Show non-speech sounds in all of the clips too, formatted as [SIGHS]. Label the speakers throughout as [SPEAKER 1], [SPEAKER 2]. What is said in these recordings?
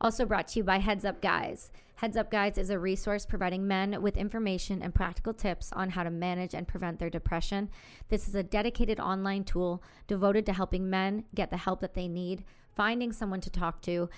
[SPEAKER 1] Also brought to you by Heads Up Guys. Heads Up Guys is a resource providing men with information and practical tips on how to manage and prevent their depression. This is a dedicated online tool devoted to helping men get the help that they need, finding someone to talk to,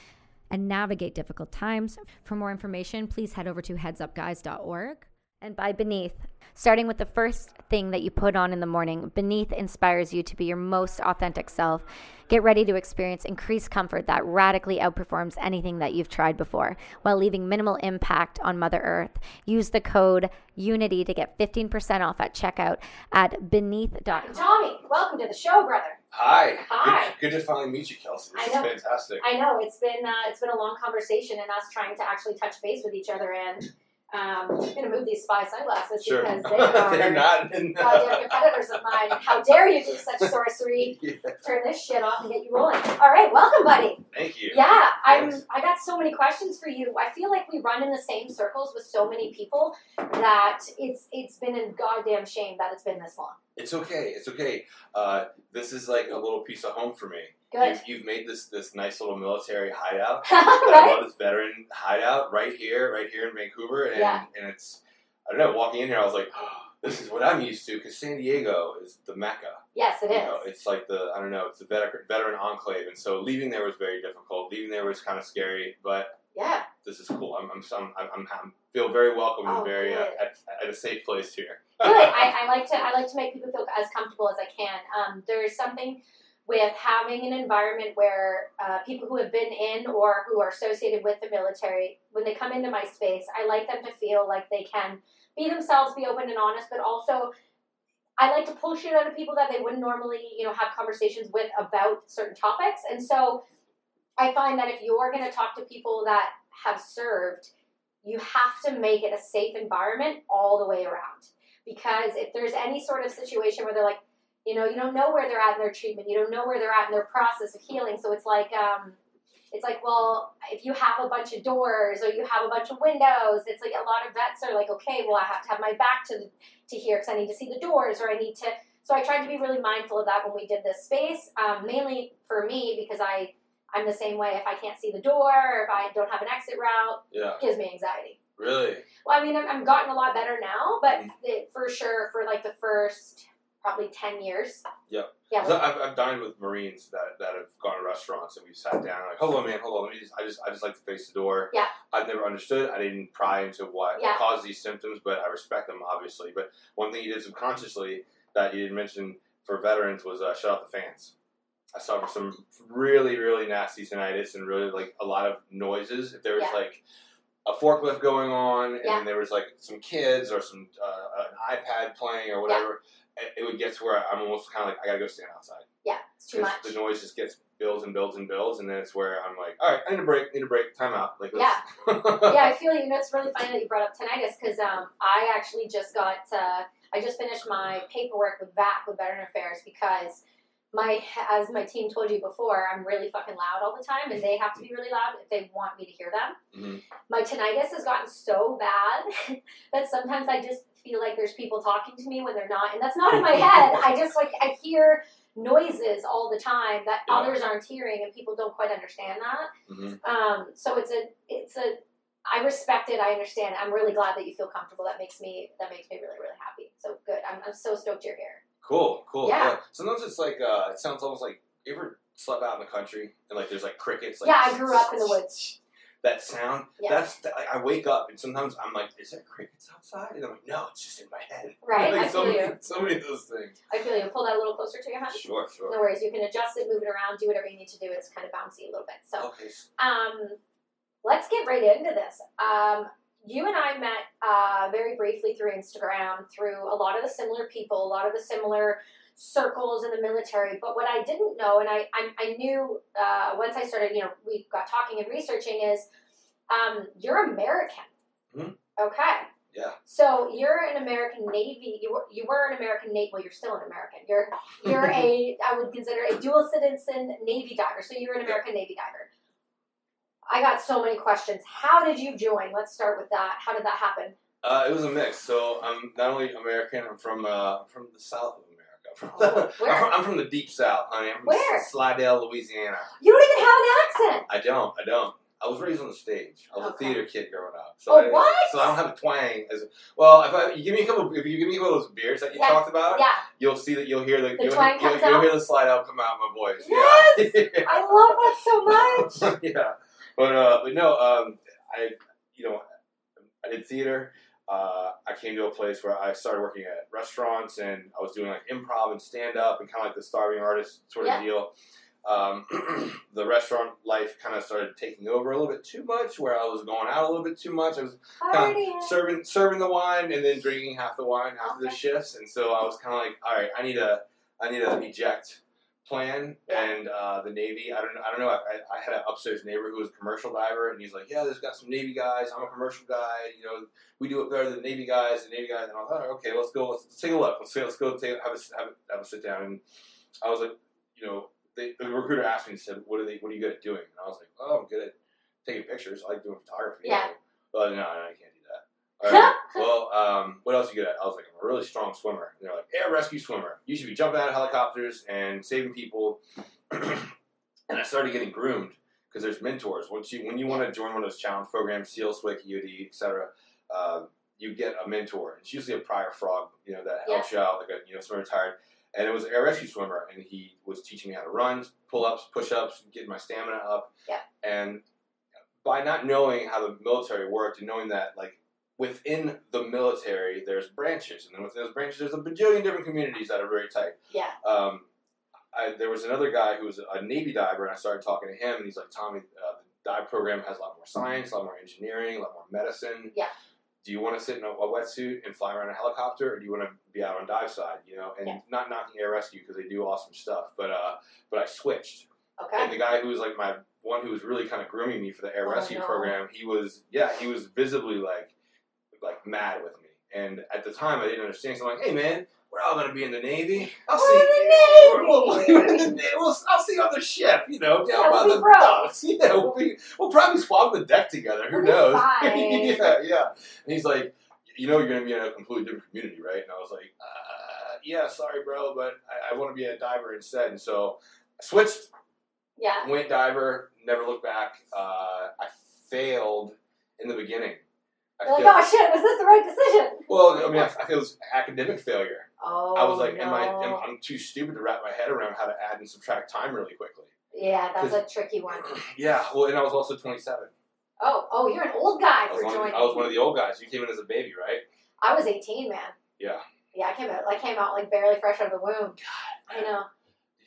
[SPEAKER 1] and navigate difficult times. For more information, please head over to headsupguys.org and by Beneath. Starting with the first thing that you put on in the morning, Beneath inspires you to be your most authentic self. Get ready to experience increased comfort that radically outperforms anything that you've tried before while leaving minimal impact on Mother Earth. Use the code UNITY to get 15% off at checkout at beneath.com. Tommy, welcome to the show, brother.
[SPEAKER 2] Hi.
[SPEAKER 1] Hi.
[SPEAKER 2] Good, good to finally meet you, Kelsey. This
[SPEAKER 1] I
[SPEAKER 2] is
[SPEAKER 1] know.
[SPEAKER 2] fantastic.
[SPEAKER 1] I know it's been uh, it's been a long conversation and us trying to actually touch base with each other and um, I'm gonna move these spy sunglasses
[SPEAKER 2] sure.
[SPEAKER 1] because they
[SPEAKER 2] [LAUGHS]
[SPEAKER 1] are
[SPEAKER 2] They're not in
[SPEAKER 1] goddamn competitors of mine. How dare you do such sorcery?
[SPEAKER 2] Yeah,
[SPEAKER 1] Turn this shit off and get you rolling. All right, welcome, buddy.
[SPEAKER 2] Thank you.
[SPEAKER 1] Yeah, I'm.
[SPEAKER 2] Thanks.
[SPEAKER 1] I got so many questions for you. I feel like we run in the same circles with so many people that it's it's been a goddamn shame that it's been this long.
[SPEAKER 2] It's okay. It's okay. Uh, this is like a little piece of home for me.
[SPEAKER 1] Good,
[SPEAKER 2] You've, you've made this this nice little military hideout. I
[SPEAKER 1] [LAUGHS] right?
[SPEAKER 2] love this veteran hideout right here, right here in Vancouver, and
[SPEAKER 1] Yeah.
[SPEAKER 2] and it's I don't know. Walking in here, I was like, "Oh, this is what I'm used to because San Diego is the mecca.
[SPEAKER 1] Yes, it
[SPEAKER 2] you know,
[SPEAKER 1] is.
[SPEAKER 2] it's like the I don't know, it's the veteran veteran enclave, and so leaving there was very difficult. Leaving there was kind of scary, but
[SPEAKER 1] Yeah,
[SPEAKER 2] this is cool. I'm I'm I'm, I'm, I'm, I'm feel very welcome
[SPEAKER 1] Oh,
[SPEAKER 2] and very uh,
[SPEAKER 1] good.
[SPEAKER 2] at, at a safe place here.
[SPEAKER 1] good. I, I like to I like to make people feel as comfortable as I can. Um, there's something with having an environment where uh, people who have been in or who are associated with the military, when they come into my space, I like them to feel like they can be themselves, be open and honest, but also. I like to pull shit out of people that they wouldn't normally, you know, have conversations with about certain topics. And so I find that if you're going to talk to people that have served, you have to make it a safe environment all the way around because if there's any sort of situation where they're like, you know, you don't know where they're at in their treatment, you don't know where they're at in their process of healing, so it's like, um, it's like, well, if you have a bunch of doors or you have a bunch of windows, it's like a lot of vets are like, okay, well, I have to have my back to to here because I need to see the doors or I need to. So I tried to be really mindful of that when we did this space, um, mainly for me because I I'm the same way. If I can't see the door or if I don't have an exit route,
[SPEAKER 2] [LAUGHS] Yeah,
[SPEAKER 1] it gives me anxiety.
[SPEAKER 2] really.
[SPEAKER 1] Well, I mean, I'm, I'm gotten a lot better now, but
[SPEAKER 2] Mhm.
[SPEAKER 1] it, for sure, for like the first probably 10 years.
[SPEAKER 2] Yep.
[SPEAKER 1] Yeah.
[SPEAKER 2] So I've, I've dined with Marines that, that have gone to restaurants and we've sat down like, hold on, man, hold on. Let me just, I just I just like to face the door.
[SPEAKER 1] Yeah.
[SPEAKER 2] I've never understood. I didn't pry into what
[SPEAKER 1] Yeah.
[SPEAKER 2] caused these symptoms, but I respect them obviously. But one thing you did subconsciously that you didn't mention for veterans was uh, shut off the fans. I suffered some really really nasty tinnitus and really like a lot of noises. If there was
[SPEAKER 1] Yeah.
[SPEAKER 2] like a forklift going on, and
[SPEAKER 1] Yeah.
[SPEAKER 2] then there was like some kids or some uh, an iPad playing or whatever, it- it would get to where I'm almost kind of like I gotta go stand outside
[SPEAKER 1] yeah, it's too
[SPEAKER 2] because
[SPEAKER 1] much.
[SPEAKER 2] the noise just gets builds and builds and builds, and then it's where I'm like, all right, I need a break, need a break, time out. Like, let's- [LAUGHS]
[SPEAKER 1] yeah, I feel you. You know, it's really funny that you brought up tinnitus because um, I actually just got, uh, I just finished my paperwork with VAC, with Veteran Affairs, because my, as my team told you before, I'm really fucking loud all the time and they have to be really loud if they want me to hear them.
[SPEAKER 2] Mhm.
[SPEAKER 1] My tinnitus has gotten so bad [LAUGHS] that sometimes I just feel like there's people talking to me when they're not. And that's not in my head. I just like, I hear noises all the time that
[SPEAKER 2] Yeah.
[SPEAKER 1] others aren't hearing and people don't quite understand that.
[SPEAKER 2] Mhm.
[SPEAKER 1] Um, so it's a it's a I respect it. I understand. I'm really glad that you feel comfortable. That makes me that makes me really really happy. So good. I'm, I'm so stoked you're here.
[SPEAKER 2] cool, cool.
[SPEAKER 1] Yeah.
[SPEAKER 2] Sometimes it's like uh, it sounds almost like you ever slept out in the country and like there's like crickets. Like,
[SPEAKER 1] yeah, I grew up in the
[SPEAKER 2] [LAUGHS]
[SPEAKER 1] woods.
[SPEAKER 2] That sound.
[SPEAKER 1] Yeah.
[SPEAKER 2] That's that, like I wake up and sometimes I'm like, is there crickets outside? And I'm like, no, it's just in my head. [LAUGHS]
[SPEAKER 1] Right,
[SPEAKER 2] Like,
[SPEAKER 1] I
[SPEAKER 2] so
[SPEAKER 1] feel
[SPEAKER 2] many,
[SPEAKER 1] you.
[SPEAKER 2] So many of those things.
[SPEAKER 1] I feel you. Pull that a little closer to your hand.
[SPEAKER 2] Sure,
[SPEAKER 1] No
[SPEAKER 2] sure.
[SPEAKER 1] worries. You can adjust it, move it around, do whatever you need to do. It's kind of bouncy a little bit. So
[SPEAKER 2] Okay. s-
[SPEAKER 1] um, let's get right into this. Um, you and I met uh, very briefly through Instagram, through a lot of the similar people, a lot of the similar circles in the military. But what I didn't know, and I I, I knew uh, once I started, you know, we got talking and researching, is um, you're American.
[SPEAKER 2] Mhm.
[SPEAKER 1] Okay.
[SPEAKER 2] Yeah.
[SPEAKER 1] So you're an American Navy. You were, you were an American Navy. Well, you're still an American. You're you're a I would consider a dual citizen Navy diver. So you're an American Navy diver. I got so many questions. How did you join? Let's start with that. How did that happen?
[SPEAKER 2] Uh, it was a mix. So I'm not only American. I'm from uh, I'm from the south of America. From
[SPEAKER 1] Oh, where?
[SPEAKER 2] [LAUGHS] I'm, from, I'm from the deep south, honey. I'm from
[SPEAKER 1] Where?
[SPEAKER 2] Slidell, Louisiana.
[SPEAKER 1] You don't even have an accent.
[SPEAKER 2] I don't. I don't. I was raised on the stage. I was
[SPEAKER 1] Okay.
[SPEAKER 2] a theater kid growing up. So
[SPEAKER 1] Oh,
[SPEAKER 2] I,
[SPEAKER 1] what?
[SPEAKER 2] So I don't have a twang. As well, if I, you give me a couple, if you give me a couple of those beards that you
[SPEAKER 1] Yeah.
[SPEAKER 2] talked about,
[SPEAKER 1] Yeah.
[SPEAKER 2] you'll see that you'll hear the,
[SPEAKER 1] The
[SPEAKER 2] you'll,
[SPEAKER 1] twang
[SPEAKER 2] you'll,
[SPEAKER 1] comes
[SPEAKER 2] you'll
[SPEAKER 1] out?
[SPEAKER 2] hear the slide out come out of my voice.
[SPEAKER 1] Yes!
[SPEAKER 2] Yeah. [LAUGHS]
[SPEAKER 1] I love that so much.
[SPEAKER 2] yeah, but uh, but no, um, I you know I did theater. Uh, I came to a place where I started working at restaurants and I was doing like improv and stand up and kind of like the starving artist sort of
[SPEAKER 1] Yeah.
[SPEAKER 2] deal. Um, [CLEARS THROAT] the restaurant life kind of started taking over a little bit too much, where I was going out a little bit too much. I was
[SPEAKER 1] I already have.
[SPEAKER 2] serving serving the wine and then drinking half the wine after the
[SPEAKER 1] Okay.
[SPEAKER 2] shifts, and so I was kind of like, all right, I need a I need a eject plan.
[SPEAKER 1] Yeah.
[SPEAKER 2] And uh, the Navy, I don't I don't know. I, I had an upstairs neighbor who was a commercial diver, and he's like, yeah, there's got some Navy guys. I'm a commercial guy. You know, we do it better than Navy guys. The Navy guys, and I was like, "Oh, okay, let's go. Let's, let's take a look. Let's go. Let's go take have a have a, have a sit down. And I was like, you know, they, the recruiter asked me, he said, what are they? What are you good at doing? And I was like, oh, I'm good at taking pictures. I like doing photography.
[SPEAKER 1] Yeah.
[SPEAKER 2] Well, no, no, I can't do that. All
[SPEAKER 1] [LAUGHS]
[SPEAKER 2] right. well, um, what else you good at? I was like, I'm a really strong swimmer. And they're like, air rescue swimmer. You should be jumping out of helicopters and saving people. [CLEARS THROAT] and I started getting groomed because there's mentors. Once you when you want to join one of those challenge programs, SEAL, SWIC, E EOD, etc., um, you get a mentor. It's usually a prior frog, you know, that
[SPEAKER 1] Yeah.
[SPEAKER 2] helps you out, like a you know, someone retired. And it was an air rescue swimmer, and he was teaching me how to run, pull ups, push ups, get my stamina up.
[SPEAKER 1] Yeah.
[SPEAKER 2] And by not knowing how the military worked and knowing that, like, within the military, there's branches, and then within those branches, there's a bajillion different communities that are very tight
[SPEAKER 1] Yeah.
[SPEAKER 2] um, I, there was another guy who was a Navy diver, and I started talking to him, and he's like, Tommy, uh, the dive program has a lot more science, a lot more engineering, a lot more medicine.
[SPEAKER 1] Yeah.
[SPEAKER 2] Do you want to sit in a, a wetsuit and fly around a helicopter, or do you want to be out on dive side? You know, and
[SPEAKER 1] Yeah.
[SPEAKER 2] not knocking air rescue because they do awesome stuff, but uh, but I switched, and
[SPEAKER 1] Okay.
[SPEAKER 2] the guy who was like my one who was really kind of grooming me for the air
[SPEAKER 1] Oh,
[SPEAKER 2] rescue
[SPEAKER 1] no.
[SPEAKER 2] program, he was yeah, he was visibly like like mad with me. And at the time, I didn't understand. So I'm like, hey man, we're all gonna be in the Navy. I'll
[SPEAKER 1] We're
[SPEAKER 2] see.
[SPEAKER 1] in the
[SPEAKER 2] We'll,
[SPEAKER 1] Navy!
[SPEAKER 2] we'll- we'll- I'll see you on the ship, you know, down by
[SPEAKER 1] Yeah, we'll be
[SPEAKER 2] the
[SPEAKER 1] bros.
[SPEAKER 2] docks. [LAUGHS] Yeah, we'll be, we'll probably swab the deck together. Who
[SPEAKER 1] We'll be
[SPEAKER 2] knows? [LAUGHS]
[SPEAKER 1] fine.
[SPEAKER 2] yeah, yeah. And he's like, you know, you're gonna be in a completely different community, right? And I was like, uh, yeah, sorry, bro, but I, I want to be a diver instead. And so I switched
[SPEAKER 1] Yeah.
[SPEAKER 2] went diver, never looked back. Uh, I failed in the beginning. I
[SPEAKER 1] You're like,
[SPEAKER 2] failed.
[SPEAKER 1] oh shit, was this the right decision?
[SPEAKER 2] Well, I mean, I, I think it was academic failure.
[SPEAKER 1] Oh.
[SPEAKER 2] I was like,
[SPEAKER 1] no.
[SPEAKER 2] am I? Am, I'm too stupid to wrap my head around how to add and subtract time really quickly.
[SPEAKER 1] yeah, that's a tricky one.
[SPEAKER 2] Yeah. Well, and I was also 27.
[SPEAKER 1] Oh, oh, you're an old guy
[SPEAKER 2] I was,
[SPEAKER 1] for
[SPEAKER 2] one of,
[SPEAKER 1] joining.
[SPEAKER 2] the- I was one of the old guys. You came in as a baby, right?
[SPEAKER 1] I was 18, man.
[SPEAKER 2] Yeah.
[SPEAKER 1] Yeah, I came out. I came out like barely fresh out of the womb. I know.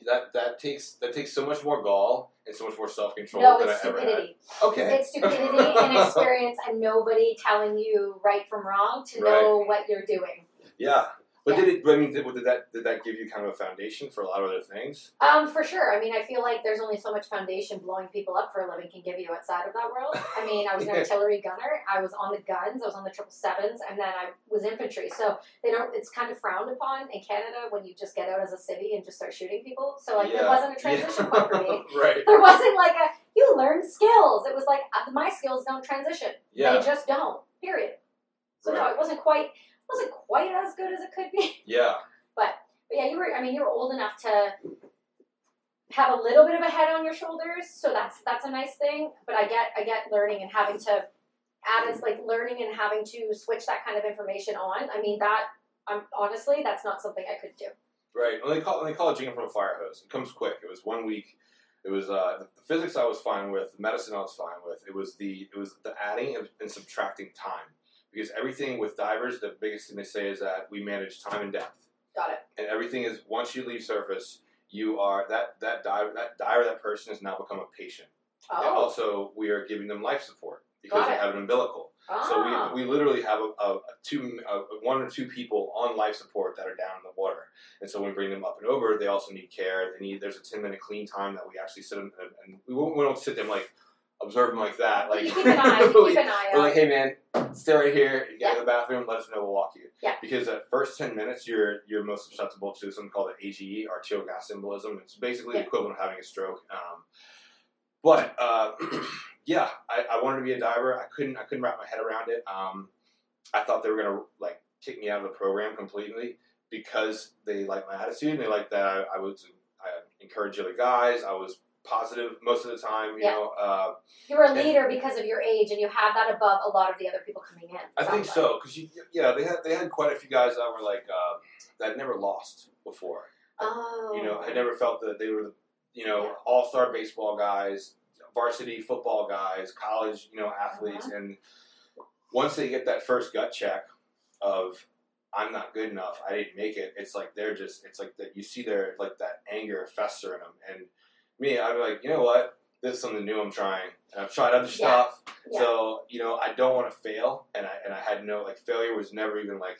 [SPEAKER 2] That that takes that takes so much more gall and so much more self control
[SPEAKER 1] No,
[SPEAKER 2] than
[SPEAKER 1] it's
[SPEAKER 2] I ever had.
[SPEAKER 1] stupidity.
[SPEAKER 2] Okay.
[SPEAKER 1] It's stupidity
[SPEAKER 2] [LAUGHS]
[SPEAKER 1] and experience, and nobody telling you right from wrong to know what you're doing.
[SPEAKER 2] yeah. But
[SPEAKER 1] Yeah.
[SPEAKER 2] did it? but I mean, did, did that did that give you kind of a foundation for a lot of other things?
[SPEAKER 1] Um, for sure. I mean, I feel like there's only so much foundation blowing people up for a living can give you outside of that world. I mean, I
[SPEAKER 2] [LAUGHS]
[SPEAKER 1] was an
[SPEAKER 2] Yeah.
[SPEAKER 1] artillery gunner. I was on the guns. I was on the triple sevens, and then I was infantry. So they don't. It's kind of frowned upon in Canada when you just get out as a civvy and just start shooting people. So like there
[SPEAKER 2] Yeah.
[SPEAKER 1] wasn't a transition
[SPEAKER 2] yeah.
[SPEAKER 1] point for me.
[SPEAKER 2] [LAUGHS] right.
[SPEAKER 1] There wasn't like a you learn skills. It was like uh, my skills don't transition. They
[SPEAKER 2] Yeah.
[SPEAKER 1] just don't. Period. So no,
[SPEAKER 2] Right.
[SPEAKER 1] it wasn't quite wasn't quite as good as it could be.
[SPEAKER 2] Yeah.
[SPEAKER 1] But yeah, you were. I mean, you were old enough to have a little bit of a head on your shoulders, so that's that's a nice thing. But I get I get learning and having to add it's like learning and having to switch that kind of information on. I mean that. I'm honestly, that's not something I could do.
[SPEAKER 2] Right. Well, they call they call it drinking from a fire hose. It comes quick. It was one week. It was uh, the physics I was fine with. The medicine I was fine with. It was the it was the adding and, and subtracting time because everything with divers, the biggest thing they say is that we manage time and depth,
[SPEAKER 1] Got it.
[SPEAKER 2] and everything is once you leave surface, you are that that diver that diver that person has now become a patient. And
[SPEAKER 1] Oh,
[SPEAKER 2] also, we are giving them life support because
[SPEAKER 1] Got
[SPEAKER 2] they
[SPEAKER 1] it.
[SPEAKER 2] have an umbilical.
[SPEAKER 1] ah,
[SPEAKER 2] So we, we literally have a, a, a two, a, one or two people on life support that are down in the water, and so when we bring them up and over, they also need care. They need there's a ten minute clean time that we actually sit them and, and we, won't, we don't sit them like observe them like that. Like [LAUGHS]
[SPEAKER 1] you keep an eye. You keep
[SPEAKER 2] we're
[SPEAKER 1] an eye
[SPEAKER 2] like,
[SPEAKER 1] out.
[SPEAKER 2] hey man, stay right here. You
[SPEAKER 1] Yeah.
[SPEAKER 2] gotta the bathroom, let us know. We'll walk you.
[SPEAKER 1] Yeah.
[SPEAKER 2] Because at first ten minutes, you're you're most susceptible to something called an AGE, E, arterial gas embolism. It's basically
[SPEAKER 1] Yeah.
[SPEAKER 2] the equivalent of having a stroke. Um, but uh, [CLEARS THROAT] yeah, I, I wanted to be a diver. I couldn't I couldn't wrap my head around it. Um, I thought they were gonna like kick me out of the program completely because they liked my attitude and they liked that I, I was I encouraged the other guys. I was positive most of the time. You
[SPEAKER 1] Yeah.
[SPEAKER 2] know. Uh,
[SPEAKER 1] You're a
[SPEAKER 2] Yeah.
[SPEAKER 1] leader because of your age, and you have that above a lot of the other people coming in.
[SPEAKER 2] I think
[SPEAKER 1] sounds like.
[SPEAKER 2] so because yeah, they had they had quite a few guys that were like uh, that had never lost before.
[SPEAKER 1] Oh.
[SPEAKER 2] You know, I never felt that they were the you know all star baseball guys, varsity football guys, college you know athletes,
[SPEAKER 1] Uh-huh.
[SPEAKER 2] and once they get that first gut check of I'm not good enough, I didn't make it. It's like they're just it's like that you see their like that anger fester in them, and me, I'm like you know what. This is something new I'm trying. And I've tried other
[SPEAKER 1] Yeah.
[SPEAKER 2] stuff.
[SPEAKER 1] Yeah.
[SPEAKER 2] So you know, I don't want to fail, and I and I had no like failure was never even like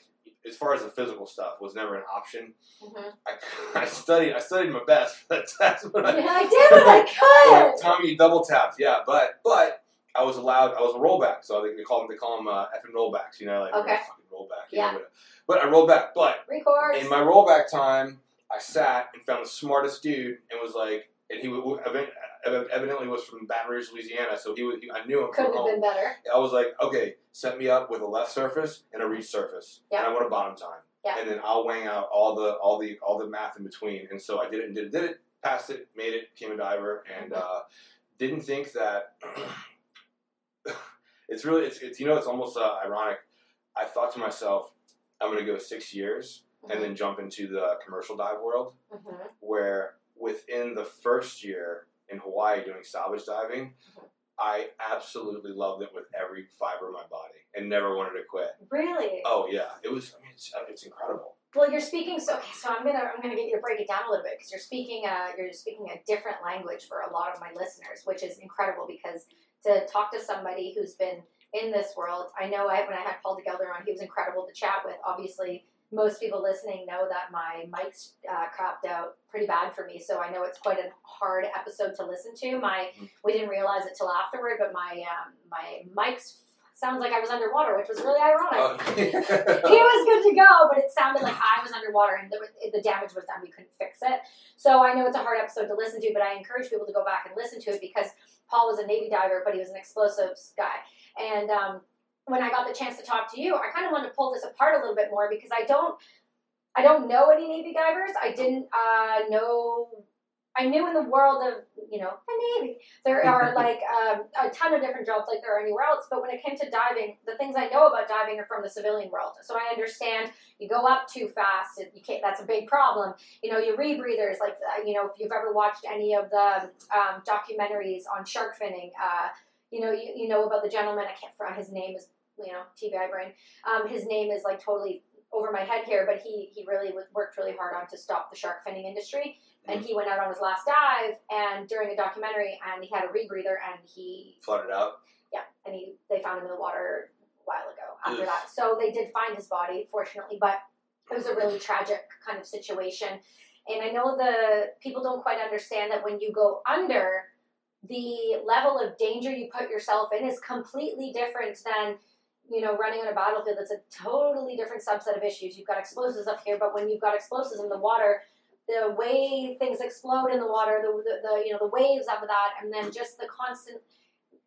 [SPEAKER 2] as far as the physical stuff was never an option.
[SPEAKER 1] Mhm.
[SPEAKER 2] I, [LAUGHS] I studied I studied my best for that test, but I,
[SPEAKER 1] [LAUGHS] Yeah, I did what
[SPEAKER 2] [LAUGHS]
[SPEAKER 1] I
[SPEAKER 2] well,
[SPEAKER 1] could.
[SPEAKER 2] Tommy you double tapped, yeah, but but I was allowed I was a rollback, so they, they call them they call them uh, effing rollbacks, you know, like
[SPEAKER 1] Okay.
[SPEAKER 2] fucking rollback, you know,
[SPEAKER 1] Yeah.
[SPEAKER 2] but- but I rolled back, but
[SPEAKER 1] Record.
[SPEAKER 2] in my rollback time, I sat and found the smartest dude and was like, and he w- w- evi- ev- evidently was from Baton Rouge, Louisiana, so he was, he, I knew him from
[SPEAKER 1] Couldn't have
[SPEAKER 2] home.
[SPEAKER 1] been better.
[SPEAKER 2] I was like, okay, set me up with a left surface and a reach surface, and I want a bottom time,
[SPEAKER 1] Yeah.
[SPEAKER 2] and then I'll wang out all the all the all the math in between. And so I did it and did it, did it, passed it, made it, became a diver, and uh, didn't think that. [COUGHS] it's really it's, it's you know it's almost uh, ironic. I thought to myself, I'm gonna go six years and then jump into the commercial dive world,
[SPEAKER 1] Mhm.
[SPEAKER 2] where within the first year in Hawaii doing salvage diving, I absolutely loved it with every fiber of my body and never wanted to quit.
[SPEAKER 1] Really?
[SPEAKER 2] Oh yeah, it was. I mean, it's, uh, it's incredible.
[SPEAKER 1] Well, you're speaking. So, okay, so I'm gonna I'm gonna get you to break it down a little bit because you're speaking uh, you're speaking a different language for a lot of my listeners, which is incredible because to talk to somebody who's been in this world, I know I when I had Paul DeGelder on, he was incredible to chat with. Obviously, most people listening know that my mic's uh, cropped out pretty bad for me, so I know it's quite a hard episode to listen to. My we didn't realize it till afterward, but my um, my mic's sounds like I was underwater, which was really ironic he
[SPEAKER 2] Oh.
[SPEAKER 1] was good to go, but it sounded like I was underwater and the, the damage was done. We couldn't fix it. So I know it's a hard episode to listen to, but I encourage people to go back and listen to it because Paul was a Navy diver, but he was an explosives guy. And um, when I got the chance to talk to you, I kind of wanted to pull this apart a little bit more because I don't, I don't know any Navy divers. I didn't uh, know. I knew in the world of you know the Navy, there are like um, a ton of different jobs like there are anywhere else. But when it came to diving, the things I know about diving are from the civilian world. So I understand you go up too fast. and You can't. That's a big problem. You know, your rebreathers. Like uh, you know, if you've ever watched any of the um, documentaries on shark finning, uh, you know, you, you know about the gentleman. I can't. fr- His name is you know TBI brain. Um, his name is like totally over my head here, but he he really w- worked really hard on to stop the shark finning industry. And he went out on his last dive, and during a documentary, and he had a rebreather, and he
[SPEAKER 2] [LAUGHS] Flooded out.
[SPEAKER 1] yeah, and he they found him in the water a while ago after
[SPEAKER 2] Oof.
[SPEAKER 1] that. So they did find his body, fortunately, but it was a really tragic kind of situation. And I know the people don't quite understand that when you go under, the level of danger you put yourself in is completely different than you know running on a battlefield. It's a totally different subset of issues. You've got explosives up here, but when you've got explosives in the water, the way things explode in the water, the, the, the you know the waves of that, and then just the constant,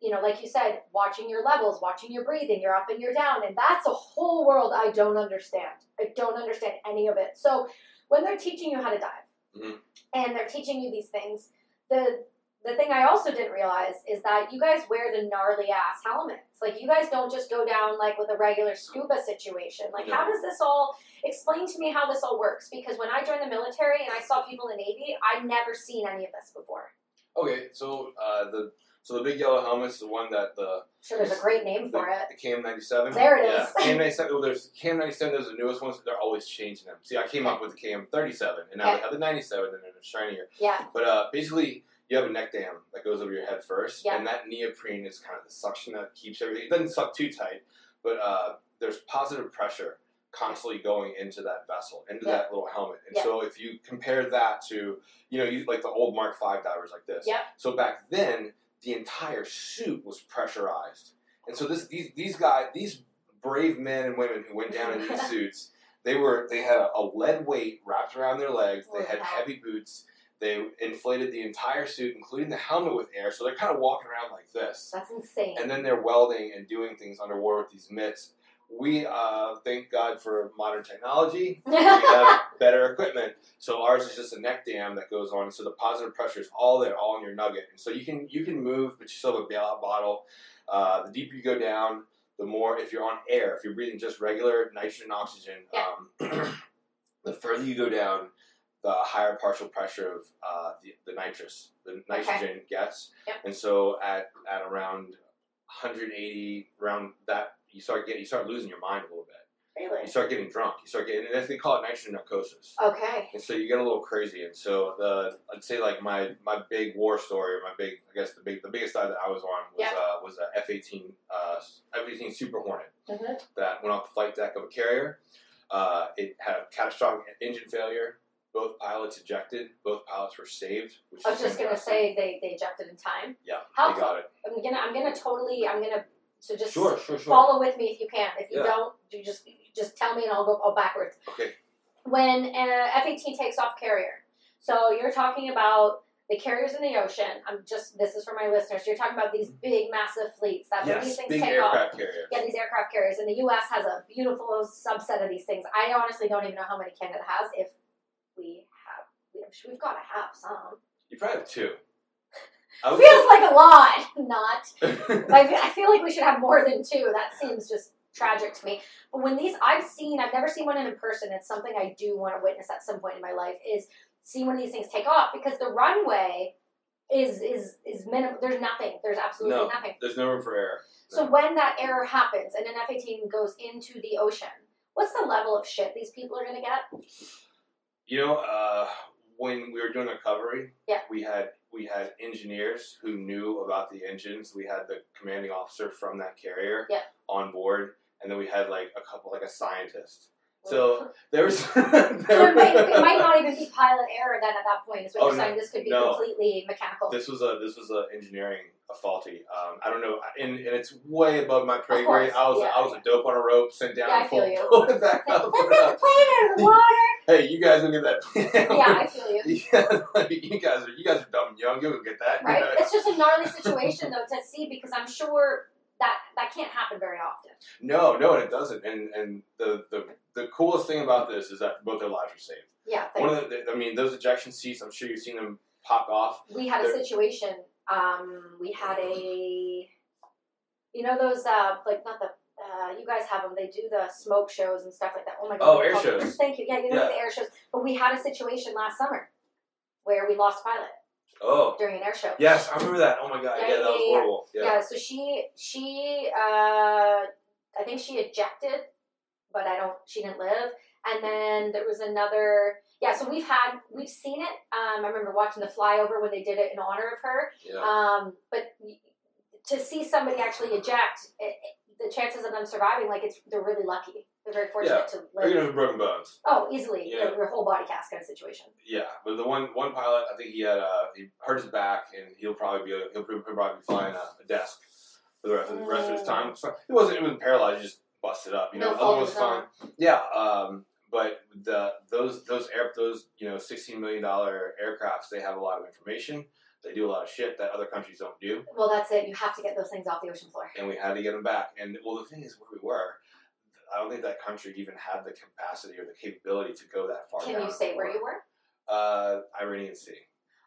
[SPEAKER 1] you know, like you said, watching your levels, watching your breathing, you're up and you're down, and that's a whole world I don't understand. I don't understand any of it. So when they're teaching you how to dive,
[SPEAKER 2] Mhm.
[SPEAKER 1] and they're teaching you these things, the the thing I also didn't realize is that you guys wear the gnarly ass helmets. Like you guys don't just go down like with a regular scuba situation. Like how
[SPEAKER 2] No.
[SPEAKER 1] does this all explain to me how this all works because when I joined the military and I saw people in the Navy, I'd never seen any of this before.
[SPEAKER 2] Okay, so uh, the so the big yellow helmet's the one that the
[SPEAKER 1] Sure, there's a great name for it.
[SPEAKER 2] the Cam ninety seven.
[SPEAKER 1] There it
[SPEAKER 2] yeah.
[SPEAKER 1] is.
[SPEAKER 2] Cam ninety seven. Well, there's Cam ninety seven. There's the newest ones. They're always changing them. See, I came up with the Cam thirty seven, and now
[SPEAKER 1] Okay.
[SPEAKER 2] they have the ninety seven, and they're shinier.
[SPEAKER 1] Yeah,
[SPEAKER 2] But uh, basically, you have a neck dam that goes over your head first,
[SPEAKER 1] Yeah.
[SPEAKER 2] and that neoprene is kind of the suction that keeps everything. It doesn't suck too tight, but uh, there's positive pressure constantly going into that vessel, into
[SPEAKER 1] Yeah.
[SPEAKER 2] that little helmet. And
[SPEAKER 1] Yeah.
[SPEAKER 2] so, if you compare that to, you know, you, like the old Mark V divers like this.
[SPEAKER 1] Yeah.
[SPEAKER 2] So back then, the entire suit was pressurized, and so this these these guys these brave men and women who went down in
[SPEAKER 1] [LAUGHS]
[SPEAKER 2] these suits. They were they had a lead weight wrapped around their legs. They had
[SPEAKER 1] Wow.
[SPEAKER 2] heavy boots. They inflated the entire suit, including the helmet, with air. So they're kind of walking around like this
[SPEAKER 1] That's insane.
[SPEAKER 2] and then they're welding and doing things underwater with these mitts. We uh, thank God for modern technology. We have better equipment, so ours is just a neck dam that goes on. So the positive pressure is all there, all in your nugget, and so you can you can move, but you still have a bailout bottle. Uh, the deeper you go down, the more if you're on air, if you're breathing just regular nitrogen and oxygen, um, [CLEARS THROAT] the further you go down, the higher partial pressure of uh, the, the nitrous, the nitrogen gets,
[SPEAKER 1] Yep.
[SPEAKER 2] and so at at around 180 around that you start getting you start losing your mind a little bit you
[SPEAKER 1] [LAUGHS] really?
[SPEAKER 2] start getting drunk you start getting and that's- they call it nitrogen narcosis
[SPEAKER 1] Oh. Okay.
[SPEAKER 2] and so you get a little crazy and so the i'd say like my my big war story or my big i guess the big the biggest side that i was on was
[SPEAKER 1] Yeah.
[SPEAKER 2] uh was a f-18 uh f-18 super hornet
[SPEAKER 1] Mhm.
[SPEAKER 2] that went off the flight deck of a carrier uh it had a catastrophic engine failure both pilots ejected both pilots were saved which
[SPEAKER 1] I
[SPEAKER 2] is
[SPEAKER 1] was just gonna
[SPEAKER 2] fantastic.
[SPEAKER 1] say they they ejected in time.
[SPEAKER 2] yeah
[SPEAKER 1] How
[SPEAKER 2] they got
[SPEAKER 1] I'm gonna I'm gonna totally I'm gonna so
[SPEAKER 2] it
[SPEAKER 1] just
[SPEAKER 2] sure sure sure
[SPEAKER 1] follow with me if you can. If you
[SPEAKER 2] Yeah.
[SPEAKER 1] don't, you just just tell me and I'll go all backwards.
[SPEAKER 2] okay
[SPEAKER 1] when uh, an F-18 takes off carrier. So you're talking about the carriers in the ocean. I'm just this is for my listeners. You're talking about these big, massive fleets. That's when these
[SPEAKER 2] yes
[SPEAKER 1] things
[SPEAKER 2] big
[SPEAKER 1] take off.
[SPEAKER 2] aircraft carrier
[SPEAKER 1] Yeah, these aircraft carriers, and the U.S. has a beautiful subset of these things. I honestly don't even know how many Canada has. If we have, we- I'm sure we've got to have some.
[SPEAKER 2] You probably have two. I would
[SPEAKER 1] [LAUGHS] Feels like a lot. [LAUGHS] Not
[SPEAKER 2] say-
[SPEAKER 1] I, fe- I feel like we should have more than two. That seems just tragic to me. But when these, I've seen, I've never seen one in person. It's something I do want to witness at some point in my life is see when these things take off because the runway is is is minimal. There's nothing. There's absolutely
[SPEAKER 2] No.
[SPEAKER 1] nothing.
[SPEAKER 2] [LAUGHS] There's no room for error.
[SPEAKER 1] So
[SPEAKER 2] No.
[SPEAKER 1] when that error happens and an F-18 goes into the ocean, what's the level of shit these people are gonna get?
[SPEAKER 2] You know, uh, when we were doing the recovery,
[SPEAKER 1] Yeah.
[SPEAKER 2] we had we had engineers who knew about the engines. We had the commanding officer from that carrier
[SPEAKER 1] Yeah.
[SPEAKER 2] on board, and then we had like a couple, like a scientist.
[SPEAKER 1] [LAUGHS]
[SPEAKER 2] So- [LAUGHS] There was.
[SPEAKER 1] So it, might, it might not even be pilot error then at that point. Is what
[SPEAKER 2] Oh,
[SPEAKER 1] you're
[SPEAKER 2] no.
[SPEAKER 1] saying? This could be
[SPEAKER 2] No.
[SPEAKER 1] completely mechanical.
[SPEAKER 2] [LAUGHS] This was a this was a engineering a faulty. Um, I don't know, and, and it's way above my pay
[SPEAKER 1] Of course,
[SPEAKER 2] grade. I was
[SPEAKER 1] yeah.
[SPEAKER 2] I was a dope on a rope, sent down,
[SPEAKER 1] Yeah, I
[SPEAKER 2] and pulled,
[SPEAKER 1] feel you.
[SPEAKER 2] pulled it back [LAUGHS]
[SPEAKER 1] Like,
[SPEAKER 2] up.
[SPEAKER 1] Let's [LAUGHS] get the plane out of the water.
[SPEAKER 2] [LAUGHS] hey, you guys look at that.
[SPEAKER 1] yeah, I feel you.
[SPEAKER 2] [LAUGHS] Yeah, [LAUGHS] like, you guys are you guys are dumb and young. You'll get that.
[SPEAKER 1] Right? It's just a gnarly situation though to see because I'm sure that that can't happen very often.
[SPEAKER 2] No, no, and it doesn't. And and the, the the coolest thing about this is that both their lives are saved.
[SPEAKER 1] Yeah.
[SPEAKER 2] One of the, I mean, those ejection seats. I'm sure you've seen them pop off.
[SPEAKER 1] we had a
[SPEAKER 2] There-
[SPEAKER 1] situation. Um, we had a, you know, those uh, like not the. Uh, you guys have them. They do the smoke shows and stuff like that. Oh my god!
[SPEAKER 2] Oh,
[SPEAKER 1] what are
[SPEAKER 2] air
[SPEAKER 1] they called?
[SPEAKER 2] shows.
[SPEAKER 1] Thank you. Yeah, you know
[SPEAKER 2] Yeah.
[SPEAKER 1] the air shows. But we had a situation last summer where we lost pilot
[SPEAKER 2] Oh,
[SPEAKER 1] during an air show.
[SPEAKER 2] yes, I remember that. Oh my god, yeah, that was horrible. Yeah,
[SPEAKER 1] Yeah. so she she uh, I think she ejected, but I don't. She didn't live. And then there was another. Yeah, so we've had we've seen it. Um, I remember watching the flyover when they did it in honor of her.
[SPEAKER 2] yeah.
[SPEAKER 1] Um, but to see somebody actually eject, it, it- the chances of them surviving, like it's they're really lucky. They're very fortunate to
[SPEAKER 2] Or
[SPEAKER 1] live.
[SPEAKER 2] even with broken bones.
[SPEAKER 1] oh, easily
[SPEAKER 2] Yeah.
[SPEAKER 1] your whole body cast kind of situation.
[SPEAKER 2] Yeah, but the one one pilot, I think he had uh, he hurt his back, and he'll probably be he'll, he'll probably be flying a, a desk for the rest of the rest of his time. So it wasn't it wasn't paralyzed, he just busted up. You
[SPEAKER 1] No
[SPEAKER 2] know,
[SPEAKER 1] fault of
[SPEAKER 2] other was
[SPEAKER 1] his own.
[SPEAKER 2] fine. Yeah, um, but the those those air those you know sixteen million dollar aircrafts, they have a lot of information. They do a lot of shit that other countries don't do,
[SPEAKER 1] Well, that's it. You have to get those things off the ocean floor.
[SPEAKER 2] and we had to get them back. And well, the thing is, where we were. I don't think that country even had the capacity or the capability to go that far.
[SPEAKER 1] Can you say where you were?
[SPEAKER 2] were? Uh, Iranian Sea.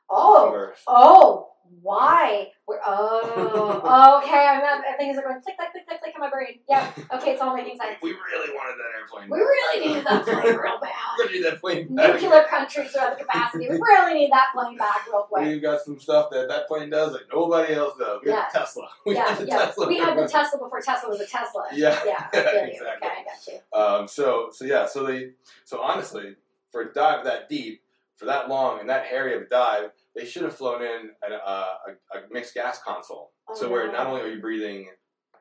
[SPEAKER 1] Oh,
[SPEAKER 2] Or-
[SPEAKER 1] Oh, why? We're,
[SPEAKER 2] [LAUGHS]
[SPEAKER 1] oh, okay. I'm not, things are going click, click, click, click, click in my brain. Yeah. Okay, it's all making sense.
[SPEAKER 2] We really wanted that airplane.
[SPEAKER 1] We
[SPEAKER 2] back.
[SPEAKER 1] really needed
[SPEAKER 2] [LAUGHS]
[SPEAKER 1] that plane
[SPEAKER 2] We're
[SPEAKER 1] real bad.
[SPEAKER 2] gonna need that plane back.
[SPEAKER 1] Nuclear countries are at the capacity. We really need that plane back real quick.
[SPEAKER 2] We've got some stuff that that plane does that nobody else does. We got the Tesla. [LAUGHS] We
[SPEAKER 1] yeah,
[SPEAKER 2] got the
[SPEAKER 1] yeah.
[SPEAKER 2] Tesla.
[SPEAKER 1] We had the Tesla before Tesla was a Tesla.
[SPEAKER 2] [LAUGHS] Yeah,
[SPEAKER 1] Yeah. I feel you.
[SPEAKER 2] exactly.
[SPEAKER 1] Okay, I got you.
[SPEAKER 2] Um, so so yeah. So they so honestly, for a dive that deep, for that long, and that area of a dive, they should have flown in a, a, a, a mixed gas console.
[SPEAKER 1] Oh,
[SPEAKER 2] so where
[SPEAKER 1] no.
[SPEAKER 2] not only are you breathing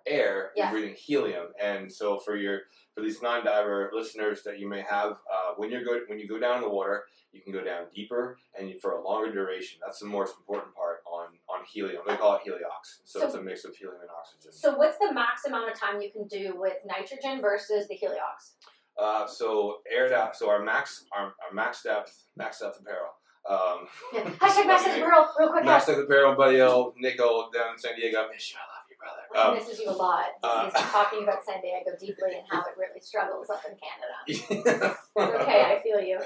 [SPEAKER 2] air,
[SPEAKER 1] Yeah.
[SPEAKER 2] you're breathing helium. And so for your for these non-diver listeners that you may have, uh, when you're go when you go down in the water, you can go down deeper and you, for a longer duration. That's the most important part on on helium. They call it heliox. So,
[SPEAKER 1] So-
[SPEAKER 2] it's a mix of helium and oxygen.
[SPEAKER 1] So what's the max amount of time you can do with nitrogen versus the heliox? [LAUGHS]
[SPEAKER 2] Uh, so air depth. So our max our, our max depth max depth apparel. Um,
[SPEAKER 1] Yeah. Hashtag max is real, real quick.
[SPEAKER 2] max depth apparel, buddy. O, Nico down in San Diego. I miss you. I love you, brother.
[SPEAKER 1] Ryan
[SPEAKER 2] Um,
[SPEAKER 1] misses you a lot.
[SPEAKER 2] uh, [LAUGHS]
[SPEAKER 1] He's been talking about San Diego deeply and how it really struggles up in Canada.
[SPEAKER 2] [LAUGHS]
[SPEAKER 1] It's okay,
[SPEAKER 2] okay.
[SPEAKER 1] I feel you.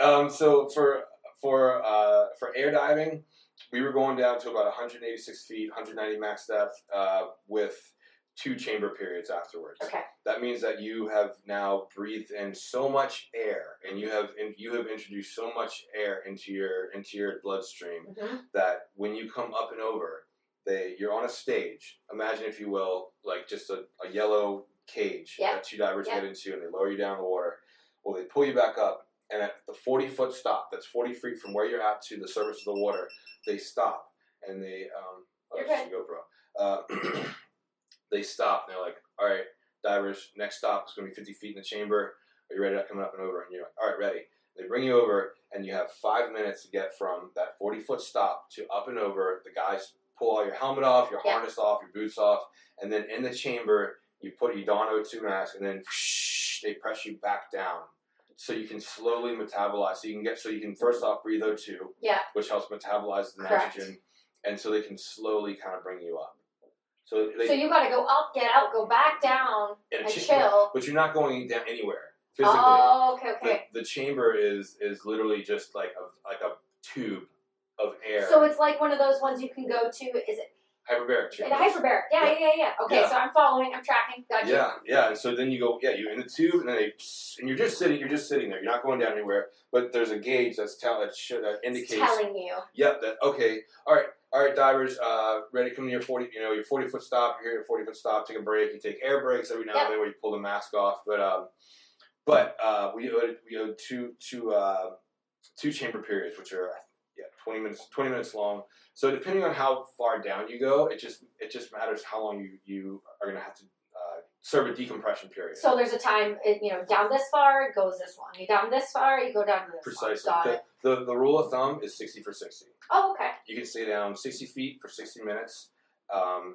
[SPEAKER 2] Um, so for for uh, for air diving, we were going down to about 186 feet, 190 max depth, uh, with two chamber periods afterwards.
[SPEAKER 1] Okay.
[SPEAKER 2] That means that you have now breathed in so much air, and you have and you have introduced so much air into your into your bloodstream
[SPEAKER 1] hmm
[SPEAKER 2] that when you come up and over, they you're on a stage. Imagine, if you will, like just a, a yellow cage
[SPEAKER 1] Yeah.
[SPEAKER 2] that two divers
[SPEAKER 1] Yeah.
[SPEAKER 2] get into, and they lower you down in the water. Well, they pull you back up, and at the 40 foot stop, that's 40 feet from where you're at to the surface of the water, they stop and they um, oh,
[SPEAKER 1] You're
[SPEAKER 2] it's just a GoPro. Uh, [CLEARS THROAT] they stop and they're like, "All right, divers, next stop is going to be 50 feet in the chamber. Are you ready to come up and over?" And you're like, "All right, ready." They bring you over, and you have five minutes to get from that 40 foot stop to up and over. The guys pull all your helmet off, your
[SPEAKER 1] Yeah.
[SPEAKER 2] harness off, your boots off, and then in the chamber, you put you don O2 mask, and then they press you back down. So you can slowly metabolize. So you can get so you can first off breathe O2,
[SPEAKER 1] Yeah.
[SPEAKER 2] which helps metabolize the
[SPEAKER 1] Correct.
[SPEAKER 2] nitrogen, and so they can slowly kind of bring you up. So they
[SPEAKER 1] so you got to go up, get out, go back down,
[SPEAKER 2] in a
[SPEAKER 1] and
[SPEAKER 2] cha-
[SPEAKER 1] chill.
[SPEAKER 2] but you're not going down anywhere physically.
[SPEAKER 1] Oh, okay, okay.
[SPEAKER 2] The, the chamber is is literally just like a like a tube of air.
[SPEAKER 1] So it's like one of those ones you can go to. Is it
[SPEAKER 2] hyperbaric
[SPEAKER 1] in
[SPEAKER 2] chamber.
[SPEAKER 1] a hyperbaric? Yeah, yeah, yeah, yeah. Okay,
[SPEAKER 2] Yeah.
[SPEAKER 1] so I'm following. I'm tracking. Got you.
[SPEAKER 2] Yeah, yeah. And so then you go, yeah, you're in the tube, and then they, pss, and you're just sitting, you're just sitting there. You're not going down anywhere. But there's a gauge that's tell that show, that
[SPEAKER 1] It's
[SPEAKER 2] indicates.
[SPEAKER 1] telling you.
[SPEAKER 2] Yep. That okay. All right. All right, divers. Uh, ready to come to your forty. You know, your forty foot stop. You're here at forty foot stop. Take a break. You take air breaks every now
[SPEAKER 1] Yep.
[SPEAKER 2] and then where you pull the mask off. But um, but uh, we owed we owed two two uh, two chamber periods, which are yeah twenty minutes twenty minutes long. So depending on how far down you go, it just it just matters how long you you are gonna have to uh, serve a decompression period.
[SPEAKER 1] So there's a time, it, you know, down this far it goes this long. You down this far, you go down to this.
[SPEAKER 2] Precisely.
[SPEAKER 1] One. Got
[SPEAKER 2] The,
[SPEAKER 1] it.
[SPEAKER 2] the, the rule of thumb is sixty for sixty.
[SPEAKER 1] Oh, okay.
[SPEAKER 2] you can stay down 60 feet for 60 minutes um,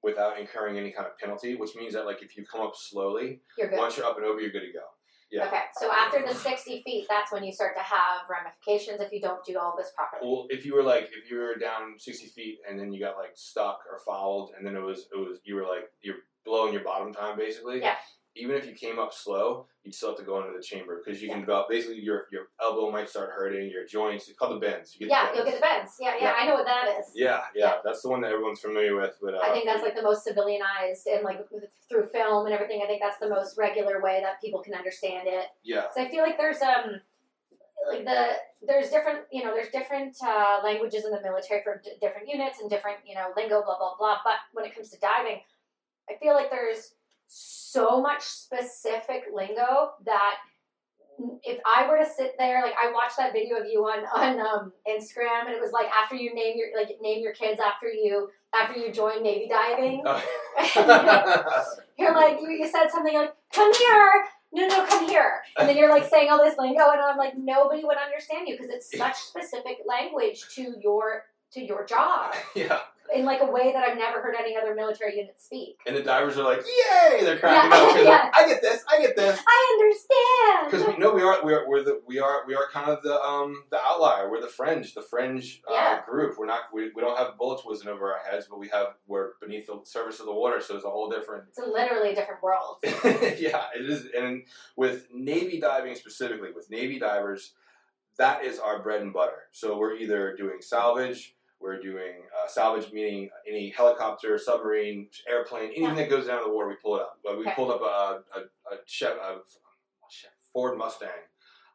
[SPEAKER 2] without incurring any kind of penalty, which means that like if you come up slowly,
[SPEAKER 1] You're good.
[SPEAKER 2] once you're up and over, you're good to go. Yeah.
[SPEAKER 1] Okay, so after the 60 feet, that's when you start to have ramifications if you don't do all this properly.
[SPEAKER 2] Well, if you were like if you were down 60 feet and then you got like stuck or fouled, and then it was it was you were like you're blowing your bottom time basically.
[SPEAKER 1] Yeah.
[SPEAKER 2] Even if you came up slow, you'd still have to go into the chamber because you can
[SPEAKER 1] Yeah.
[SPEAKER 2] develop basically your your elbow might start hurting, your joints. It's called the bends. You get the
[SPEAKER 1] Yeah, you'll
[SPEAKER 2] bends.
[SPEAKER 1] get the bends. Yeah, yeah,
[SPEAKER 2] Yeah.
[SPEAKER 1] I know what that is.
[SPEAKER 2] yeah, yeah,
[SPEAKER 1] Yeah.
[SPEAKER 2] that's the one that everyone's familiar with. But uh,
[SPEAKER 1] I think that's like the most civilianized and like through film and everything. I think that's the most regular way that people can understand it.
[SPEAKER 2] yeah,
[SPEAKER 1] [LAUGHS]
[SPEAKER 2] [LAUGHS]
[SPEAKER 1] So I feel like there's um like the there's different you know there's different uh, languages in the military for d- different units and different you know lingo blah blah blah. But when it comes to diving, I feel like there's so much specific lingo that if I were to sit there, like I watched that video of you on on um, Instagram, and it was like after you name your like name your kids after you after you join Navy diving.
[SPEAKER 2] Oh. [LAUGHS]
[SPEAKER 1] [LAUGHS] You're like, you, you said something like, come here. No, no, come here. And then you're like saying all this lingo, and I'm like, nobody would understand you because it's such specific language to your to your job
[SPEAKER 2] yeah.
[SPEAKER 1] in like a way that I've never heard any other military unit speak.
[SPEAKER 2] And the divers are like, yay! They're cracking
[SPEAKER 1] Yeah,
[SPEAKER 2] up. 'cause they're
[SPEAKER 1] [LAUGHS] yeah.
[SPEAKER 2] like, I get this. I get this.
[SPEAKER 1] I
[SPEAKER 2] Because
[SPEAKER 1] understand.
[SPEAKER 2] we know we are we are we're the, we are we are kind of the um the outlier. We're the fringe, the fringe uh,
[SPEAKER 1] Yeah.
[SPEAKER 2] group. We're not we, we don't have bullets whizzing over our heads, but we have we're beneath the surface of the water, so it's a whole different.
[SPEAKER 1] It's a literally a
[SPEAKER 2] [LAUGHS]
[SPEAKER 1] different world.
[SPEAKER 2] yeah, it is. And with navy diving specifically, with navy divers, that is our bread and butter. So we're either doing salvage. We're doing uh, salvage, meaning any helicopter, submarine, airplane, anything
[SPEAKER 1] Yeah.
[SPEAKER 2] that goes down to the water, we pull it up. But we
[SPEAKER 1] Okay.
[SPEAKER 2] pulled up a, a, a, Chev- a Ford Mustang,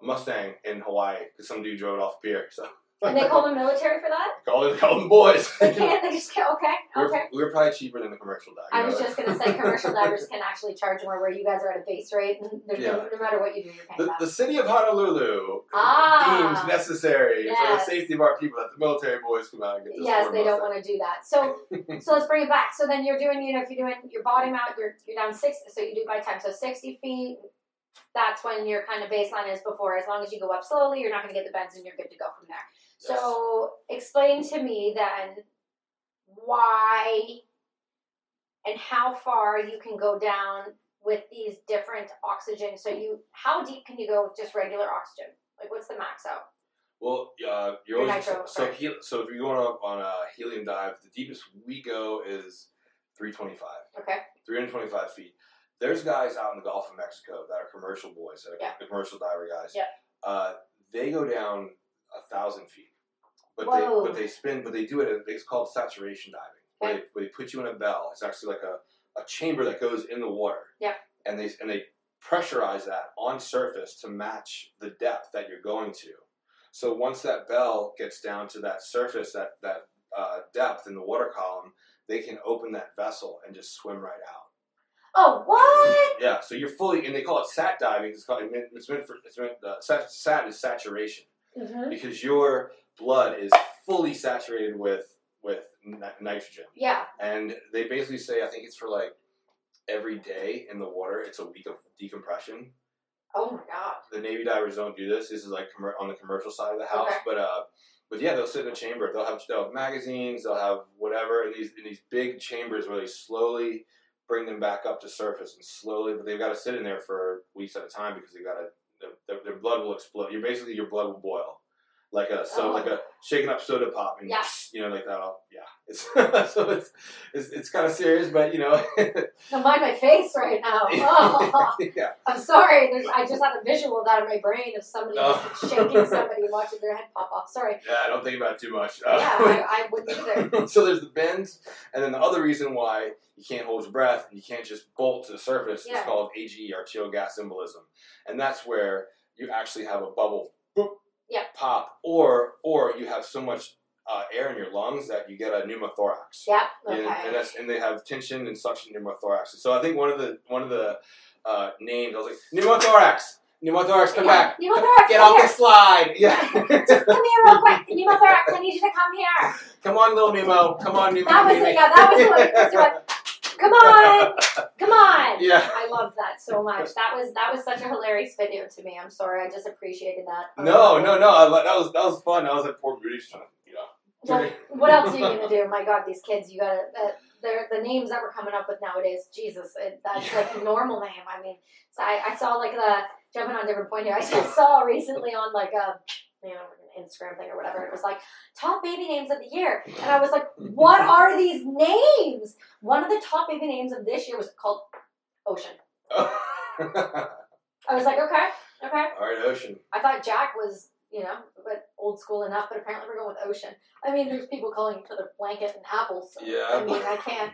[SPEAKER 2] a Mustang in Hawaii because some dude drove it off a pier. So
[SPEAKER 1] And they call them military for that?
[SPEAKER 2] [LAUGHS] call it call them boys. [LAUGHS]
[SPEAKER 1] They can't. They just can't. Okay. [LAUGHS] Okay.
[SPEAKER 2] We're, we're probably cheaper than the commercial dog.
[SPEAKER 1] I
[SPEAKER 2] you
[SPEAKER 1] was
[SPEAKER 2] know,
[SPEAKER 1] just
[SPEAKER 2] like-
[SPEAKER 1] gonna say
[SPEAKER 2] [LAUGHS]
[SPEAKER 1] commercial divers can actually charge more where you guys are at a base rate. and there's no, no matter what you do, you're paying
[SPEAKER 2] The,
[SPEAKER 1] that.
[SPEAKER 2] the city of Honolulu
[SPEAKER 1] Ah.
[SPEAKER 2] deems necessary for the
[SPEAKER 1] Yes.
[SPEAKER 2] safety of our people that the military boys come out and get this.
[SPEAKER 1] Yes,
[SPEAKER 2] four
[SPEAKER 1] they don't
[SPEAKER 2] Mustang.
[SPEAKER 1] want to do that. So so let's bring it back. So then you're doing, you know, if you're doing your bottom out, you're you're down six so you do by time. So sixty feet, that's when your kind of baseline is before. As long as you go up slowly, you're not gonna get the bends and you're good to go from there. So explain to me then why and how far you can go down with these different oxygen. So you, how deep can you go with just regular oxygen? Like what's the max out?
[SPEAKER 2] Well, uh, you're
[SPEAKER 1] Your
[SPEAKER 2] always
[SPEAKER 1] nitro,
[SPEAKER 2] so
[SPEAKER 1] sorry.
[SPEAKER 2] he, so if you're going up on a helium dive, the deepest we go is 325,
[SPEAKER 1] Okay.
[SPEAKER 2] 325 feet. There's guys out in the Gulf of Mexico that are commercial boys, that are
[SPEAKER 1] Yeah.
[SPEAKER 2] commercial diver guys.
[SPEAKER 1] Yeah.
[SPEAKER 2] Uh, they go down a thousand feet, but
[SPEAKER 1] Whoa.
[SPEAKER 2] they but they spin, but they do it. at- It's called saturation diving. Where they, where they put you in a bell. It's actually like a, a chamber that goes in the water.
[SPEAKER 1] Yeah.
[SPEAKER 2] And they and they pressurize that on surface to match the depth that you're going to. So once that bell gets down to that surface, that that uh, depth in the water column, they can open that vessel and just swim right out.
[SPEAKER 1] Oh, what?
[SPEAKER 2] Yeah, so you're fully, and they call it sat diving. It's called it's meant for it's meant uh, sat, sat is saturation
[SPEAKER 1] Mm-hmm.
[SPEAKER 2] because your blood is fully saturated with with ni- nitrogen,
[SPEAKER 1] Yeah.
[SPEAKER 2] and they basically say I think it's for like every day in the water. It's a week of decompression
[SPEAKER 1] Oh my god.
[SPEAKER 2] the Navy divers don't do this. This is like commer on the commercial side of the house,
[SPEAKER 1] Okay.
[SPEAKER 2] but uh, but yeah, they'll sit in a chamber. They'll have they'll have magazines. They'll have whatever in these in these big chambers where they slowly bring them back up to surface and slowly, but they've got to sit in there for weeks at a time because they got to their, their, their blood will explode. You're basically your blood will boil like a so
[SPEAKER 1] Oh.
[SPEAKER 2] like a shaken up soda pop and
[SPEAKER 1] Yeah.
[SPEAKER 2] you know like that. All, yeah, [LAUGHS] it's so it's it's, it's kind of serious, but you know [LAUGHS]
[SPEAKER 1] Don't mind my face right now. Oh,
[SPEAKER 2] yeah.
[SPEAKER 1] I'm sorry. There's, I just had a visual of that in my brain of somebody
[SPEAKER 2] Oh.
[SPEAKER 1] just shaking somebody, and watching their head pop off. Sorry.
[SPEAKER 2] Yeah, I don't think about it too much.
[SPEAKER 1] Yeah,
[SPEAKER 2] Uh, [LAUGHS]
[SPEAKER 1] I, I wouldn't either.
[SPEAKER 2] so there's the bends, and then the other reason why you can't hold your breath and you can't just bolt to the surface
[SPEAKER 1] Yeah.
[SPEAKER 2] is called AGE, arterial gas embolism, and that's where you actually have a bubble, boop,
[SPEAKER 1] Yeah.
[SPEAKER 2] pop, or or you have so much uh, air in your lungs that you get a pneumothorax.
[SPEAKER 1] Yep.
[SPEAKER 2] And, and,
[SPEAKER 1] Okay.
[SPEAKER 2] that's, and they have tension and suction pneumothorax. So I think one of the one of the uh, names I was like pneumothorax, pneumothorax, come
[SPEAKER 1] Yeah,
[SPEAKER 2] back,
[SPEAKER 1] pneumothorax,
[SPEAKER 2] get
[SPEAKER 1] come
[SPEAKER 2] off
[SPEAKER 1] here.
[SPEAKER 2] the slide, [LAUGHS] yeah,
[SPEAKER 1] [LAUGHS] Come here real quick. Pneumothorax, I need you to come here.
[SPEAKER 2] come on, little Nemo, come on, Nemo.
[SPEAKER 1] That was it. Yeah, that was the one.
[SPEAKER 2] [LAUGHS]
[SPEAKER 1] That's the one. Come on, come on.
[SPEAKER 2] Yeah.
[SPEAKER 1] I love that so much. That was that was such a hilarious video to me. I'm sorry, I just appreciated
[SPEAKER 2] [LAUGHS]
[SPEAKER 1] that.
[SPEAKER 2] No, no, no. I, li- that was that was fun. I was at Port British trying to, you know.
[SPEAKER 1] Well, what else are you gonna do? My God, these kids, you gotta. Uh, they're, the names that we're coming up with nowadays, Jesus, it, that's like the normal name. I mean, so I, I saw like the jumping on a different point here. I just saw recently on like a you know an Instagram thing or whatever. It was like top baby names of the year, and I was like, what are these names? One of the top baby names of this year was called Ocean.
[SPEAKER 2] [LAUGHS] All
[SPEAKER 1] I was like, okay, okay.
[SPEAKER 2] right, Ocean.
[SPEAKER 1] I thought Jack was, you know, but old school enough, but apparently we're going with ocean. I mean, there's people calling each other blanket and apples. So,
[SPEAKER 2] Yeah.
[SPEAKER 1] I mean, I
[SPEAKER 2] [LAUGHS]
[SPEAKER 1] can't.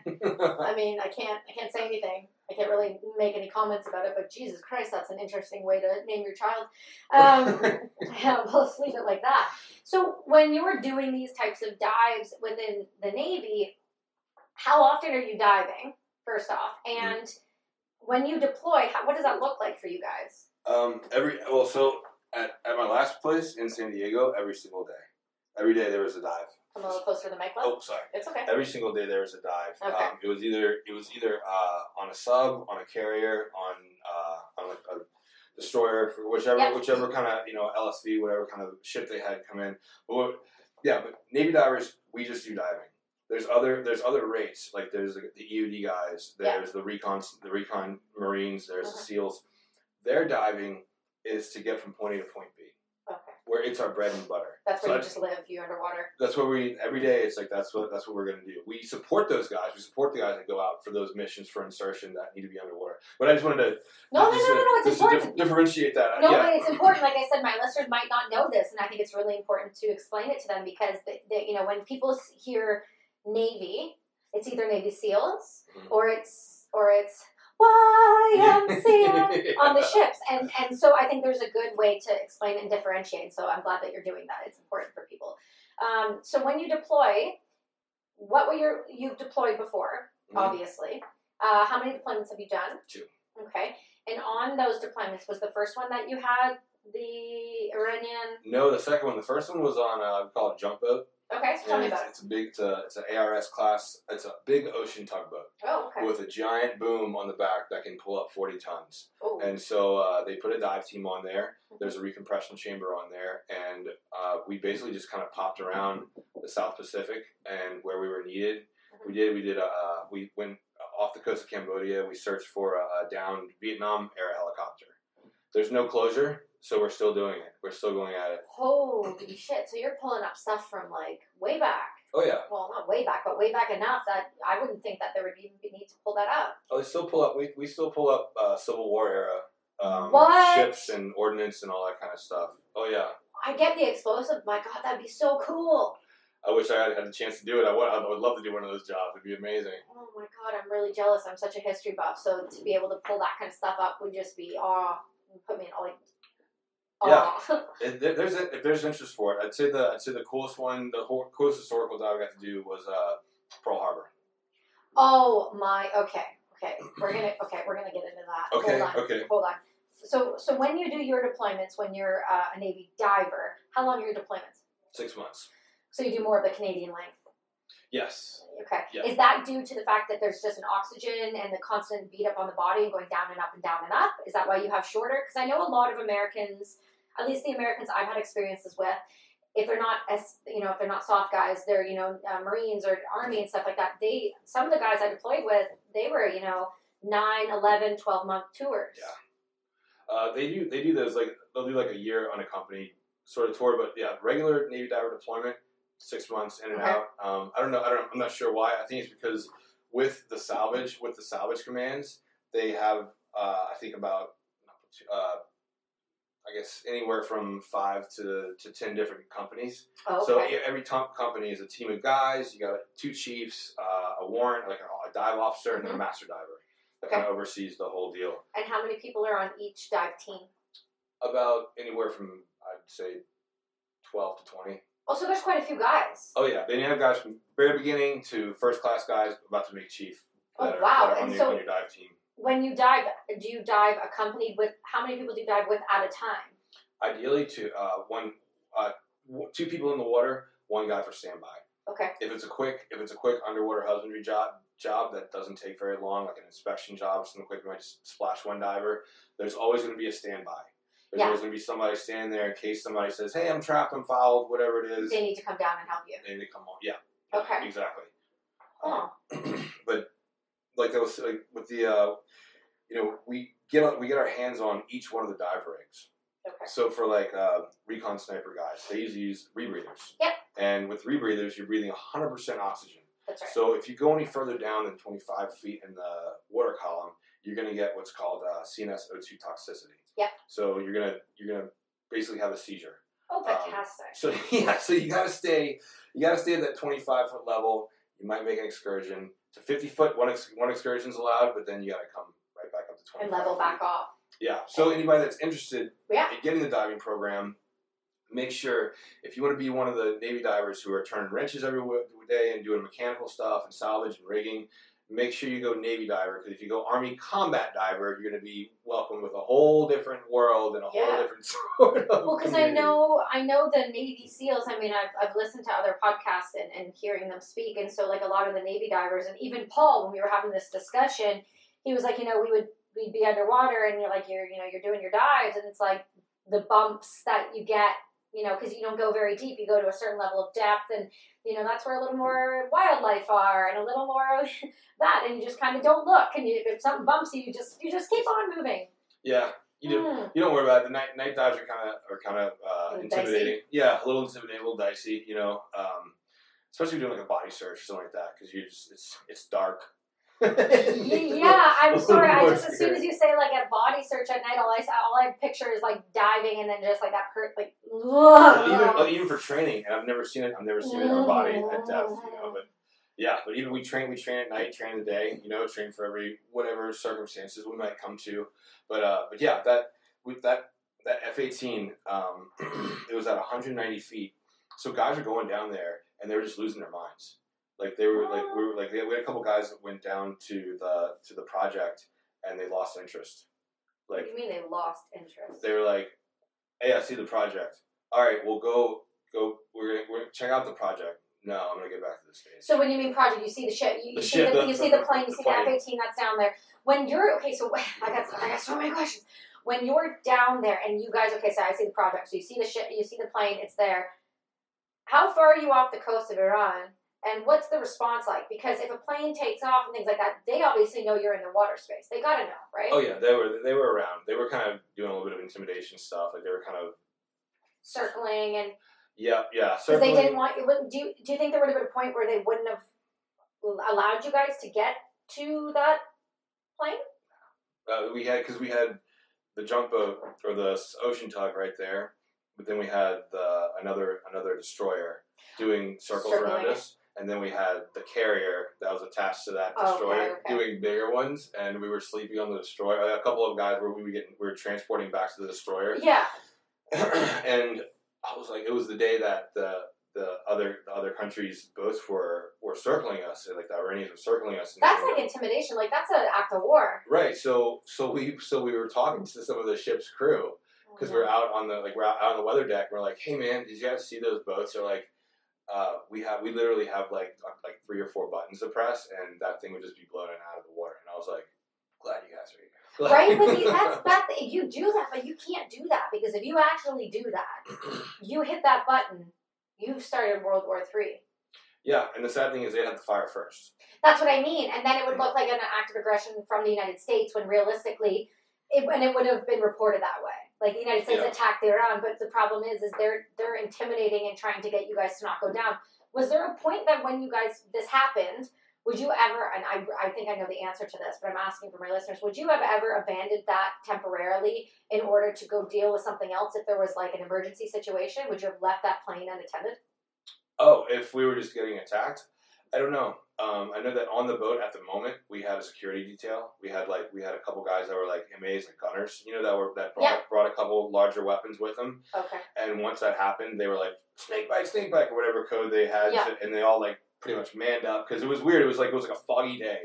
[SPEAKER 1] I mean, I can't. I can't say anything. I can't really make any comments about it. But Jesus Christ, that's an interesting way to name your child.
[SPEAKER 2] [LAUGHS]
[SPEAKER 1] Um, [LAUGHS] yeah, we'll just leave it like that. So, when you were doing these types of dives within the Navy, how often are you diving? First off,
[SPEAKER 2] Mm-hmm.
[SPEAKER 1] and when you deploy, how, what does that look like for you guys?
[SPEAKER 2] um, every well, so at, at my last place in San Diego, every single day, every day there was a dive.
[SPEAKER 1] Come a little closer to the mic, Will.
[SPEAKER 2] Oh, sorry.
[SPEAKER 1] It's okay.
[SPEAKER 2] Every single day there was a dive.
[SPEAKER 1] Okay.
[SPEAKER 2] Um, it was either it was either uh, on a sub, on a carrier, on uh, on like a destroyer, for whichever
[SPEAKER 1] Yeah.
[SPEAKER 2] whichever kind of you know LSV, whatever kind of ship they had come in. But what, yeah, but Navy divers, we just do diving. There's other there's other rates like there's the, the EOD guys,
[SPEAKER 1] Yeah. Uh-huh.
[SPEAKER 2] there's the recon the recon Marines, there's the
[SPEAKER 1] Okay.
[SPEAKER 2] SEALs. Their diving is to get from point A to point B,
[SPEAKER 1] Okay.
[SPEAKER 2] where it's our bread and butter.
[SPEAKER 1] That's
[SPEAKER 2] So
[SPEAKER 1] where you
[SPEAKER 2] that's-
[SPEAKER 1] just live. You underwater.
[SPEAKER 2] that's what we every day it's like that's what that's what we're gonna do we support those guys we support the guys that go out for those missions for insertion that need to be underwater but i just wanted to
[SPEAKER 1] No, no, no,
[SPEAKER 2] just
[SPEAKER 1] no,
[SPEAKER 2] to-
[SPEAKER 1] no.
[SPEAKER 2] just
[SPEAKER 1] It's
[SPEAKER 2] to dif-
[SPEAKER 1] important.
[SPEAKER 2] differentiate that
[SPEAKER 1] No,
[SPEAKER 2] yeah
[SPEAKER 1] but it's important. Like I said, my listeners might not know this, and I think it's really important to explain it to them because the, the, you know when people s- hear Navy, it's either Navy SEALs
[SPEAKER 2] Mhm.
[SPEAKER 1] or it's or it's
[SPEAKER 2] [LAUGHS]
[SPEAKER 1] YMCA on the ships. And and so I think there's a good way to explain and differentiate. So I'm glad that you're doing that. It's important for people. Um, so when you deploy, what were your you've deployed before,
[SPEAKER 2] Mhm.
[SPEAKER 1] obviously. Uh, how many deployments have you done?
[SPEAKER 2] Two.
[SPEAKER 1] Okay. And on those deployments, was the first one that you had the Iranian?
[SPEAKER 2] No, the second one. The first one was on uh, called jump boat.
[SPEAKER 1] Okay, so tell
[SPEAKER 2] and
[SPEAKER 1] me
[SPEAKER 2] it's,
[SPEAKER 1] about it.
[SPEAKER 2] it's a big. It's, a, it's an ARS class. It's a big ocean tugboat
[SPEAKER 1] Oh, okay.
[SPEAKER 2] with a giant boom on the back that can pull up forty tons.
[SPEAKER 1] Ooh.
[SPEAKER 2] And so uh, they put a dive team on there. There's a recompression chamber on there, and uh, we basically just kind of popped around the South Pacific and where we were needed. We did. We did. Uh, we went off the coast of Cambodia. We searched for a, a downed Vietnam air helicopter. There's no closure, so we're still doing it. We're still going at it.
[SPEAKER 1] Holy [COUGHS] shit! So you're pulling up stuff from like way back.
[SPEAKER 2] Oh yeah.
[SPEAKER 1] Well, not way back, but way back enough that I wouldn't think that there would even be need to pull that up.
[SPEAKER 2] Oh, they still pull up. We, we still pull up uh, Civil War era um,
[SPEAKER 1] What?
[SPEAKER 2] ships and ordnance and all that kind of stuff. Oh yeah.
[SPEAKER 1] I get the explosive. My God, that'd be so cool.
[SPEAKER 2] I wish I had had a chance to do it. I would. I would love to do one of those jobs. It'd be amazing.
[SPEAKER 1] Oh my God, I'm really jealous. I'm such a history buff, so to be able to pull that kind of stuff up would just be aw. Put me in all like.
[SPEAKER 2] Yeah.
[SPEAKER 1] [LAUGHS] aw.
[SPEAKER 2] If there- there's if there's interest for it, I'd say the I'd say the coolest one, the ho- coolest historical dive I got to do was uh, Pearl Harbor.
[SPEAKER 1] Oh my. Okay. Okay. We're gonna. Okay. We're gonna get into that.
[SPEAKER 2] Okay,
[SPEAKER 1] Hold on.
[SPEAKER 2] okay.
[SPEAKER 1] Hold on. So so when you do your deployments, when you're uh, a Navy diver, how long are your deployments?
[SPEAKER 2] Six months.
[SPEAKER 1] So you do more of the Canadian length.
[SPEAKER 2] Yes.
[SPEAKER 1] Okay.
[SPEAKER 2] Yeah.
[SPEAKER 1] Is that due to the fact that there's just an oxygen and the constant beat up on the body and going down and up and down and up? Is that why you have shorter? Because I know a lot of Americans, at least the Americans I've had experiences with, if they're not as you know, if they're not soft guys, they're you know uh, Marines or Army and stuff like that. They some of the guys I deployed with, they were you know nine, 11, 12 month tours.
[SPEAKER 2] Yeah. Uh, they do they do those like they'll do like a year unaccompanied sort of tour, but yeah, regular Navy diver deployment, six months in and
[SPEAKER 1] Okay.
[SPEAKER 2] out. Um, I don't know. I don't. I'm not sure why. I think it's because with the salvage with the salvage commands, they have uh, I think about uh, I guess anywhere from five to to ten different companies.
[SPEAKER 1] Oh, okay.
[SPEAKER 2] So e- every top company is a team of guys. You got two chiefs, uh, a warrant, like a, a dive officer, and
[SPEAKER 1] Mm-hmm.
[SPEAKER 2] then a master diver that kind of oversees the whole deal.
[SPEAKER 1] and how many people are on each dive team?
[SPEAKER 2] About anywhere from I'd say twelve to twenty.
[SPEAKER 1] Oh, so there's quite a few guys.
[SPEAKER 2] Oh yeah, then you have guys from very beginning to first class guys about to make chief.
[SPEAKER 1] Oh,
[SPEAKER 2] that are-
[SPEAKER 1] wow.
[SPEAKER 2] that are on,
[SPEAKER 1] And
[SPEAKER 2] your,
[SPEAKER 1] so-
[SPEAKER 2] on your dive team.
[SPEAKER 1] When you dive, do you dive accompanied with how many people do you dive with at a time?
[SPEAKER 2] Ideally, to uh, one, uh, w- two people in the water, one guy for standby.
[SPEAKER 1] Okay.
[SPEAKER 2] if it's a quick if it's a quick underwater husbandry job job that doesn't take very long, like an inspection job or something quick, you might just splash one diver. There's always going to be a standby. There's
[SPEAKER 1] Yeah.
[SPEAKER 2] always going to be somebody standing there in case somebody says, "Hey, I'm trapped, I'm fouled, whatever it is."
[SPEAKER 1] They need to come down and help you.
[SPEAKER 2] They need to come on. Yeah.
[SPEAKER 1] Okay.
[SPEAKER 2] Exactly.
[SPEAKER 1] Oh,
[SPEAKER 2] but like that was like with the uh, you know we get we get our hands on each one of the dive rigs.
[SPEAKER 1] okay.
[SPEAKER 2] So for like uh, recon sniper guys, they usually use rebreathers.
[SPEAKER 1] Yep.
[SPEAKER 2] And with rebreathers, you're breathing 100% oxygen.
[SPEAKER 1] That's right.
[SPEAKER 2] So if you go any further down than 25 feet in the water column, you're going to get what's called uh, CNS O2 toxicity.
[SPEAKER 1] Yep.
[SPEAKER 2] So you're gonna you're gonna basically have a seizure. [LAUGHS]
[SPEAKER 1] oh, fantastic.
[SPEAKER 2] So yeah, so you gotta stay you gotta stay at that 25 foot level. You might make an excursion to 50 foot. One ex- one excursion's allowed, but then you gotta come right back up to 25.
[SPEAKER 1] and level
[SPEAKER 2] feet.
[SPEAKER 1] back off.
[SPEAKER 2] Yeah. So anybody that's interested
[SPEAKER 1] Yeah.
[SPEAKER 2] in getting the diving program, make sure if you want to be one of the Navy divers who are turning wrenches every wi- day and doing mechanical stuff and salvage and rigging, make sure you go Navy diver because if you go Army combat diver, you're going to be welcomed with a whole different world and a
[SPEAKER 1] Yeah.
[SPEAKER 2] whole different [LAUGHS] sort of.
[SPEAKER 1] Well, because I
[SPEAKER 2] community.
[SPEAKER 1] know I know the Navy SEALs. I mean, I've, I've listened to other podcasts and, and hearing them speak, and so like a lot of the Navy divers, and even Paul, when we were having this discussion, he was like, you know, we would we'd be underwater, and you're like, you're you know, you're doing your dives, and it's like the bumps that you get, you know, because you don't go very deep, you go to a certain level of depth, and you know that's where a little more wildlife are, and a little more of [LAUGHS] that, and you just kind of don't look, and you, if something bumps you, you just you just keep on moving.
[SPEAKER 2] Yeah. You do.
[SPEAKER 1] Hmm.
[SPEAKER 2] You don't worry about it. The night night dives are kind of are kind of uh,
[SPEAKER 1] Little
[SPEAKER 2] intimidating. Yeah, a little intimidating, a little dicey. You know, um, especially if you're doing like a body search or something like that because you just it's it's dark.
[SPEAKER 1] Y- yeah,
[SPEAKER 2] [LAUGHS]
[SPEAKER 1] I'm sorry. I
[SPEAKER 2] More
[SPEAKER 1] just as soon as you say like a body search at night, all I saw, all I picture is like diving and then just like that hurt, like.
[SPEAKER 2] But even,
[SPEAKER 1] ugh.
[SPEAKER 2] uh, even for training, and I've never seen it. I've never seen it in our body at depth, you know. But Yeah, but even we train, we train at night, train in the day, you know, train for every whatever circumstances we might come to. But uh, but yeah, that with that that F eighteen, um, [CLEARS THROAT] it was at 190 feet. So guys were going down there and they were just losing their minds. Like they were like we were like we had a couple guys that went down to the to the project and they lost interest.
[SPEAKER 1] What
[SPEAKER 2] Like
[SPEAKER 1] do you mean they lost interest?
[SPEAKER 2] they were like, "Hey, I see the project. All right, we'll go go. We're gonna, we're gonna check out the project. No, I'm gonna get back to the space.
[SPEAKER 1] So when you mean project, you see the ship, you, you
[SPEAKER 2] The
[SPEAKER 1] see
[SPEAKER 2] ship,
[SPEAKER 1] the,
[SPEAKER 2] the-
[SPEAKER 1] you see
[SPEAKER 2] the-
[SPEAKER 1] the plane, you
[SPEAKER 2] the
[SPEAKER 1] see
[SPEAKER 2] plane.
[SPEAKER 1] the F eighteen that's down there. When you're okay, so [LAUGHS] I got I got so many questions. When you're down there and you guys okay, so I see the project, so you see the ship, you see the plane, it's there. How far are you off the coast of Iran? And what's the response like? Because if a plane takes off and things like that, they obviously know you're in the water space. They gotta know, right?
[SPEAKER 2] Oh yeah, they were they were around. They were kind of doing a little bit of intimidation stuff. Like they were kind of
[SPEAKER 1] Circling and
[SPEAKER 2] yeah yeah.
[SPEAKER 1] because they
[SPEAKER 2] Circling.
[SPEAKER 1] didn't want. It would, do you do you think there would have been a point where they wouldn't have allowed you guys to get to that plane?
[SPEAKER 2] uh, we had because we had the junk boat or the s- ocean tug right there, but then we had the another another destroyer doing circles around
[SPEAKER 1] Circling.
[SPEAKER 2] us, and then we had the carrier that was attached to that
[SPEAKER 1] Oh, Okay,
[SPEAKER 2] destroyer
[SPEAKER 1] okay.
[SPEAKER 2] doing bigger ones, and we were sleeping on the destroyer. A couple of guys were we were getting we were transporting back to the destroyer,
[SPEAKER 1] Yeah.
[SPEAKER 2] [CLEARS THROAT] and I was like, it was the day that the the other the other countries' boats were were circling us, like the Iranians were circling us. and they
[SPEAKER 1] That's
[SPEAKER 2] were-
[SPEAKER 1] like intimidation. Like that's an act of war.
[SPEAKER 2] Right. So so we so we were talking to some of the ship's crew
[SPEAKER 1] Oh,
[SPEAKER 2] because we're out on the like we're out, out on the weather deck. We're like, hey man, did you guys see those boats? They're like, uh, we have we literally have like uh, like three or four buttons to press, and that thing would just be blown out of the water. And I was like, glad you guys are
[SPEAKER 1] right,
[SPEAKER 2] here.
[SPEAKER 1] but you, that's that. You do that, but you can't do that because if you actually do that, you hit that button, you've started World War Three.
[SPEAKER 2] [LAUGHS] yeah. And the sad thing is, they had to fire first.
[SPEAKER 1] That's what I mean. And then it would look like an act of aggression from the United States when realistically, it, and it would have been reported that way. Like the United States
[SPEAKER 2] Yeah.
[SPEAKER 1] attacked Iran, but the problem is, is they're they're intimidating and trying to get you guys to not go down. Was there a point that when you guys this happened, would you ever? And I I think I know the answer to this, but I'm asking for my listeners. Would you have ever abandoned that temporarily in order to go deal with something else if there was like an emergency situation? Would you have left that plane unattended?
[SPEAKER 2] Oh, if we were just getting attacked, I don't know. Um, I know that on the boat at the moment we had a security detail. We had like we had a couple guys that were like MAs and gunners, you know, that were that brought,
[SPEAKER 1] Yeah.
[SPEAKER 2] brought a couple larger weapons with them.
[SPEAKER 1] Okay.
[SPEAKER 2] And once that happened, they were like snake bite, snake bite, or whatever code they had,
[SPEAKER 1] Yeah.
[SPEAKER 2] and they all like pretty much manned up because it was weird. It was like it was like a foggy day,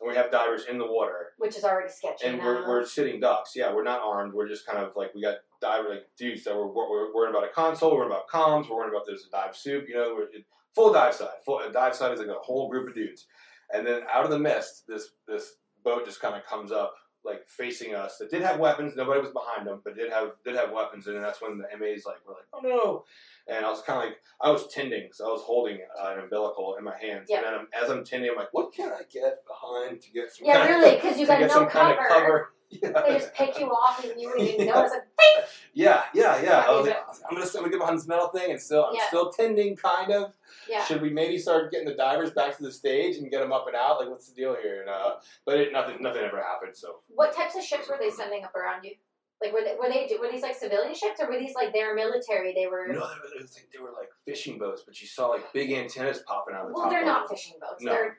[SPEAKER 2] and we have divers in the water,
[SPEAKER 1] Which is already sketchy.
[SPEAKER 2] and
[SPEAKER 1] now.
[SPEAKER 2] we're, we're sitting ducks. Yeah, we're not armed. We're just kind of like we got diver like dudes that were wor- we're worrying about a console, we're worrying about comms, we're worrying about there's a dive soup. You know, we're, it, full dive side. Full a dive side is like a whole group of dudes, and then out of the mist, this this boat just kind of comes up. Like facing us, that did have weapons. Nobody was behind them, but did have did have weapons, and that's when the MAs like were like, "Oh no!" And I was kind of like, I was tending, so I was holding uh, an umbilical in my hands,
[SPEAKER 1] Yeah.
[SPEAKER 2] and then I'm, as I'm tending, I'm like, "What can I get behind to get some?"
[SPEAKER 1] Yeah,
[SPEAKER 2] kind of-
[SPEAKER 1] really, 'cause you
[SPEAKER 2] to
[SPEAKER 1] got
[SPEAKER 2] get
[SPEAKER 1] no
[SPEAKER 2] some kind of
[SPEAKER 1] cover.
[SPEAKER 2] cover. [LAUGHS]
[SPEAKER 1] They
[SPEAKER 2] Yeah.
[SPEAKER 1] just pick you off and you wouldn't even
[SPEAKER 2] Yeah.
[SPEAKER 1] notice. Like,
[SPEAKER 2] [LAUGHS] yeah, yeah, yeah. I was
[SPEAKER 1] Yeah.
[SPEAKER 2] like, I'm gonna, I'm gonna get behind this metal thing, and still, I'm
[SPEAKER 1] Yeah.
[SPEAKER 2] still tending, kind of.
[SPEAKER 1] yeah.
[SPEAKER 2] Should we maybe start getting the divers back to the stage and get them up and out? Like, what's the deal here? And uh, but it, nothing, nothing ever happened. So
[SPEAKER 1] What types of ships were they sending up around you? Like, were they were they were these like civilian ships or were these like their military? They were.
[SPEAKER 2] no, they were, it was like, they were like fishing boats, but you saw like big antennas popping out of the
[SPEAKER 1] well,
[SPEAKER 2] top.
[SPEAKER 1] they're
[SPEAKER 2] of
[SPEAKER 1] not
[SPEAKER 2] them.
[SPEAKER 1] fishing boats.
[SPEAKER 2] No. [LAUGHS]
[SPEAKER 1] They're.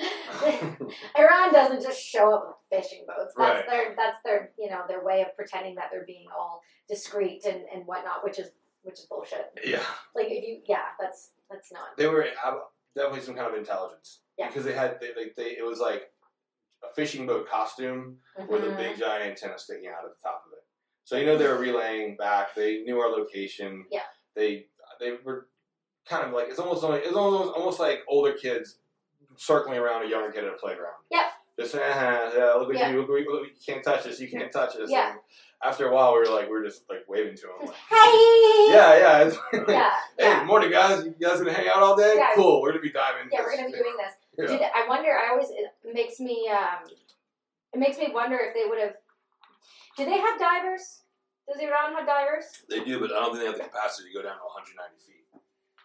[SPEAKER 1] [LAUGHS] Iran doesn't just show up with fishing boats.
[SPEAKER 2] Right.
[SPEAKER 1] That's their that's their you know their way of pretending that they're being all discreet and, and whatnot, which is which is bullshit.
[SPEAKER 2] [LAUGHS] yeah.
[SPEAKER 1] Like if you yeah, that's that's not.
[SPEAKER 2] they were uh, definitely some kind of intelligence
[SPEAKER 1] Yeah.
[SPEAKER 2] because they had they, like they it was like a fishing boat costume with a
[SPEAKER 1] Mhm.
[SPEAKER 2] big giant antenna sticking out of the top of it. So you know they were relaying back. They knew our location.
[SPEAKER 1] Yeah.
[SPEAKER 2] They they were kind of like it's almost like it's almost almost like older kids circling around a younger kid at a playground.
[SPEAKER 1] Yeah.
[SPEAKER 2] Just saying, uh yeah, look at
[SPEAKER 1] Yeah.
[SPEAKER 2] you, look, look, look, you can't touch us, you can't touch us.
[SPEAKER 1] Yeah.
[SPEAKER 2] And after a while, we were like, we were just like waving to
[SPEAKER 1] [LAUGHS]
[SPEAKER 2] them, like,
[SPEAKER 1] Mm-hmm. Hey.
[SPEAKER 2] yeah, yeah, it's [LAUGHS] like,
[SPEAKER 1] Yeah.
[SPEAKER 2] Hey,
[SPEAKER 1] yeah.
[SPEAKER 2] morning guys. You guys gonna hang out all day?
[SPEAKER 1] Yeah.
[SPEAKER 2] Cool. We're gonna be diving.
[SPEAKER 1] Yeah, we're gonna be doing this.
[SPEAKER 2] Yeah.
[SPEAKER 1] Did, I wonder. I always it makes me um, it makes me wonder if they would have. Do they have divers? Does Iran have divers?
[SPEAKER 2] They do, but I don't think they have the capacity to go down to 190 feet.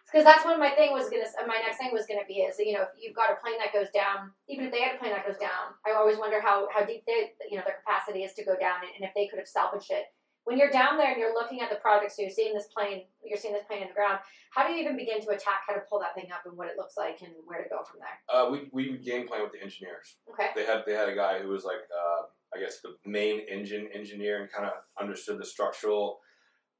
[SPEAKER 1] Because that's when my thing was gonna. My next thing was gonna be is you know if you've got a plane that goes down, even if they had a plane that goes down, I always wonder how how deep they you know their capacity is to go down and, and if they could have salvaged it when you're down there and you're looking at the project, so you're seeing this plane, you're seeing this plane in the ground. How do you even begin to attack? How to pull that thing up and what it looks like and where to go from there?
[SPEAKER 2] Uh, we we game plan with the engineers.
[SPEAKER 1] Okay.
[SPEAKER 2] They had they had a guy who was like uh, I guess the main engine engineer and kind of understood the structural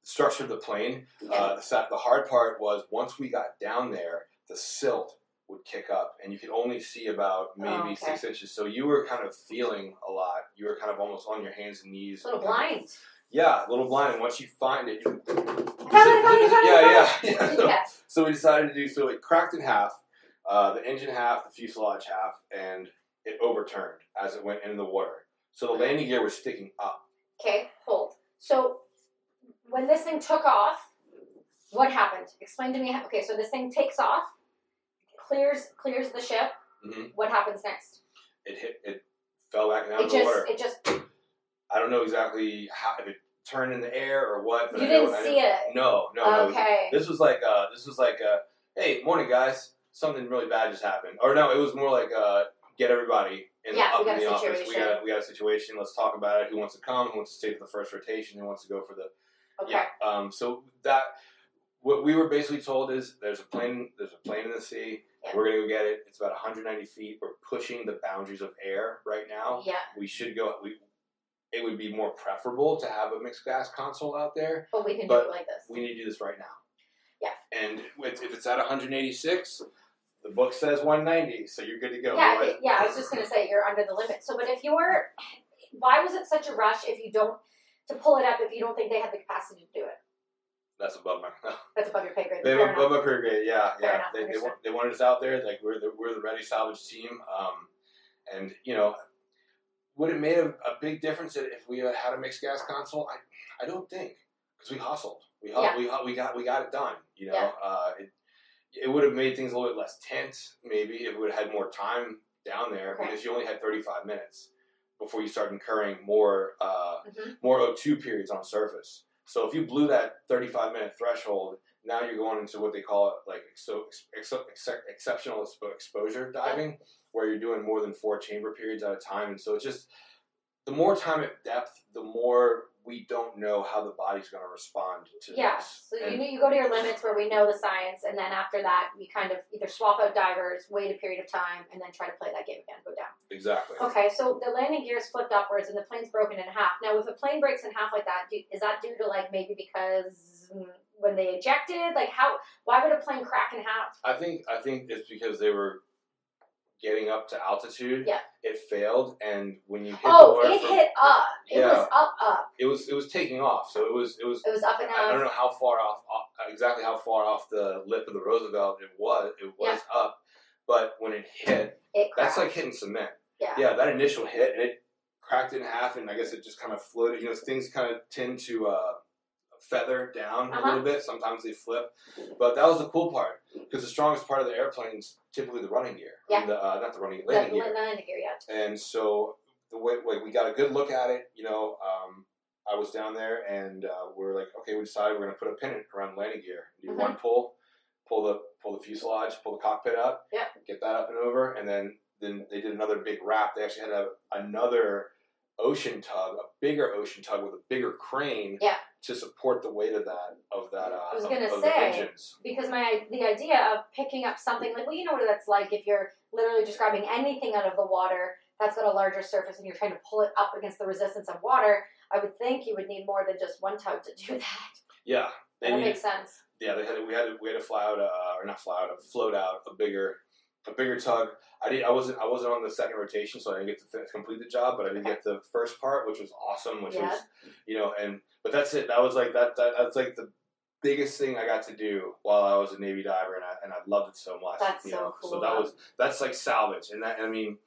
[SPEAKER 2] structure of the plane. Uh, the, sa- the hard part was once we got down there, the silt would kick up, and you could only see about maybe
[SPEAKER 1] Oh, okay.
[SPEAKER 2] six inches. So you were kind of feeling a lot. You were kind of almost on your hands and knees.
[SPEAKER 1] It's a little
[SPEAKER 2] Kind of-
[SPEAKER 1] blind.
[SPEAKER 2] Yeah, a little blind. And once you find it, you
[SPEAKER 1] I found it, I found it, I found it, I found
[SPEAKER 2] yeah,
[SPEAKER 1] it.
[SPEAKER 2] yeah, [LAUGHS] yeah. So-
[SPEAKER 1] Yeah.
[SPEAKER 2] so we decided to do so. It cracked in half, uh, the engine half, the fuselage half, and it overturned as it went in the water. So the landing gear was sticking up.
[SPEAKER 1] Okay, hold. So when this thing took off, what happened? Explain to me. How, okay, so this thing takes off, clears clears the ship.
[SPEAKER 2] Mhm.
[SPEAKER 1] What happens next?
[SPEAKER 2] It hit. It fell back down in
[SPEAKER 1] It
[SPEAKER 2] the
[SPEAKER 1] just
[SPEAKER 2] water.
[SPEAKER 1] it just
[SPEAKER 2] I don't know exactly how if it turned in the air or what. But
[SPEAKER 1] you
[SPEAKER 2] I know-
[SPEAKER 1] didn't
[SPEAKER 2] I
[SPEAKER 1] see it.
[SPEAKER 2] No, no, no.
[SPEAKER 1] okay.
[SPEAKER 2] This was like uh, this was like uh, hey, morning guys, something really bad just happened. Or no, it was more like uh, get everybody in
[SPEAKER 1] Yeah,
[SPEAKER 2] the, up
[SPEAKER 1] we
[SPEAKER 2] in
[SPEAKER 1] got a
[SPEAKER 2] the office. We
[SPEAKER 1] situation.
[SPEAKER 2] got we got a situation. Let's talk about it. Who wants to come? Who wants to stay for the first rotation? Who wants to go for the
[SPEAKER 1] okay.
[SPEAKER 2] yeah. Um, so that what we were basically told is there's a plane there's a plane in the sea.
[SPEAKER 1] Yeah.
[SPEAKER 2] We're gonna go get it. It's about 190 feet. We're pushing the boundaries of air right now.
[SPEAKER 1] Yeah.
[SPEAKER 2] We should go. We it would be more preferable to have a mixed gas console out there.
[SPEAKER 1] But we can do
[SPEAKER 2] But
[SPEAKER 1] it like this.
[SPEAKER 2] We need to do this right now.
[SPEAKER 1] Yeah.
[SPEAKER 2] And if if it's at 186, the book says 190, so you're good to go.
[SPEAKER 1] yeah,
[SPEAKER 2] Otherwise-
[SPEAKER 1] it- yeah. I was just gonna say you're under the limit. So, but if you were, why was it such a rush? If you don't to pull it up, if you don't think they had the capacity to do it,
[SPEAKER 2] That's above my. [LAUGHS]
[SPEAKER 1] that's above your pay grade.
[SPEAKER 2] They
[SPEAKER 1] Fair
[SPEAKER 2] were
[SPEAKER 1] enough.
[SPEAKER 2] above our pay grade, yeah,
[SPEAKER 1] Fair
[SPEAKER 2] yeah.
[SPEAKER 1] enough,
[SPEAKER 2] They, they,
[SPEAKER 1] understood.
[SPEAKER 2] wa- they wanted us out there, like we're the we're the ready salvage team, um, and you know, would it made a, a big difference that if we had had a mixed gas console? I I don't think because we hustled, we hustled,
[SPEAKER 1] Yeah.
[SPEAKER 2] we hu- we got we got it done. You know,
[SPEAKER 1] Yeah.
[SPEAKER 2] uh, it it would have made things a little bit less tense, maybe if we would have had more time down there
[SPEAKER 1] Okay.
[SPEAKER 2] because you only had thirty five minutes before you start incurring more. Uh,
[SPEAKER 1] Mhm.
[SPEAKER 2] more O2 periods on surface. So if you blew that 35 minute threshold, now you're going into what they call it like so ex- ex- exceptional expo- exposure diving, where you're doing more than four chamber periods at a time. And so it's just the more time at depth, the more we don't know how the body's going to respond to
[SPEAKER 1] Yeah.
[SPEAKER 2] this.
[SPEAKER 1] So you
[SPEAKER 2] And-
[SPEAKER 1] you go to your limits where we know the science, and then after that, we kind of either swap out divers, wait a period of time, and then try to play that game again, go down.
[SPEAKER 2] exactly.
[SPEAKER 1] Okay, so the landing gear is flipped upwards, and the plane's broken in half. Now, if a plane breaks in half like that, do, is that due to like maybe because mm, when they ejected, like how? Why would a plane crack in half?
[SPEAKER 2] I think I think it's because they were getting up to altitude.
[SPEAKER 1] Yeah.
[SPEAKER 2] It failed, and when you hit the
[SPEAKER 1] oh,
[SPEAKER 2] water,
[SPEAKER 1] it
[SPEAKER 2] from-
[SPEAKER 1] hit up. It
[SPEAKER 2] Yeah.
[SPEAKER 1] was up, up.
[SPEAKER 2] it was it was taking off. So it was it was
[SPEAKER 1] It was up and
[SPEAKER 2] I don't
[SPEAKER 1] up.
[SPEAKER 2] know how far off, off- exactly how far off the lip of the Roosevelt it was. It was up, but when it hit,
[SPEAKER 1] It cracked.
[SPEAKER 2] that's like hitting cement.
[SPEAKER 1] yeah.
[SPEAKER 2] Yeah, that initial hit, it cracked in half, and I guess it just kind of floated. You know, things kind of tend to uh, feather down a
[SPEAKER 1] Uh-huh.
[SPEAKER 2] little bit. Sometimes they flip, but that was the cool part because the strongest part of the airplane is typically the running gear. I mean, the, uh, not the running gear,
[SPEAKER 1] The
[SPEAKER 2] landing gear.
[SPEAKER 1] landing gear, yeah.
[SPEAKER 2] And so the way, way we got a good look at it, you know, um, I was down there and uh, we are like, okay, we decided we're going to put a pennant around the landing gear. Do
[SPEAKER 1] Mhm.
[SPEAKER 2] one pull, pull the pull the fuselage, pull the cockpit up,
[SPEAKER 1] Yeah.
[SPEAKER 2] get that up and over, and then then they did another big wrap. They actually had a, another ocean tug, a bigger ocean tug with a bigger crane,
[SPEAKER 1] Yeah.
[SPEAKER 2] to support the weight of that of that uh,
[SPEAKER 1] I was
[SPEAKER 2] of-
[SPEAKER 1] gonna
[SPEAKER 2] of, the
[SPEAKER 1] say.
[SPEAKER 2] engines.
[SPEAKER 1] because my the idea of picking up something like well you know what that's like if you're literally just grabbing anything out of the water that's got a larger surface and you're trying to pull it up against the resistance of water i would think you would need more than just one tug to do [LAUGHS] that
[SPEAKER 2] Yeah, they
[SPEAKER 1] that
[SPEAKER 2] needed-
[SPEAKER 1] makes sense
[SPEAKER 2] yeah, they had we had to, we had to fly out, uh, or not fly out, uh, float out a bigger, a bigger tug. I did. I wasn't. I wasn't on the second rotation, so I didn't get to fin- complete the job. But I did get the first part, which was awesome. Which
[SPEAKER 1] Yeah.
[SPEAKER 2] was, you know, and but that's it. That was like that. that that's like the biggest thing I got to do while I was a Navy diver, and I and I loved it so much.
[SPEAKER 1] That's
[SPEAKER 2] you
[SPEAKER 1] so
[SPEAKER 2] know?
[SPEAKER 1] cool.
[SPEAKER 2] So that was that's like salvage, and that I mean,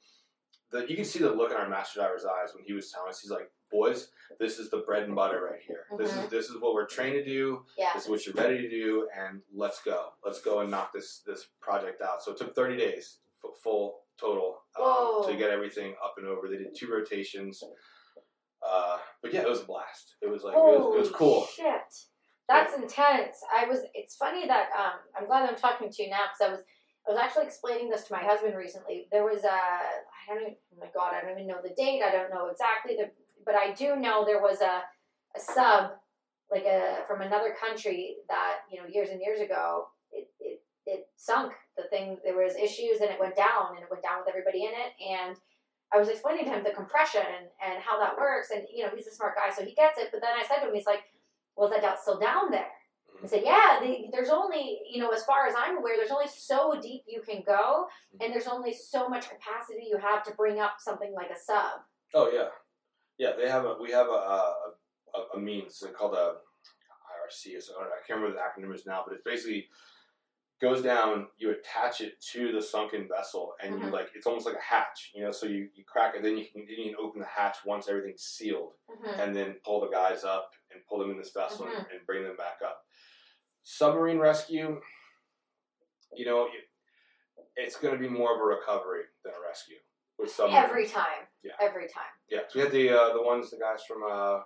[SPEAKER 2] the, you can see the look in our master diver's eyes when he was telling us. He's like, boys, this is the bread and butter right here. This is
[SPEAKER 1] Mhm.
[SPEAKER 2] this is what we're trained to do
[SPEAKER 1] yeah
[SPEAKER 2] this is what you're ready to do, and let's go. Let's go and knock this this project out. So it took 30 days, f- full total, um,
[SPEAKER 1] Whoa.
[SPEAKER 2] to get everything up and over. They did two rotations, uh, but yeah, it was a blast. It was like it was, it was
[SPEAKER 1] Holy
[SPEAKER 2] cool.
[SPEAKER 1] Shit, that's intense. I was. It's funny that um, I'm glad I'm talking to you now because I was. I was actually explaining this to my husband recently. There was a. I don't even. Oh my god, I don't even know the date. I don't know exactly the. But I do know there was a a sub, like a from another country that you know years and years ago, it, it it sunk. The thing there was issues and it went down and it went down with everybody in it. And I was explaining to him the compression and, and how that works. And you know he's a smart guy, so he gets it. But then I said to him, he's like, "Well, is that doubt still down there?"
[SPEAKER 2] Mm-hmm.
[SPEAKER 1] I said, "Yeah, they, there's only you know as far as I'm aware, there's only so deep you can go,
[SPEAKER 2] Mm-hmm.
[SPEAKER 1] and there's only so much capacity you have to bring up something like a sub."
[SPEAKER 2] Oh yeah, yeah. They have a we have a a, a- a means called a IRC. or so- I can't remember what the acronym is now, but it's basically goes down. You attach it to the sunken vessel, and you
[SPEAKER 1] Mhm.
[SPEAKER 2] like it's almost like a hatch, you know. So you, you crack it, then you can then you can open the hatch once everything's sealed,
[SPEAKER 1] Mm-hmm.
[SPEAKER 2] and then pull the guys up and pull them in this vessel and, and bring them back up. Submarine rescue, you know, you- it's going to be more of a recovery than a rescue with submarines.
[SPEAKER 1] Every time,
[SPEAKER 2] Yeah.
[SPEAKER 1] every time.
[SPEAKER 2] Yeah, 'cause we had the uh, the ones the guys from uh,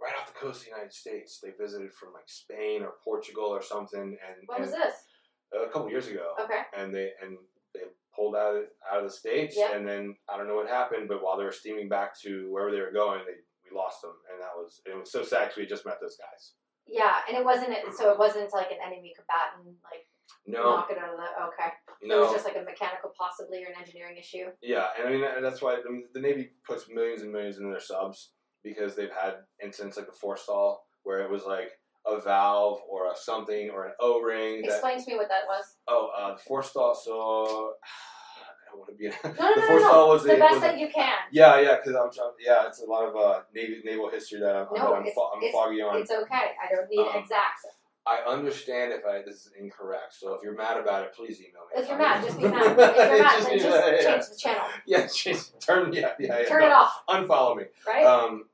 [SPEAKER 2] right off the coast of the United States. They visited from like Spain or Portugal or something, and,
[SPEAKER 1] What
[SPEAKER 2] and
[SPEAKER 1] was this?
[SPEAKER 2] a couple years ago,
[SPEAKER 1] Okay.
[SPEAKER 2] and they and they pulled out of, out of the states,
[SPEAKER 1] Yeah.
[SPEAKER 2] and then I don't know what happened, but while they were steaming back to wherever they were going, they we lost them, and that was it was so sad 'cause we had just met those guys.
[SPEAKER 1] Yeah, and it wasn't so it wasn't like an enemy combatant like
[SPEAKER 2] No,
[SPEAKER 1] knock it out of the okay. It was
[SPEAKER 2] no,
[SPEAKER 1] just like a mechanical possibly or an engineering issue.
[SPEAKER 2] yeah, and I mean and that's why I mean, the Navy puts millions and millions into their subs because they've had incidents like the forestall where it was like. A valve or a something or an O ring that
[SPEAKER 1] Explain to me what that was.
[SPEAKER 2] Oh, uh, the four stall. So [SIGHS] I don't want to be. [LAUGHS]
[SPEAKER 1] No, no,
[SPEAKER 2] the
[SPEAKER 1] no,
[SPEAKER 2] four
[SPEAKER 1] no,
[SPEAKER 2] stall
[SPEAKER 1] no.
[SPEAKER 2] was
[SPEAKER 1] the
[SPEAKER 2] a-
[SPEAKER 1] best
[SPEAKER 2] was a-
[SPEAKER 1] that you can.
[SPEAKER 2] Yeah, yeah, because I'm trying. Yeah, it's a lot of uh, naval naval history that I'm,
[SPEAKER 1] No,
[SPEAKER 2] that I'm,
[SPEAKER 1] it's-
[SPEAKER 2] fo- I'm
[SPEAKER 1] it's-
[SPEAKER 2] foggy on.
[SPEAKER 1] It's okay. I don't need
[SPEAKER 2] Um,
[SPEAKER 1] exact.
[SPEAKER 2] I understand if I this is incorrect. So if you're mad about it, please email me.
[SPEAKER 1] If you're
[SPEAKER 2] [LAUGHS]
[SPEAKER 1] mad, just be mad. If you're mad, then
[SPEAKER 2] Just- yeah,
[SPEAKER 1] just
[SPEAKER 2] yeah,
[SPEAKER 1] change the channel.
[SPEAKER 2] [LAUGHS] Yeah, just turn. Yeah, yeah, yeah.
[SPEAKER 1] Turn
[SPEAKER 2] no,
[SPEAKER 1] it off,
[SPEAKER 2] Unfollow me.
[SPEAKER 1] right?
[SPEAKER 2] Um,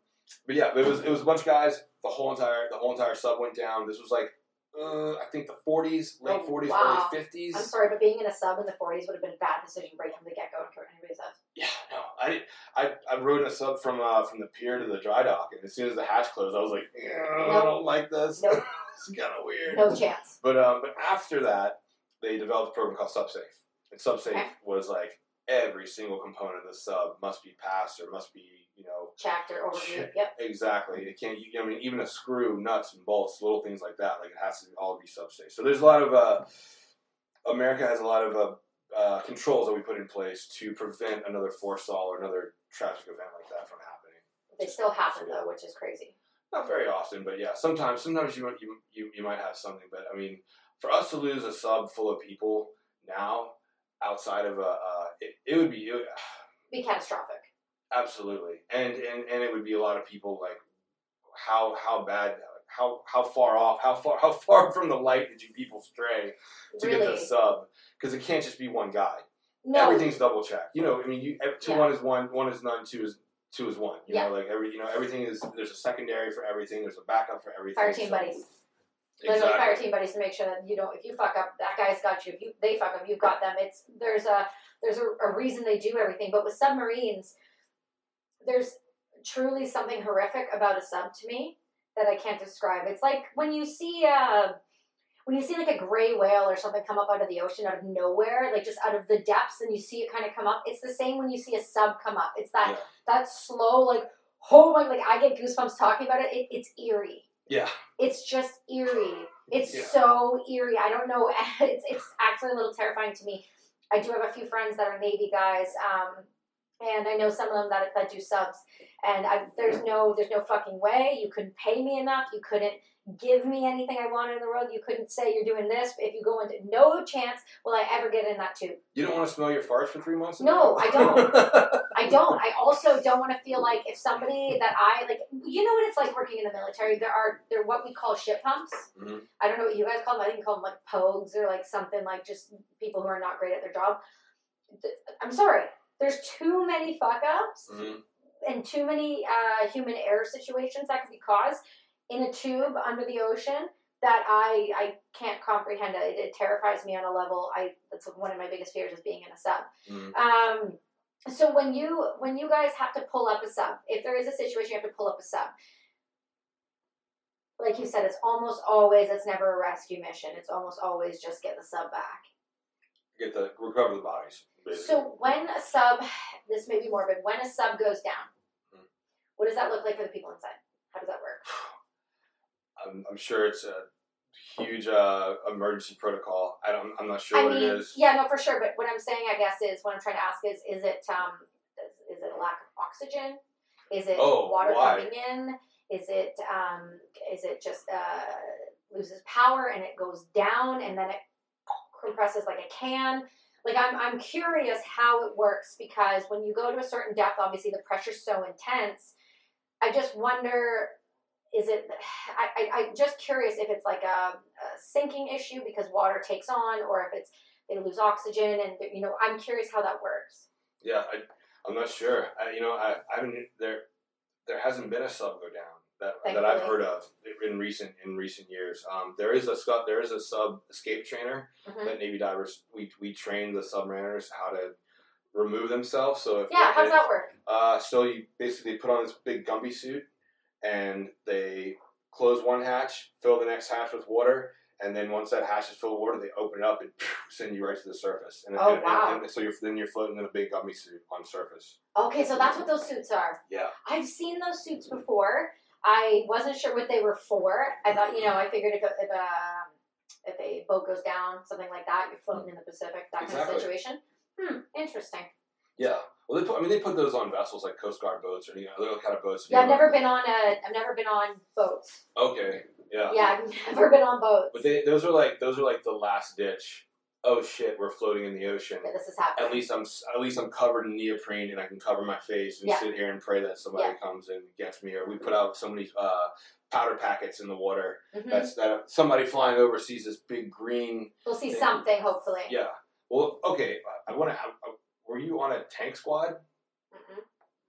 [SPEAKER 2] but yeah, it was it was a bunch of guys. The whole entire the whole entire sub went down. This was like uh, I think the 40s, late
[SPEAKER 1] Oh,
[SPEAKER 2] 40s,
[SPEAKER 1] wow.
[SPEAKER 2] early 50s.
[SPEAKER 1] I'm sorry, but being in a sub in the 40s would have been a bad decision right from the get go. I don't care what anybody says.
[SPEAKER 2] Yeah, no, I didn't- I I rode in a sub from uh, from the pier to the dry dock, and as soon as the hatch closed, I was like, "Eh, I don't like this.
[SPEAKER 1] Nope.
[SPEAKER 2] [LAUGHS] it's kind of weird.
[SPEAKER 1] No chance.
[SPEAKER 2] But um, but after that, they developed a program called SubSafe, and SubSafe
[SPEAKER 1] Okay.
[SPEAKER 2] was like every single component of the sub must be passed or must be you know
[SPEAKER 1] Chapter overview.
[SPEAKER 2] Shit.
[SPEAKER 1] Yep.
[SPEAKER 2] exactly it can't. You, I mean, even a screw, nuts and bolts, little things like that, like it has to all be SubSafe. So there's a lot of uh, America has a lot of uh, uh, controls that we put in place to prevent another forestall or another tragic event like that from happening.
[SPEAKER 1] They still happen though, which is crazy.
[SPEAKER 2] Not very often, but yeah, sometimes. Sometimes you might you, you, you might have something, but I mean, for us to lose a sub full of people now, outside of a, uh, it, it would be it would,
[SPEAKER 1] Be catastrophic.
[SPEAKER 2] absolutely, and, and and it would be a lot of people like how how bad. How, how far off how far [LAUGHS] how far from the light did you people stray to
[SPEAKER 1] Really.
[SPEAKER 2] get the sub because it can't just be one guy
[SPEAKER 1] no.
[SPEAKER 2] everything's double checked. You know, I mean, you ev- two
[SPEAKER 1] Yeah.
[SPEAKER 2] one is one, one is none, two is two is one. You
[SPEAKER 1] Yeah.
[SPEAKER 2] know, like every you know everything is there's a secondary for everything, there's a backup for everything.
[SPEAKER 1] Fire team
[SPEAKER 2] so-
[SPEAKER 1] buddies. Literally
[SPEAKER 2] Exactly.
[SPEAKER 1] fire team buddies to make sure that you don't if you fuck up, that guy's got you. If you they fuck up, you've got them. It's there's a there's a, a reason they do everything. But with submarines, there's truly something horrific about a sub to me that I can't describe. It's like when you see a when you see like a gray whale or something come up out of the ocean out of nowhere, like just out of the depths, and you see it kind of come up. It's the same when you see a sub come up. It's that
[SPEAKER 2] Yeah.
[SPEAKER 1] that slow like oh my like I get goosebumps talking about it. it it's eerie
[SPEAKER 2] Yeah,
[SPEAKER 1] it's just eerie. It's
[SPEAKER 2] Yeah.
[SPEAKER 1] so eerie. I don't know. [LAUGHS] It's, it's actually a little terrifying to me. I do have a few friends that are Navy guys, um, and I know some of them that that do subs. And I, there's no there's no fucking way you couldn't pay me enough. You couldn't give me anything I wanted in the world. You couldn't say you're doing this. If you go into no chance will I ever get in that tube.
[SPEAKER 2] you don't want to smell your farts for three months. in a
[SPEAKER 1] No,
[SPEAKER 2] row?
[SPEAKER 1] I
[SPEAKER 2] [LAUGHS]
[SPEAKER 1] don't. I don't. I also don't want to feel like if somebody that I like, you know what it's like working in the military. There are there what we call shit pumps.
[SPEAKER 2] Mhm.
[SPEAKER 1] I don't know what you guys call them. I think you call them like pogues or like something like just people who are not great at their job. Th- I'm sorry. There's too many fuck ups
[SPEAKER 2] Mhm.
[SPEAKER 1] and too many uh, human error situations that could be caused in a tube under the ocean that I I can't comprehend. It, it terrifies me on a level. I that's one of my biggest fears is being in a sub.
[SPEAKER 2] Mhm.
[SPEAKER 1] Um, so when you when you guys have to pull up a sub, if there is a situation you have to pull up a sub, like you said, it's almost always it's never a rescue mission. It's almost always just get the sub back.
[SPEAKER 2] Get the recover the bodies. basically.
[SPEAKER 1] So when a sub, this may be morbid, when a sub goes down,
[SPEAKER 2] Hmm.
[SPEAKER 1] what does that look like for the people inside? How does that work?
[SPEAKER 2] I'm, I'm sure it's a huge uh, emergency protocol. I don't. I'm not sure
[SPEAKER 1] I
[SPEAKER 2] what
[SPEAKER 1] mean,
[SPEAKER 2] it is.
[SPEAKER 1] yeah, no, for sure. But what I'm saying, I guess, is what I'm trying to ask is, is it um, is- is it a lack of oxygen? Is it
[SPEAKER 2] Oh,
[SPEAKER 1] water
[SPEAKER 2] why?
[SPEAKER 1] coming in? Is it um, is it just uh, loses power and it goes down and then it compresses like a can? Like I'm, I'm curious how it works because when you go to a certain depth, obviously the pressure's so intense. I just wonder is it [SIGHS] I, I i'm just curious if it's like a, a sinking issue because water takes on or if it's they lose oxygen and you know i'm curious how that works
[SPEAKER 2] Yeah, I, I'm not sure. I, you know, I, I haven't there. There hasn't been a sub go down that, that I've
[SPEAKER 1] Thankfully.
[SPEAKER 2] heard of in recent in recent years. Um, there is a sub there is a sub escape trainer
[SPEAKER 1] Mhm.
[SPEAKER 2] that Navy divers we we train the submariners how to remove themselves. So if
[SPEAKER 1] yeah how
[SPEAKER 2] if-
[SPEAKER 1] does that work
[SPEAKER 2] Uh, so you basically put on this big Gumby suit, and they close one hatch, fill the next hatch with water, and then once that hatch is full of water, they open it up and [LAUGHS] send you right to the surface. And,
[SPEAKER 1] Oh,
[SPEAKER 2] and-
[SPEAKER 1] wow.
[SPEAKER 2] and so you're, then you're floating in a big Gumby suit on surface.
[SPEAKER 1] okay so that's what those suits are
[SPEAKER 2] Yeah.
[SPEAKER 1] i've seen those suits before i wasn't sure what they were for i thought you know i figured if a, if a if a boat goes down something like that you're floating in the pacific that kind
[SPEAKER 2] Exactly.
[SPEAKER 1] of situation hmm interesting
[SPEAKER 2] Yeah. Well, they put, I mean, they put those on vessels like Coast Guard boats or you know, little kind of boats.
[SPEAKER 1] yeah i've never been on a i've never been on boats
[SPEAKER 2] Okay. Yeah.
[SPEAKER 1] yeah i've [LAUGHS] never been on boats
[SPEAKER 2] But they, those are like those are like the last ditch. Oh shit, we're floating in the ocean.
[SPEAKER 1] that this is happening
[SPEAKER 2] At least I'm s- at least I'm covered in neoprene and I can cover my face and
[SPEAKER 1] Yeah.
[SPEAKER 2] sit here and pray that somebody comes and gets me. Or we put out so many uh, powder packets in the water.
[SPEAKER 1] Mhm.
[SPEAKER 2] That's that somebody flying over sees this big green.
[SPEAKER 1] We'll see
[SPEAKER 2] Yeah.
[SPEAKER 1] something, hopefully.
[SPEAKER 2] Yeah. Well, okay. I, I want to. Were you on a tank squad?
[SPEAKER 1] Mhm.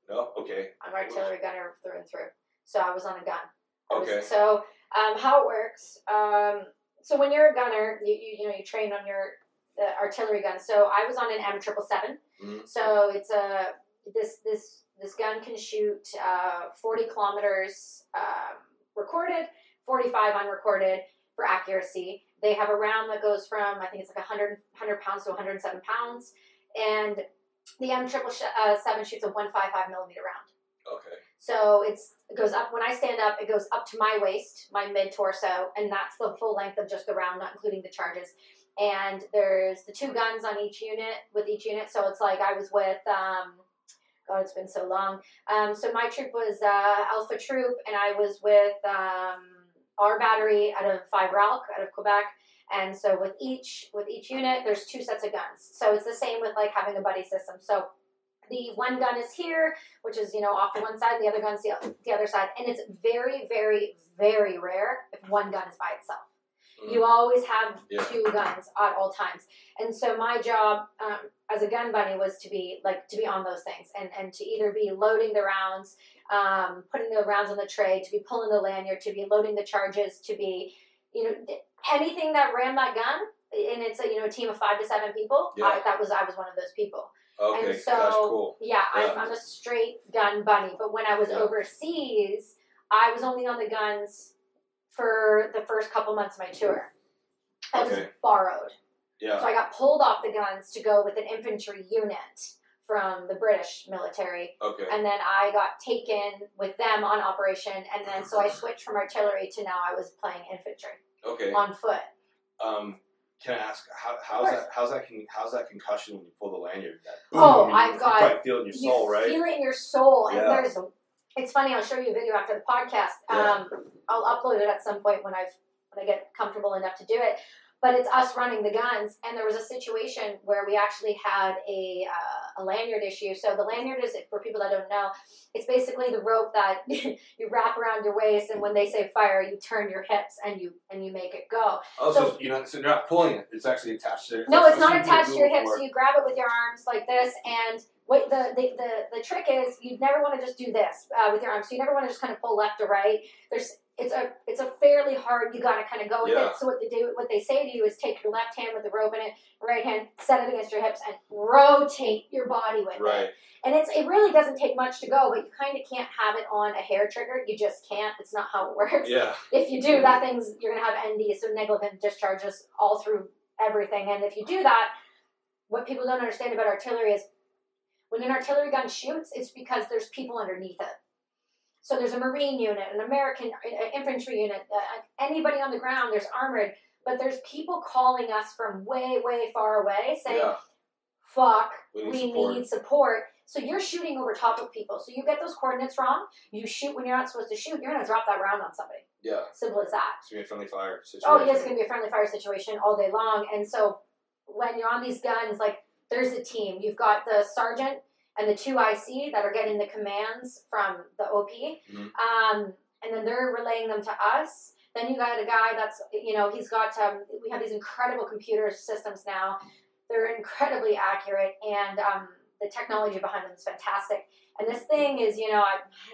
[SPEAKER 2] No. Okay.
[SPEAKER 1] I'm artillery gunner through and through. So I was on a gun. I was-
[SPEAKER 2] Okay.
[SPEAKER 1] so um, how it works? Um, so when you're a gunner, you you, you know you train on your uh, artillery gun. So I was on an M triple seven.
[SPEAKER 2] Mhm.
[SPEAKER 1] So it's a this this this gun can shoot uh, 40 kilometers um, recorded, 45 unrecorded for accuracy. They have a round that goes from I think it's like 100 100 pounds to 107 pounds, and the M triple uh, seven shoots a 155 millimeter round.
[SPEAKER 2] Okay.
[SPEAKER 1] So it's it goes up when I stand up, it goes up to my waist, my mid torso, and that's the full length of just the round, not including the charges. And there's the two guns on each unit with each unit, so it's like I was with um God, it's been so long. Um, so my troop was uh, Alpha Troop, and I was with um, our battery out of Five Ralk out of Quebec. And so with each with each unit, there's two sets of guns. So it's the same with like having a buddy system. So the one gun is here, which is you know off to one side, the other gun's the, o- the other side, and it's very, very, very rare if one gun is by itself.
[SPEAKER 2] Mm.
[SPEAKER 1] You always have
[SPEAKER 2] Mm-hmm. Yeah.
[SPEAKER 1] two guns at all times, and so my job um, as a gun bunny was to be like to be on those things, and and to either be loading the rounds, um, putting the rounds on the tray, to be pulling the lanyard, to be loading the charges, to be, you know, d- anything that ran that gun. And it's a you know a team of five to seven people. I,
[SPEAKER 2] Yeah.
[SPEAKER 1] that was I was one of those people.
[SPEAKER 2] Okay.
[SPEAKER 1] and so-
[SPEAKER 2] Gosh, cool.
[SPEAKER 1] Yeah, I'm,
[SPEAKER 2] Yeah.
[SPEAKER 1] I'm a straight gun bunny. But when I was
[SPEAKER 2] Yeah.
[SPEAKER 1] overseas, I was only on the guns for the first couple months of my tour. I was
[SPEAKER 2] Okay.
[SPEAKER 1] borrowed.
[SPEAKER 2] Yeah.
[SPEAKER 1] So I got pulled off the guns to go with an infantry unit from the British military.
[SPEAKER 2] Okay.
[SPEAKER 1] And then I got taken with them on operation. And then so I switched from artillery to now I was playing infantry
[SPEAKER 2] Okay.
[SPEAKER 1] on foot.
[SPEAKER 2] Um, can I ask how, how's
[SPEAKER 1] course.
[SPEAKER 2] that how's that con, how's that concussion when you pull the lanyard? That
[SPEAKER 1] Oh,
[SPEAKER 2] boom,
[SPEAKER 1] I've
[SPEAKER 2] you
[SPEAKER 1] got-
[SPEAKER 2] quite feel it in your soul,
[SPEAKER 1] you
[SPEAKER 2] right?
[SPEAKER 1] feel it in your soul, and
[SPEAKER 2] Yeah.
[SPEAKER 1] there's. It's funny. I'll show you a video after the podcast.
[SPEAKER 2] Yeah.
[SPEAKER 1] Um, I'll upload it at some point when I've when I get comfortable enough to do it. But it's us running the guns, and there was a situation where we actually had a uh, a lanyard issue. So the lanyard is for people that don't know. It's basically the rope that [LAUGHS] you wrap around your waist, and when they say fire, you turn your hips and you and you make it go.
[SPEAKER 2] Oh,
[SPEAKER 1] so-
[SPEAKER 2] so, you know, so you're not pulling it; it's actually attached to.
[SPEAKER 1] No, it's
[SPEAKER 2] so
[SPEAKER 1] not
[SPEAKER 2] you can
[SPEAKER 1] attached to your
[SPEAKER 2] move
[SPEAKER 1] hips.
[SPEAKER 2] forward.
[SPEAKER 1] You grab it with your arms like this, and what the the, the, the trick is, you never want to just do this uh, with your arms. So you never want to just kind of pull left or right. There's it's a it's a fairly hard. You got to kind of go with
[SPEAKER 2] Yeah.
[SPEAKER 1] it. So what they do, what they say to you is take your left hand with the rope in it, right hand set it against your hips, and rotate your body with it.
[SPEAKER 2] Right.
[SPEAKER 1] And it's it really doesn't take much to go, but you kind of can't have it on a hair trigger. You just can't. It's not how it [LAUGHS] works
[SPEAKER 2] Yeah.
[SPEAKER 1] if you do that thing's you're gonna have ND, so negligent discharges all through everything. And if you do that, what people don't understand about artillery is when an artillery gun shoots, it's because there's people underneath it. So there's a Marine unit, an American uh, infantry unit, uh, anybody on the ground. There's armored, but there's people calling us from way, way far away saying,
[SPEAKER 2] yeah,
[SPEAKER 1] "Fuck,
[SPEAKER 2] we need
[SPEAKER 1] we
[SPEAKER 2] support.
[SPEAKER 1] need support." So you're shooting over top of people. So you get those coordinates wrong. You shoot when you're not supposed to shoot. You're gonna drop that round on somebody.
[SPEAKER 2] yeah,
[SPEAKER 1] Simple as that.
[SPEAKER 2] it's gonna be a friendly fire situation.
[SPEAKER 1] Oh yeah, it's gonna be a friendly fire situation all day long. And so when you're on these guns, like there's a team. You've got the sergeant and the two IC that are getting the commands from the OP,
[SPEAKER 2] Mhm.
[SPEAKER 1] um, and then they're relaying them to us. Then you got a guy that's you know he's got um, we have these incredible computer systems now. They're incredibly accurate, and um, the technology behind them is fantastic. And this thing is you know I, I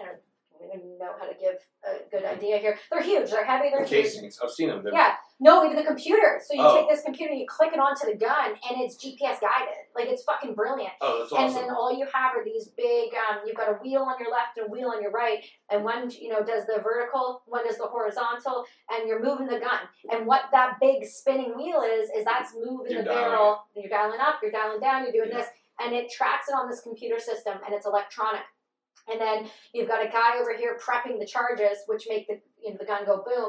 [SPEAKER 1] don't even know how to give a good idea here. They're huge. They're heavy. They're
[SPEAKER 2] The
[SPEAKER 1] huge.
[SPEAKER 2] casings. I've seen them. They're,
[SPEAKER 1] Yeah. No, even the computer. So you
[SPEAKER 2] Oh.
[SPEAKER 1] take this computer, you click it onto the gun, and it's GPS guided. Like it's fucking brilliant.
[SPEAKER 2] Oh, that's
[SPEAKER 1] And
[SPEAKER 2] awesome.
[SPEAKER 1] then all you have are these big. Um, you've got a wheel on your left and a wheel on your right, and one you know does the vertical, one does the horizontal, and you're moving the gun. And what that big spinning wheel is is that's moving
[SPEAKER 2] You're
[SPEAKER 1] the
[SPEAKER 2] dialing
[SPEAKER 1] barrel. You're dialing up, you're dialing down, you're doing
[SPEAKER 2] Yeah.
[SPEAKER 1] this, and it tracks it on this computer system, and it's electronic. And then you've got a guy over here prepping the charges, which make the you know the gun go boom.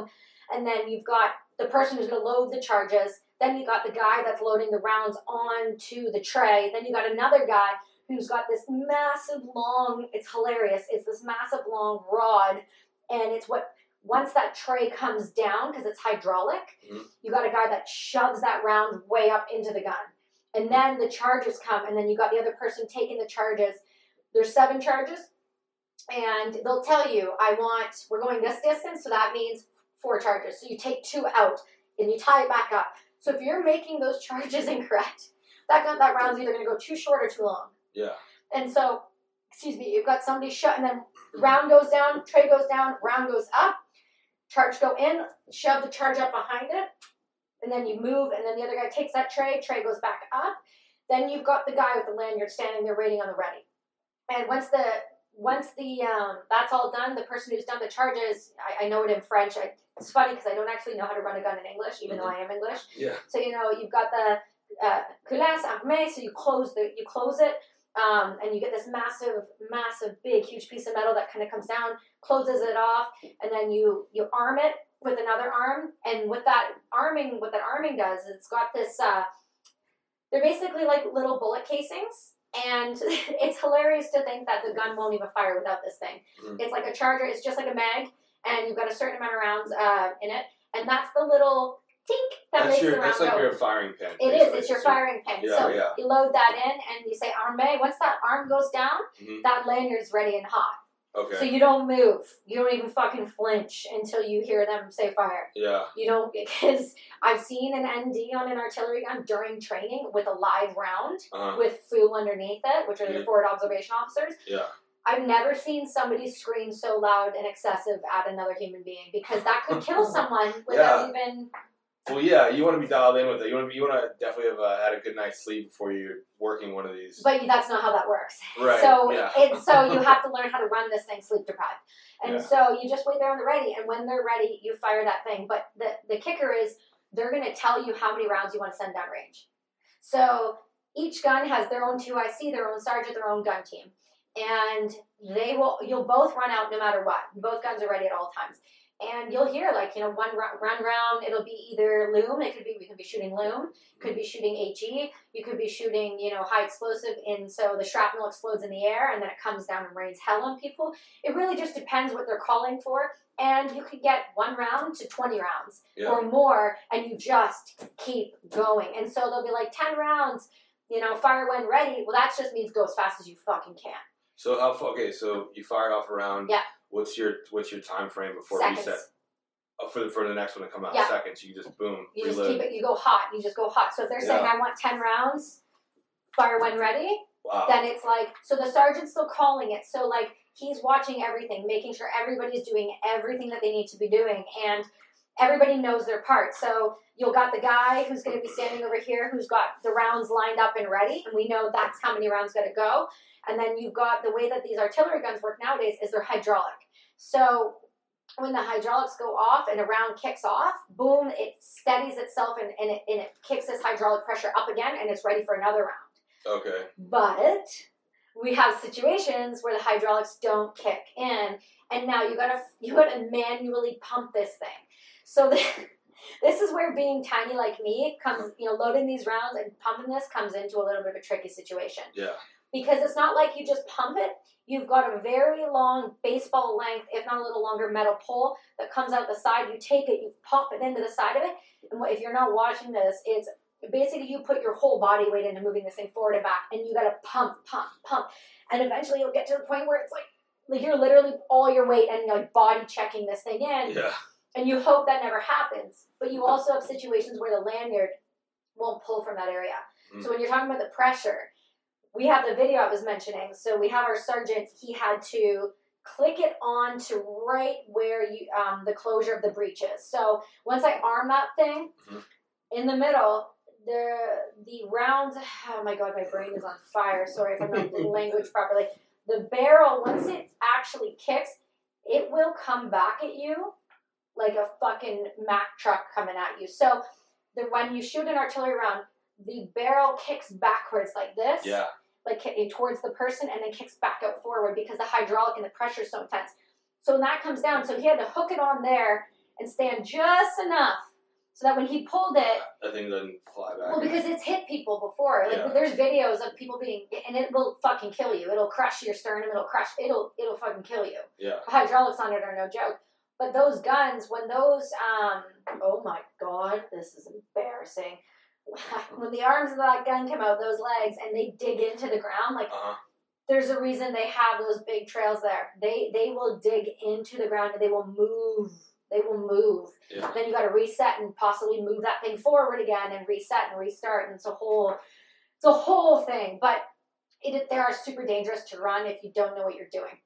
[SPEAKER 1] And then you've got the person who's going to load the charges. Then you got the guy that's loading the rounds onto the tray. Then you got another guy who's got this massive long. It's hilarious. It's this massive long rod, and it's what once that tray comes down because it's hydraulic.
[SPEAKER 2] Mhm.
[SPEAKER 1] You got a guy that shoves that round way up into the gun, and then the charges come, and then you got the other person taking the charges. There's seven charges and they'll tell you, I want, we're going this distance, so that means four charges. So you take two out and you tie it back up. So if you're making those [LAUGHS] charges incorrect, that gun, that round's either going to go too short or too long.
[SPEAKER 2] yeah.
[SPEAKER 1] And so, excuse me, you've got somebody shut, and then round goes down, tray goes down, round goes up, charge go in, shove the charge up behind it, and then you move, and then the other guy takes that tray, tray goes back up. Then you've got the guy with the lanyard standing there waiting on the ready. And once the once the um, that's all done, the person who's done the charges, I, I know it in French. I, it's funny because I don't actually know how to run a gun in English, even though I am English.
[SPEAKER 2] Yeah.
[SPEAKER 1] So you know you've got the uh, culasse armée, so you close the you close it, um, and you get this massive, massive, big, huge piece of metal that kind of comes down, closes it off, and then you you arm it with another arm, and with that arming, what that arming does, is it's got this. Uh, they're basically like little bullet casings. And [LAUGHS] it's hilarious to think that the gun won't even fire without this thing.
[SPEAKER 2] Mm.
[SPEAKER 1] It's like a charger. It's just like a mag, and you've got a certain amount of rounds uh, in it. And that's the little tink that
[SPEAKER 2] that's
[SPEAKER 1] makes
[SPEAKER 2] your.
[SPEAKER 1] the round
[SPEAKER 2] That's like
[SPEAKER 1] go.
[SPEAKER 2] your firing pin.
[SPEAKER 1] It is.
[SPEAKER 2] basically.
[SPEAKER 1] It's your
[SPEAKER 2] So-
[SPEAKER 1] firing pin.
[SPEAKER 2] Yeah,
[SPEAKER 1] so
[SPEAKER 2] yeah.
[SPEAKER 1] you load that in, and you say arme. Once that arm goes down,
[SPEAKER 2] Mhm.
[SPEAKER 1] that lanyard's ready and hot.
[SPEAKER 2] Okay.
[SPEAKER 1] So you don't move. You don't even fucking flinch until you hear them say fire.
[SPEAKER 2] yeah.
[SPEAKER 1] You don't [LAUGHS] because I've seen an ND on an artillery gun during training with a live round
[SPEAKER 2] Uh huh.
[SPEAKER 1] with fuel underneath it, which are the
[SPEAKER 2] Mhm.
[SPEAKER 1] forward observation officers.
[SPEAKER 2] Yeah.
[SPEAKER 1] I've never seen somebody scream so loud and excessive at another human being because that could kill
[SPEAKER 2] [LAUGHS]
[SPEAKER 1] someone without even.
[SPEAKER 2] Well, yeah. You want to be dialed in with it. You want to. Be, you want to definitely have uh, had a good night's sleep before you're working one of these.
[SPEAKER 1] But that's not how that works.
[SPEAKER 2] right.
[SPEAKER 1] So
[SPEAKER 2] yeah.
[SPEAKER 1] it's so you have to learn how to run this thing sleep deprived. And
[SPEAKER 2] Yeah.
[SPEAKER 1] so you just wait there on the ready, and when they're ready, you fire that thing. But the, the kicker is they're gonna tell you how many rounds you want to send down range. So each gun has their own two IC, their own sergeant, their own gun team. And they will you'll both run out no matter what. Both guns are ready at all times. And you'll hear like, you know, one run, run round, it'll be either loom, it could be we could be shooting loom, could be shooting HE, you could be shooting, you know, high explosive, and so the shrapnel explodes in the air, and then it comes down and rains hell on people. It really just depends what they're calling for, and you could get one round to twenty rounds
[SPEAKER 2] Yeah.
[SPEAKER 1] or more, and you just keep going. And so they'll be like ten rounds, you know, fire when ready. Well, that just means go as fast as you fucking can.
[SPEAKER 2] So how? fa- Okay. So you fire off around.
[SPEAKER 1] Yeah.
[SPEAKER 2] What's your What's your time frame before
[SPEAKER 1] Seconds.
[SPEAKER 2] reset? Oh, for the for the next one to come out.
[SPEAKER 1] Yeah.
[SPEAKER 2] Seconds. You just boom.
[SPEAKER 1] You
[SPEAKER 2] reload.
[SPEAKER 1] just keep it. You go hot. You just go hot. So if they're saying
[SPEAKER 2] Yeah.
[SPEAKER 1] I want ten rounds, fire when ready.
[SPEAKER 2] Wow.
[SPEAKER 1] then it's like so the sergeant's still calling it so like he's watching everything making sure everybody's doing everything that they need to be doing and everybody knows their part so you'll got the guy who's going to be standing over here who's got the rounds lined up and ready and we know that's how many rounds got to go and then you've got the way that these artillery guns work nowadays is they're hydraulic so when the hydraulics go off and a round kicks off, boom, it steadies itself and, and, it, and it kicks this hydraulic pressure up again and it's ready for another round.
[SPEAKER 2] okay.
[SPEAKER 1] But we have situations where the hydraulics don't kick in, and now you gotta you gotta manually pump this thing. So [LAUGHS] the, this is where being tiny like me comes. You know, loading these rounds and pumping this comes into a little bit of a tricky situation
[SPEAKER 2] Yeah.
[SPEAKER 1] because it's not like you just pump it. You've got a very long baseball length, if not a little longer, metal pole that comes out the side. You take it, you pop it into the side of it, and what- if you're not watching this, it's basically you put your whole body weight into moving this thing forward and back, and you got to pump, pump, pump, and eventually you'll get to the point where it's like, like you're literally all your weight and like body checking this thing in,
[SPEAKER 2] Yeah.
[SPEAKER 1] and you hope that never happens. But you also have situations where the lanyard won't pull from that area. So when you're talking about the pressure, we have the video I was mentioning. So we have our sergeant. He had to click it on to right where you um, the closure of the breech is. So once I arm that thing
[SPEAKER 2] Mhm.
[SPEAKER 1] in the middle. The the round oh my god my brain is on fire sorry if I'm not doing language properly the barrel once it actually kicks it will come back at you like a fucking Mack truck coming at you. So the when you shoot an artillery round, the barrel kicks backwards like this,
[SPEAKER 2] Yeah.
[SPEAKER 1] like ki- eh, towards the person, and then kicks back out forward because the hydraulic and the pressure is so intense. So that comes down. So he had to hook it on there and stand just enough so that when he pulled it,
[SPEAKER 2] That thing doesn't fly back.
[SPEAKER 1] well, because it's hit people before. Like
[SPEAKER 2] Yeah.
[SPEAKER 1] there's videos of people being, and it will fucking kill you. It'll crush your sternum. It'll crush. It'll it'll fucking kill you
[SPEAKER 2] yeah.
[SPEAKER 1] hydraulics on it are no joke. But those guns, when those, um, oh my god, this is embarrassing. [LAUGHS] when the arms of that gun come out, those legs, and they dig into the ground, like
[SPEAKER 2] Uh huh.
[SPEAKER 1] there's a reason they have those big trails there. They they will dig into the ground and they will move. They will move.
[SPEAKER 2] Yeah.
[SPEAKER 1] Then you got to reset and possibly move that thing forward again and reset and restart. And it's a whole it's a whole thing. But it they are super dangerous to run if you don't know what you're doing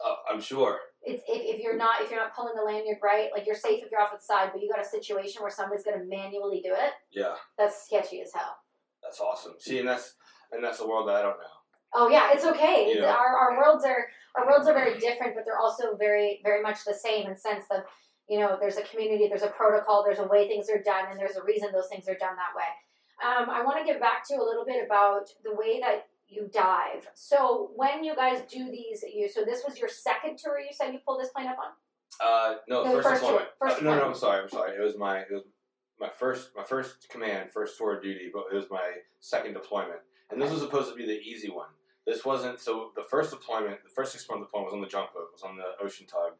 [SPEAKER 2] Oh, I'm sure.
[SPEAKER 1] it's if, if you're not if you're not pulling the lanyard right, like you're safe if you're off the side, but you got a situation where somebody's gonna manually do it,
[SPEAKER 2] Yeah.
[SPEAKER 1] that's sketchy as hell.
[SPEAKER 2] That's awesome. See, and that's and that's the world that I don't know.
[SPEAKER 1] Oh yeah, it's okay. It's-
[SPEAKER 2] Yeah.
[SPEAKER 1] Our our worlds are our worlds are very different, but they're also very very much the same in sense of you know there's a community, there's a protocol, there's a way things are done, and there's a reason those things are done that way. Um, I want to get back to a little bit about the way that you dive. So when you guys do these, you so this was your second tour. You said you pulled this plane up on.
[SPEAKER 2] Uh, no,
[SPEAKER 1] No,
[SPEAKER 2] first
[SPEAKER 1] first tour-
[SPEAKER 2] deployment.
[SPEAKER 1] first
[SPEAKER 2] Uh, no, no,
[SPEAKER 1] deployment.
[SPEAKER 2] I'm sorry. I'm sorry. It was my it was my first my first command, first tour of duty, but it was my second deployment, and this was supposed to be the easy one. This wasn't so. The first deployment, the first six month deployment was on the junk boat, was on the ocean tug.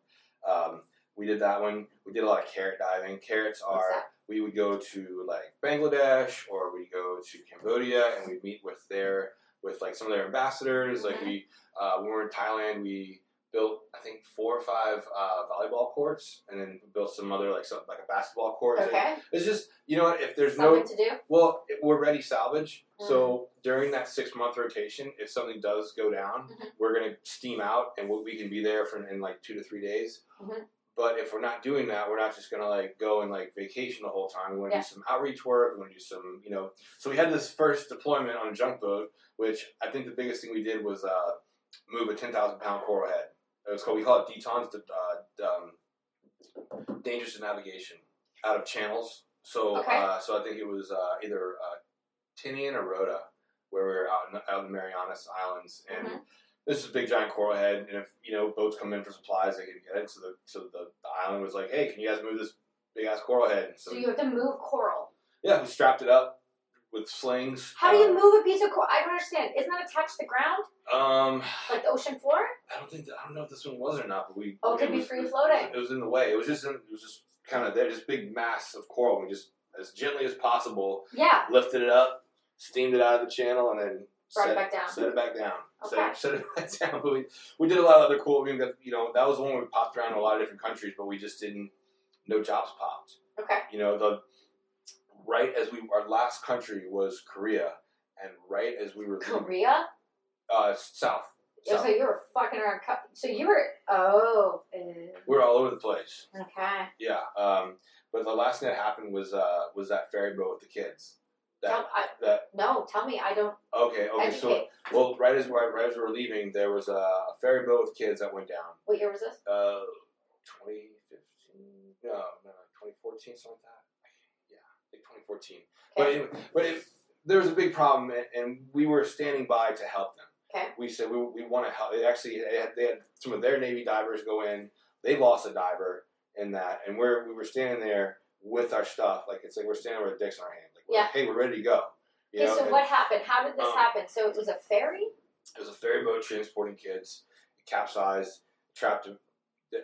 [SPEAKER 2] Um, we did that one. We did a lot of carrot diving. Carrots
[SPEAKER 1] What's
[SPEAKER 2] are
[SPEAKER 1] that?
[SPEAKER 2] we would go to like Bangladesh or we go to Cambodia and we'd meet with their with like some of their ambassadors. Like we uh, when we were in Thailand, we built I think four or five uh, volleyball courts and then built some other like some like a basketball court.
[SPEAKER 1] Okay,
[SPEAKER 2] It's just you know what, if there's
[SPEAKER 1] something
[SPEAKER 2] no
[SPEAKER 1] to do.
[SPEAKER 2] well it- we're ready salvage. So during that six month rotation, if something does go down,
[SPEAKER 1] Mhm.
[SPEAKER 2] we're gonna steam out and we- we can be there for in like two to three days.
[SPEAKER 1] Mhm.
[SPEAKER 2] But if we're not doing that, we're not just gonna like go and like vacation the whole time. We want to
[SPEAKER 1] Yeah.
[SPEAKER 2] do some outreach work. We want to do some you know. So we had this first deployment on a junk boat, which I think the biggest thing we did was uh, move a ten thousand pound coral head. It was called we call it detons, uh, um, dangerous to navigation, out of channels. So
[SPEAKER 1] Okay.
[SPEAKER 2] uh, so I think it was uh, either uh, Tinian or Rhoda, where we were out in, out in the Marianas Islands, and
[SPEAKER 1] Mhm.
[SPEAKER 2] this is a big giant coral head. And if you know boats come in for supplies, they can get it. So the so the, the island was like, hey, can you guys move this big ass coral head? So,
[SPEAKER 1] So you have to move coral.
[SPEAKER 2] yeah, we strapped it up with slings.
[SPEAKER 1] How do you move a piece of coral? I don't understand. Isn't that attached to the ground,
[SPEAKER 2] Um,
[SPEAKER 1] like the ocean floor?
[SPEAKER 2] I don't think that, I don't know if this one was or not, but we
[SPEAKER 1] Oh, it could be
[SPEAKER 2] was-
[SPEAKER 1] free floating.
[SPEAKER 2] It was in the way. It was just in, it was just kind of there, just big mass of coral. We just as gently as possible
[SPEAKER 1] Yeah.
[SPEAKER 2] lifted it up, steamed it out of the channel, and then
[SPEAKER 1] Brought it
[SPEAKER 2] set,
[SPEAKER 1] back down.
[SPEAKER 2] Set it back down.
[SPEAKER 1] Okay.
[SPEAKER 2] Set, set it [LAUGHS] back down. But we, we did a lot of other cool. I mean, that- you know, that was one we popped around a lot of different countries, but we just didn't. No jobs popped.
[SPEAKER 1] Okay. [LAUGHS]
[SPEAKER 2] You know, the right as we our last country was Korea, and right as we were leaving-
[SPEAKER 1] Korea.
[SPEAKER 2] uh, south,
[SPEAKER 1] Oh, So
[SPEAKER 2] south,
[SPEAKER 1] you were fucking around. co- So you were. Oh. uh,
[SPEAKER 2] we were all over the place.
[SPEAKER 1] Okay.
[SPEAKER 2] Yeah. Um, but the last thing that happened was uh, was that ferry boat with the kids. That
[SPEAKER 1] Tell- Oh, I,
[SPEAKER 2] that
[SPEAKER 1] no, tell me. I don't
[SPEAKER 2] okay okay
[SPEAKER 1] educate.
[SPEAKER 2] so well right as we right as we were leaving there was a ferry boat with kids that went down.
[SPEAKER 1] what year was this?
[SPEAKER 2] Uh, 2015 no no 2014 something like that. Yeah, I think 2014. But
[SPEAKER 1] Okay.
[SPEAKER 2] anyway, but it, there was a big problem and, and we were standing by to help them.
[SPEAKER 1] Okay.
[SPEAKER 2] We said we, we want to help. It actually, they had, they had some of their Navy divers go in. They lost a diver in that, and we're we were standing there with our stuff. Like it's like we're standing with dicks in our hand. Like, we're
[SPEAKER 1] Yeah.
[SPEAKER 2] like, hey, we're ready to go. You
[SPEAKER 1] Okay,
[SPEAKER 2] know,
[SPEAKER 1] so
[SPEAKER 2] and
[SPEAKER 1] what happened? How did this
[SPEAKER 2] um,
[SPEAKER 1] happen? So it was a ferry?
[SPEAKER 2] it was a ferry boat transporting kids. It capsized, trapped. The,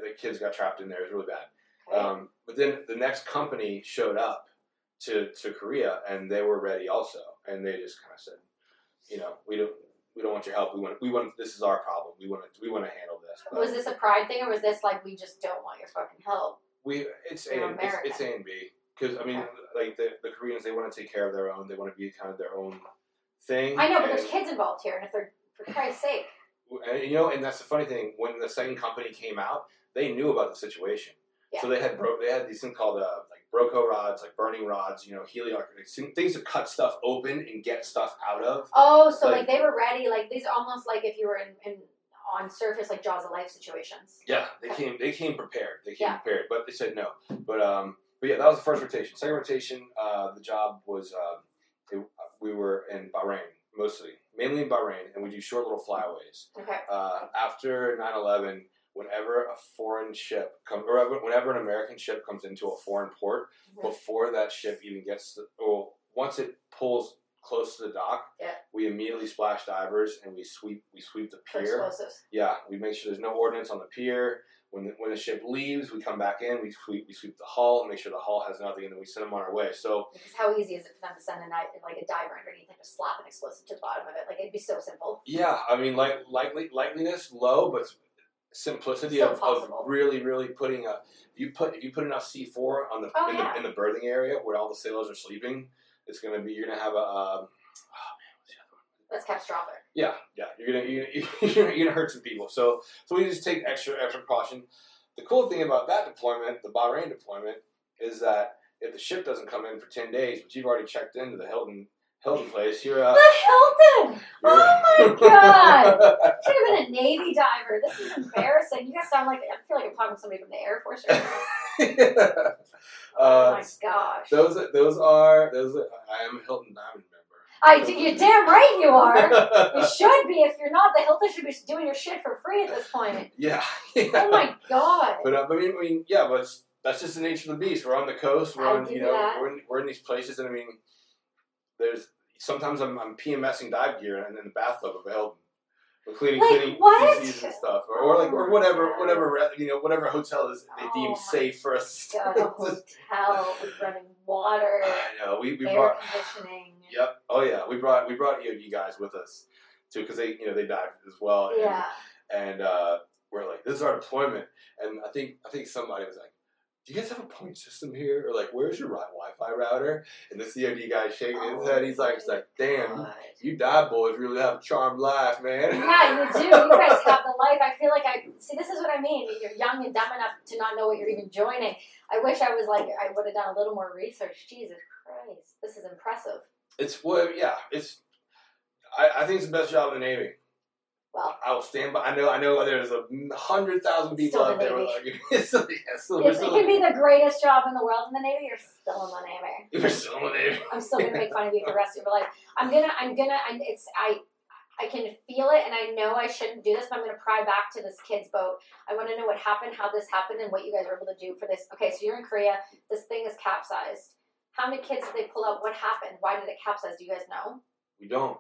[SPEAKER 2] the kids got trapped in there. It was really bad.
[SPEAKER 1] Okay.
[SPEAKER 2] Um, but then the next company showed up to, to Korea and they were ready also, and they just kind of said, you know, we don't we don't want your help. We want we want this is our problem. We want to we want to handle this. But
[SPEAKER 1] was this a pride thing or was this like we just don't want your fucking help?
[SPEAKER 2] we it's
[SPEAKER 1] You're
[SPEAKER 2] a and, it's, it's
[SPEAKER 1] American.
[SPEAKER 2] A and B because I mean like the, the Koreans they want to take care of their own. They want to be kind of their own thing.
[SPEAKER 1] I know, but
[SPEAKER 2] and-
[SPEAKER 1] there's kids involved here and if they're for Christ's sake.
[SPEAKER 2] And, you know, and that's the funny thing. When the second company came out, they knew about the situation. So they had bro- they had these things called uh, like broco rods, like burning rods, you know, heliocarpets, things to cut stuff open and get stuff out of.
[SPEAKER 1] Oh, so like,
[SPEAKER 2] Like-
[SPEAKER 1] they were ready, like these almost like if you were in, in on surface like Jaws of Life situations.
[SPEAKER 2] Yeah, they came they came prepared. They came
[SPEAKER 1] Yeah.
[SPEAKER 2] prepared, but they said no. But um, but yeah, that was the first rotation. Second rotation, uh, the job was um, it, we were in Bahrain mostly, mainly in Bahrain, and we do short little flyaways.
[SPEAKER 1] Okay.
[SPEAKER 2] uh, after 9-11 whenever a foreign ship comes or whenever an american ship comes into a foreign port
[SPEAKER 1] Mhm.
[SPEAKER 2] before that ship even gets to, or once it pulls close to the dock
[SPEAKER 1] Yeah.
[SPEAKER 2] we immediately splash divers and we sweep we sweep the
[SPEAKER 1] For
[SPEAKER 2] pier
[SPEAKER 1] explosives.
[SPEAKER 2] yeah we make sure there's no ordnance on the pier when the, when the ship leaves we come back in we sweep we sweep the hull and make sure the hull has nothing and then we send them on our way so
[SPEAKER 1] Because how easy is it for them to send a knife like a diver underneath and just slap an explosive to the bottom of it? Like it'd be so simple.
[SPEAKER 2] yeah i mean like lightly lightliness low but simplicity
[SPEAKER 1] So
[SPEAKER 2] of, of
[SPEAKER 1] possible.
[SPEAKER 2] really really putting a you put if you put enough C four on the,
[SPEAKER 1] Oh,
[SPEAKER 2] in
[SPEAKER 1] yeah.
[SPEAKER 2] the in the birthing area where all the sailors are sleeping, it's gonna be you're gonna have a um,
[SPEAKER 1] That's catastrophic.
[SPEAKER 2] yeah yeah you're gonna you're, [LAUGHS] you're, you're gonna hurt some people. So so we just take extra extra caution. The cool thing about that deployment, the Bahrain deployment, is that if the ship doesn't come in for ten days, but you've already checked into the Hilton Hilton place, you're uh,
[SPEAKER 1] The Hilton!
[SPEAKER 2] you're-
[SPEAKER 1] [LAUGHS]
[SPEAKER 2] [LAUGHS]
[SPEAKER 1] Oh my god! Should have been a Navy diver. This is embarrassing. You guys sound like I feel like I'm talking to somebody from the Air Force. Right now. oh
[SPEAKER 2] Uh,
[SPEAKER 1] my gosh!
[SPEAKER 2] Those those are those. Are, I am a Hilton Diamond member.
[SPEAKER 1] I d- you're damn right you are. You
[SPEAKER 2] are.
[SPEAKER 1] should be. If you're not, the Hilton should be doing your shit for free at this point.
[SPEAKER 2] [LAUGHS] yeah.
[SPEAKER 1] Oh
[SPEAKER 2] [LAUGHS]
[SPEAKER 1] my god!
[SPEAKER 2] But uh, but I mean, I mean, yeah, but it's- that's just the nature of the beast. We're on the coast. We're
[SPEAKER 1] I
[SPEAKER 2] on,
[SPEAKER 1] do
[SPEAKER 2] you know,
[SPEAKER 1] that.
[SPEAKER 2] we're in, we're in these places, and I mean, there's sometimes I'm, I'm PMSing dive gear and in the bathtub of Hilton. We're cleaning,
[SPEAKER 1] Like,
[SPEAKER 2] cleaning
[SPEAKER 1] what?
[SPEAKER 2] DCs and stuff, or, or like or whatever, whatever re- you know, whatever hotel is they
[SPEAKER 1] Oh
[SPEAKER 2] deem
[SPEAKER 1] my
[SPEAKER 2] safe for us.
[SPEAKER 1] God, a hotel with running
[SPEAKER 2] [SIGHS]
[SPEAKER 1] water,
[SPEAKER 2] [LAUGHS] I know. We we
[SPEAKER 1] air
[SPEAKER 2] brought.
[SPEAKER 1] conditioning.
[SPEAKER 2] Yep. Oh yeah, we brought we brought EOD guys with us too because they you know they dive as well. And,
[SPEAKER 1] Yeah.
[SPEAKER 2] and uh, we're like, this is our deployment. And I think I think somebody was like, do you guys have a point system here? Or like, where's your wi- Wi-Fi router? And the COD guy shaking his head. He's like, he's like, damn,
[SPEAKER 1] God.
[SPEAKER 2] you die boys really have a charmed life, man. [LAUGHS]
[SPEAKER 1] Yeah, you do. You guys have the life. I feel like I see. This is what I mean. You're young and dumb enough to not know what you're even joining. I wish I was like I would have done a little more research. Jesus Christ, this is impressive.
[SPEAKER 2] It's well, yeah, it's. I, I think it's the best job in the Navy.
[SPEAKER 1] Well,
[SPEAKER 2] I will stand by. I know. I know. There's a hundred thousand people
[SPEAKER 1] Still
[SPEAKER 2] out there. who
[SPEAKER 1] the
[SPEAKER 2] are Like, [LAUGHS] it's still, yeah, still, we're
[SPEAKER 1] it's, it
[SPEAKER 2] still,
[SPEAKER 1] can be the greatest job in the world in the Navy. You're still in the Navy.
[SPEAKER 2] we're still in the Navy. [LAUGHS]
[SPEAKER 1] I'm still gonna make fun of you for the rest of your life. I'm gonna. I'm gonna. I'm, it's I. I can feel it, and I know I shouldn't do this, but I'm going to pry back to this kid's boat. I want to know what happened, how this happened, and what you guys were able to do for this. Okay, so you're in Korea. This thing is capsized. How many kids did they pull out? What happened? Why did it capsize? Do you guys know?
[SPEAKER 2] We don't.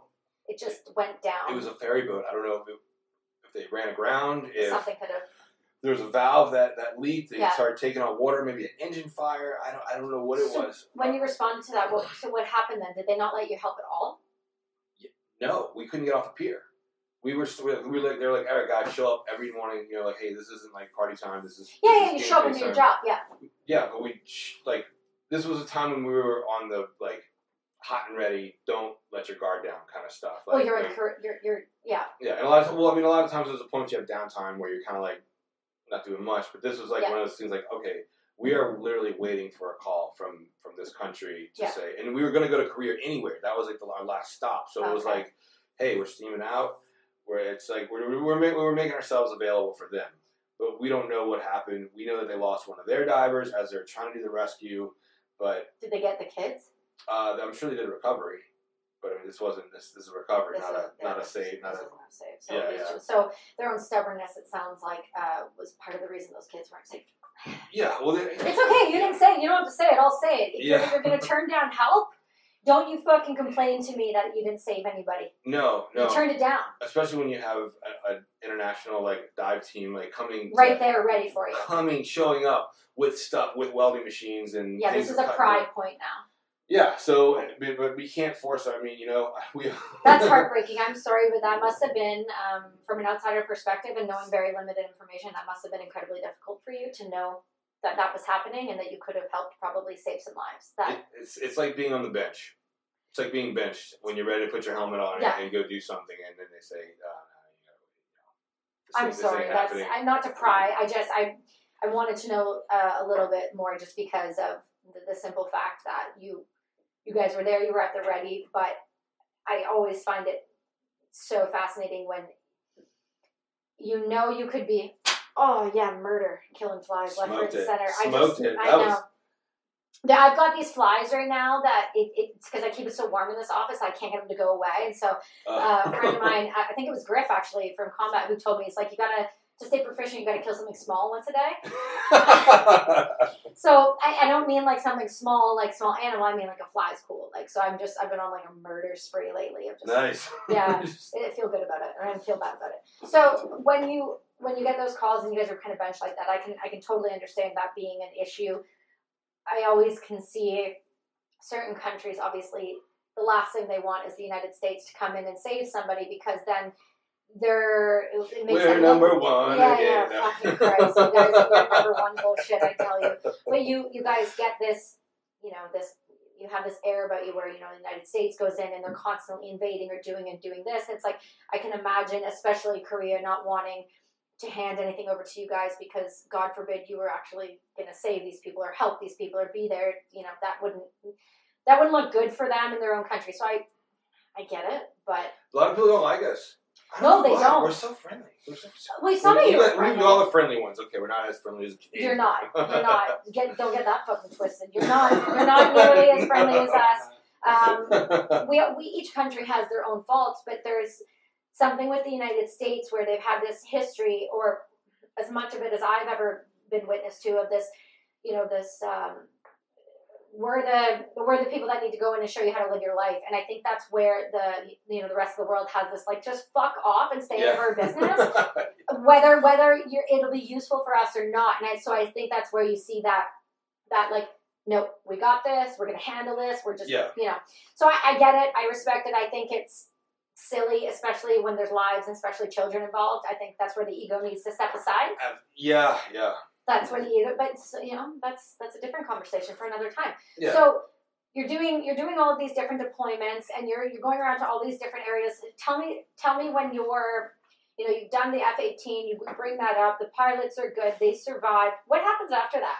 [SPEAKER 1] It just went
[SPEAKER 2] It
[SPEAKER 1] down.
[SPEAKER 2] was a ferry boat. I don't know if, it, if they ran aground. If
[SPEAKER 1] Something could have.
[SPEAKER 2] there was a valve that, that leaked. They
[SPEAKER 1] Yeah.
[SPEAKER 2] started taking on water, maybe an engine fire. I don't, I don't know what it
[SPEAKER 1] So
[SPEAKER 2] was.
[SPEAKER 1] When you responded to that, what, so what happened then? Did they not let you help at all?
[SPEAKER 2] no, we couldn't get off the pier. We were, we were like, they're like, all right, guys, show up every morning. You know, like, hey, this isn't like party time. This is
[SPEAKER 1] Yeah,
[SPEAKER 2] this
[SPEAKER 1] yeah,
[SPEAKER 2] is
[SPEAKER 1] you
[SPEAKER 2] game
[SPEAKER 1] show up
[SPEAKER 2] day
[SPEAKER 1] and do your
[SPEAKER 2] time."
[SPEAKER 1] job. Yeah.
[SPEAKER 2] Yeah, but we sh- like this was a time when we were on the like hot and ready, don't let your guard down kind of stuff. Like,
[SPEAKER 1] well, Oh, you're in
[SPEAKER 2] like,
[SPEAKER 1] Korea. You're, you're, yeah.
[SPEAKER 2] yeah, and a lot of well, I mean, a lot of times there's a point you have downtime where you're kind of like not doing much, but this was like
[SPEAKER 1] Yeah.
[SPEAKER 2] one of those things like okay, we are literally waiting for a call from from this country to
[SPEAKER 1] Yeah.
[SPEAKER 2] say, and we were going to go to Korea anywhere. That was like the, our last stop, so it was
[SPEAKER 1] Okay.
[SPEAKER 2] like, hey, we're steaming out. Where it's like we're we're, ma- we're making ourselves available for them, but we don't know what happened. We know that they lost one of their divers as they're trying to do the rescue, but
[SPEAKER 1] Did they get the kids?
[SPEAKER 2] uh, I'm sure they did a recovery. But I mean, this wasn't this. This is a recovery,
[SPEAKER 1] This
[SPEAKER 2] not
[SPEAKER 1] is-
[SPEAKER 2] a not a
[SPEAKER 1] this
[SPEAKER 2] save, not
[SPEAKER 1] is
[SPEAKER 2] a
[SPEAKER 1] not safe. So,
[SPEAKER 2] Yeah,
[SPEAKER 1] it's
[SPEAKER 2] yeah.
[SPEAKER 1] ju- so their own stubbornness, it sounds like, uh, was part of the reason those kids weren't safe.
[SPEAKER 2] yeah. Well, they,
[SPEAKER 1] It's okay. You didn't say it. You don't have to say it. I'll say it. If you're,
[SPEAKER 2] Yeah.
[SPEAKER 1] if you're going to turn down help, don't you fucking complain to me that you didn't save anybody.
[SPEAKER 2] no,
[SPEAKER 1] You
[SPEAKER 2] no.
[SPEAKER 1] turned it down
[SPEAKER 2] Especially when you have an international like dive team like coming to-
[SPEAKER 1] right there, ready for you.
[SPEAKER 2] coming, showing up with stuff with welding machines and
[SPEAKER 1] Yeah,
[SPEAKER 2] things
[SPEAKER 1] this is a
[SPEAKER 2] cut-
[SPEAKER 1] pride point now.
[SPEAKER 2] Yeah, so but- but we can't force. I mean, you know, [LAUGHS] we
[SPEAKER 1] That's heartbreaking. I'm sorry, but that must have been, um, from an outsider perspective and knowing very limited information, that must have been incredibly difficult for you to know that that was happening and that you could have helped probably save some lives. That
[SPEAKER 2] [LAUGHS] It- it's it's like being on the bench. It's like being benched when you're ready to put your helmet on
[SPEAKER 1] Yeah.
[SPEAKER 2] and, and go do something, and then they say, uh, you know, this
[SPEAKER 1] I'm
[SPEAKER 2] ain't- this
[SPEAKER 1] sorry.
[SPEAKER 2] ain't
[SPEAKER 1] That's
[SPEAKER 2] happening.
[SPEAKER 1] I'm not to pry. I just I I wanted to know uh, a little bit more just because of the, the simple fact that you you guys were there. You were at the ready, but I always find it so fascinating when you know you could be. Oh yeah, murder, killing flies left, right,
[SPEAKER 2] Smoked
[SPEAKER 1] and
[SPEAKER 2] it.
[SPEAKER 1] center. I
[SPEAKER 2] Smoked
[SPEAKER 1] just,
[SPEAKER 2] it.
[SPEAKER 1] I
[SPEAKER 2] That
[SPEAKER 1] know.
[SPEAKER 2] was-
[SPEAKER 1] Yeah, I've got these flies right now that it, it's because I keep it so warm in this office I can't get them to go away, and so uh, a friend of mine, I I think it was Griff actually from combat, who told me it's like you gotta to stay proficient, you gotta kill something small once a day. So I, I don't mean like something small, like small animal. I mean like a fly's cool. Like so, I'm just I've been on like a murder spree lately of
[SPEAKER 2] [LAUGHS]
[SPEAKER 1] just
[SPEAKER 2] nice.
[SPEAKER 1] Yeah. I feel good about it, or I didn't feel bad about it. So when you when you get those calls and you guys are kind of benched like that, I can I can totally understand that being an issue. I always can see certain countries. Obviously, the last thing they want is the United States to come in and save somebody because then they're it, it makes
[SPEAKER 2] We're
[SPEAKER 1] them
[SPEAKER 2] number
[SPEAKER 1] look-
[SPEAKER 2] one
[SPEAKER 1] Yeah,
[SPEAKER 2] again.
[SPEAKER 1] yeah, fucking Christ, you guys are number one bullshit. I tell you but you you guys get this you know this you have this air about you where you know the united states goes in and they're constantly invading or doing and doing this it's like i can imagine especially korea not wanting to hand anything over to you guys because god forbid you were actually going to save these people or help these people or be there you know that wouldn't that wouldn't look good for them in their own country so i i get it but
[SPEAKER 2] [LAUGHS] A lot of people don't like us. I
[SPEAKER 1] No,
[SPEAKER 2] don't know
[SPEAKER 1] they
[SPEAKER 2] why.
[SPEAKER 1] don't.
[SPEAKER 2] We're so friendly. We're so, so
[SPEAKER 1] wait some of you
[SPEAKER 2] we,
[SPEAKER 1] are
[SPEAKER 2] we, we
[SPEAKER 1] friendly.
[SPEAKER 2] all the friendly ones. Okay, we're not as friendly as
[SPEAKER 1] You're not.
[SPEAKER 2] [LAUGHS]
[SPEAKER 1] You're not. Get, don't get that fucking twisted. You're not. You're not nearly as friendly as us. Um, we, we each country has their own faults, but there's something with the United States where they've had this history, or as much of it as I've ever been witness to, of this, you know, this um, we're the we're the people that need to go in and show you how to live your life, and I think that's where the you know the rest of the world has this like just fuck off and stay out of our business whether whether you're, it'll be useful for us or not. And I, so I think that's where you see that that like, nope, we got this. We're gonna handle this. We're just
[SPEAKER 2] Yeah.
[SPEAKER 1] you know. So I, I get it. I respect it. I think it's silly, especially when there's lives and especially children involved. I think that's where the ego needs to step aside.
[SPEAKER 2] Uh, yeah, yeah,
[SPEAKER 1] That's where the ego. But so, you know, that's that's a different conversation for another time.
[SPEAKER 2] yeah.
[SPEAKER 1] So you're doing you're doing all of these different deployments, and you're you're going around to all these different areas. Tell me tell me when you're you know you've done the F eighteen, you bring that up. The pilots are good; they survive. What happens after that?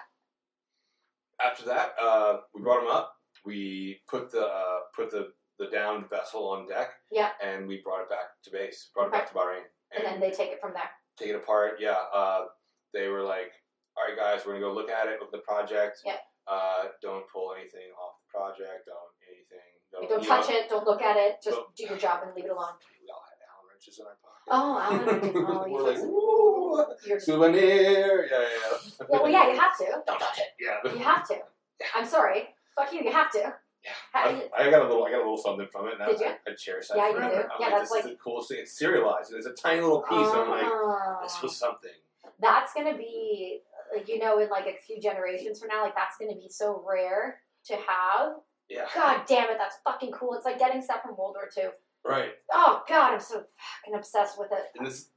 [SPEAKER 2] after that, uh, we brought him up. We put the uh, put the the downed vessel on deck.
[SPEAKER 1] Yeah.
[SPEAKER 2] And we brought it back to base. Brought it back to Bahrain.
[SPEAKER 1] And then they take it from there.
[SPEAKER 2] take it apart. Yeah. Uh, they were like, "All right, guys, we're gonna go look at it, look at the project.
[SPEAKER 1] Yeah.
[SPEAKER 2] Uh, don't pull anything off the project. Don't anything. Don't,
[SPEAKER 1] You don't
[SPEAKER 2] you
[SPEAKER 1] touch
[SPEAKER 2] know,
[SPEAKER 1] it. Don't look at it. Just
[SPEAKER 2] Well-
[SPEAKER 1] do your job and leave it alone.
[SPEAKER 2] [LAUGHS] We all had Allen wrenches in our pocket.
[SPEAKER 1] Oh, Allen wrenches.
[SPEAKER 2] [LAUGHS]
[SPEAKER 1] Oh, you
[SPEAKER 2] we're like,
[SPEAKER 1] fucking-
[SPEAKER 2] "Ooh,
[SPEAKER 1] You're, yeah,
[SPEAKER 2] souvenir. Yeah, yeah. yeah.
[SPEAKER 1] well, yeah, you have to.
[SPEAKER 2] Don't touch it. Yeah.
[SPEAKER 1] You
[SPEAKER 2] [LAUGHS]
[SPEAKER 1] have to. I'm sorry. Fuck you. You have to.
[SPEAKER 2] Yeah.
[SPEAKER 1] How do
[SPEAKER 2] I,
[SPEAKER 1] you-
[SPEAKER 2] I got a little, I got a little something from it, and I,
[SPEAKER 1] Did you?
[SPEAKER 2] I, I cherish that
[SPEAKER 1] Yeah, you
[SPEAKER 2] forever.
[SPEAKER 1] do.
[SPEAKER 2] I'm
[SPEAKER 1] Yeah,
[SPEAKER 2] like,
[SPEAKER 1] that's
[SPEAKER 2] this is
[SPEAKER 1] like-
[SPEAKER 2] the coolest thing. It's serialized, and it's a tiny little piece. and I'm like,
[SPEAKER 1] Ah.
[SPEAKER 2] this was something.
[SPEAKER 1] that's gonna be like you know in like a few generations from now like that's gonna be so rare to have
[SPEAKER 2] Yeah,
[SPEAKER 1] god damn it that's fucking cool it's like getting stuff from world war ii
[SPEAKER 2] right.
[SPEAKER 1] oh god i'm so fucking obsessed with it
[SPEAKER 2] And this,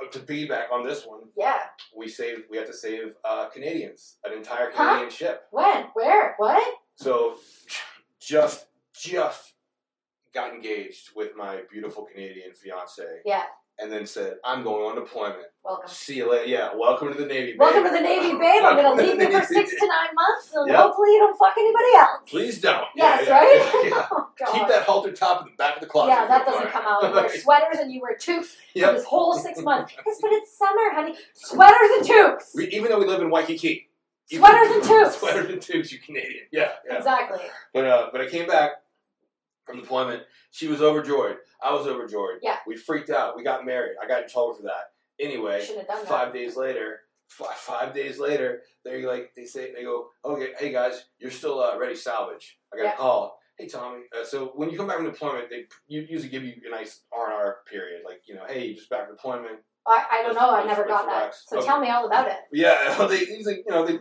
[SPEAKER 2] uh, to piggyback on this one,
[SPEAKER 1] yeah
[SPEAKER 2] we saved. We had to save uh, Canadians, an entire
[SPEAKER 1] Huh?
[SPEAKER 2] Canadian ship.
[SPEAKER 1] when where what
[SPEAKER 2] So, just, just got engaged with my beautiful Canadian fiance,
[SPEAKER 1] yeah
[SPEAKER 2] and then said, "I'm going on deployment.
[SPEAKER 1] welcome
[SPEAKER 2] See you later. Yeah, welcome to the Navy. Babe.
[SPEAKER 1] welcome to the navy babe i'm gonna
[SPEAKER 2] Welcome to
[SPEAKER 1] leave
[SPEAKER 2] the
[SPEAKER 1] you for
[SPEAKER 2] [LAUGHS] Navy,
[SPEAKER 1] six to
[SPEAKER 2] babe.
[SPEAKER 1] nine months and
[SPEAKER 2] Yep.
[SPEAKER 1] hopefully you don't fuck anybody else
[SPEAKER 2] Please don't.
[SPEAKER 1] [LAUGHS] yes
[SPEAKER 2] yeah, yeah,
[SPEAKER 1] right
[SPEAKER 2] yeah, yeah.
[SPEAKER 1] [LAUGHS] oh god
[SPEAKER 2] Keep that halter top in the back of the closet.
[SPEAKER 1] yeah, that
[SPEAKER 2] You're
[SPEAKER 1] doesn't
[SPEAKER 2] fine.
[SPEAKER 1] come out.
[SPEAKER 2] [LAUGHS]
[SPEAKER 1] You wear sweaters and you wear toques for
[SPEAKER 2] yep.
[SPEAKER 1] this whole six
[SPEAKER 2] [LAUGHS]
[SPEAKER 1] months. Yes, but it's summer, honey. Sweaters and toques.
[SPEAKER 2] We, even though we live in Waikiki. you- [LAUGHS]
[SPEAKER 1] Sweaters and toques.
[SPEAKER 2] Sweaters and tubes, you Canadian. Yeah, yeah.
[SPEAKER 1] Exactly.
[SPEAKER 2] But uh, but I came back, from deployment. She was overjoyed. I was overjoyed.
[SPEAKER 1] Yeah.
[SPEAKER 2] We freaked out. We got married. I got in trouble for that. Anyway,
[SPEAKER 1] Shouldn't have done that.
[SPEAKER 2] five days later, five, five days later, they like they say they go, okay, hey guys, you're still uh, ready salvage. I got
[SPEAKER 1] Yeah.
[SPEAKER 2] a call. Hey Tommy, uh, so when you come back from deployment, they you usually give you a nice R and R period, like you know, hey, you just back from deployment.
[SPEAKER 1] I, I don't know. I
[SPEAKER 2] Let's-
[SPEAKER 1] never
[SPEAKER 2] let's
[SPEAKER 1] got that.
[SPEAKER 2] relax.
[SPEAKER 1] So
[SPEAKER 2] Okay.
[SPEAKER 1] tell me all about it.
[SPEAKER 2] Yeah, [LAUGHS] they he's like, you know they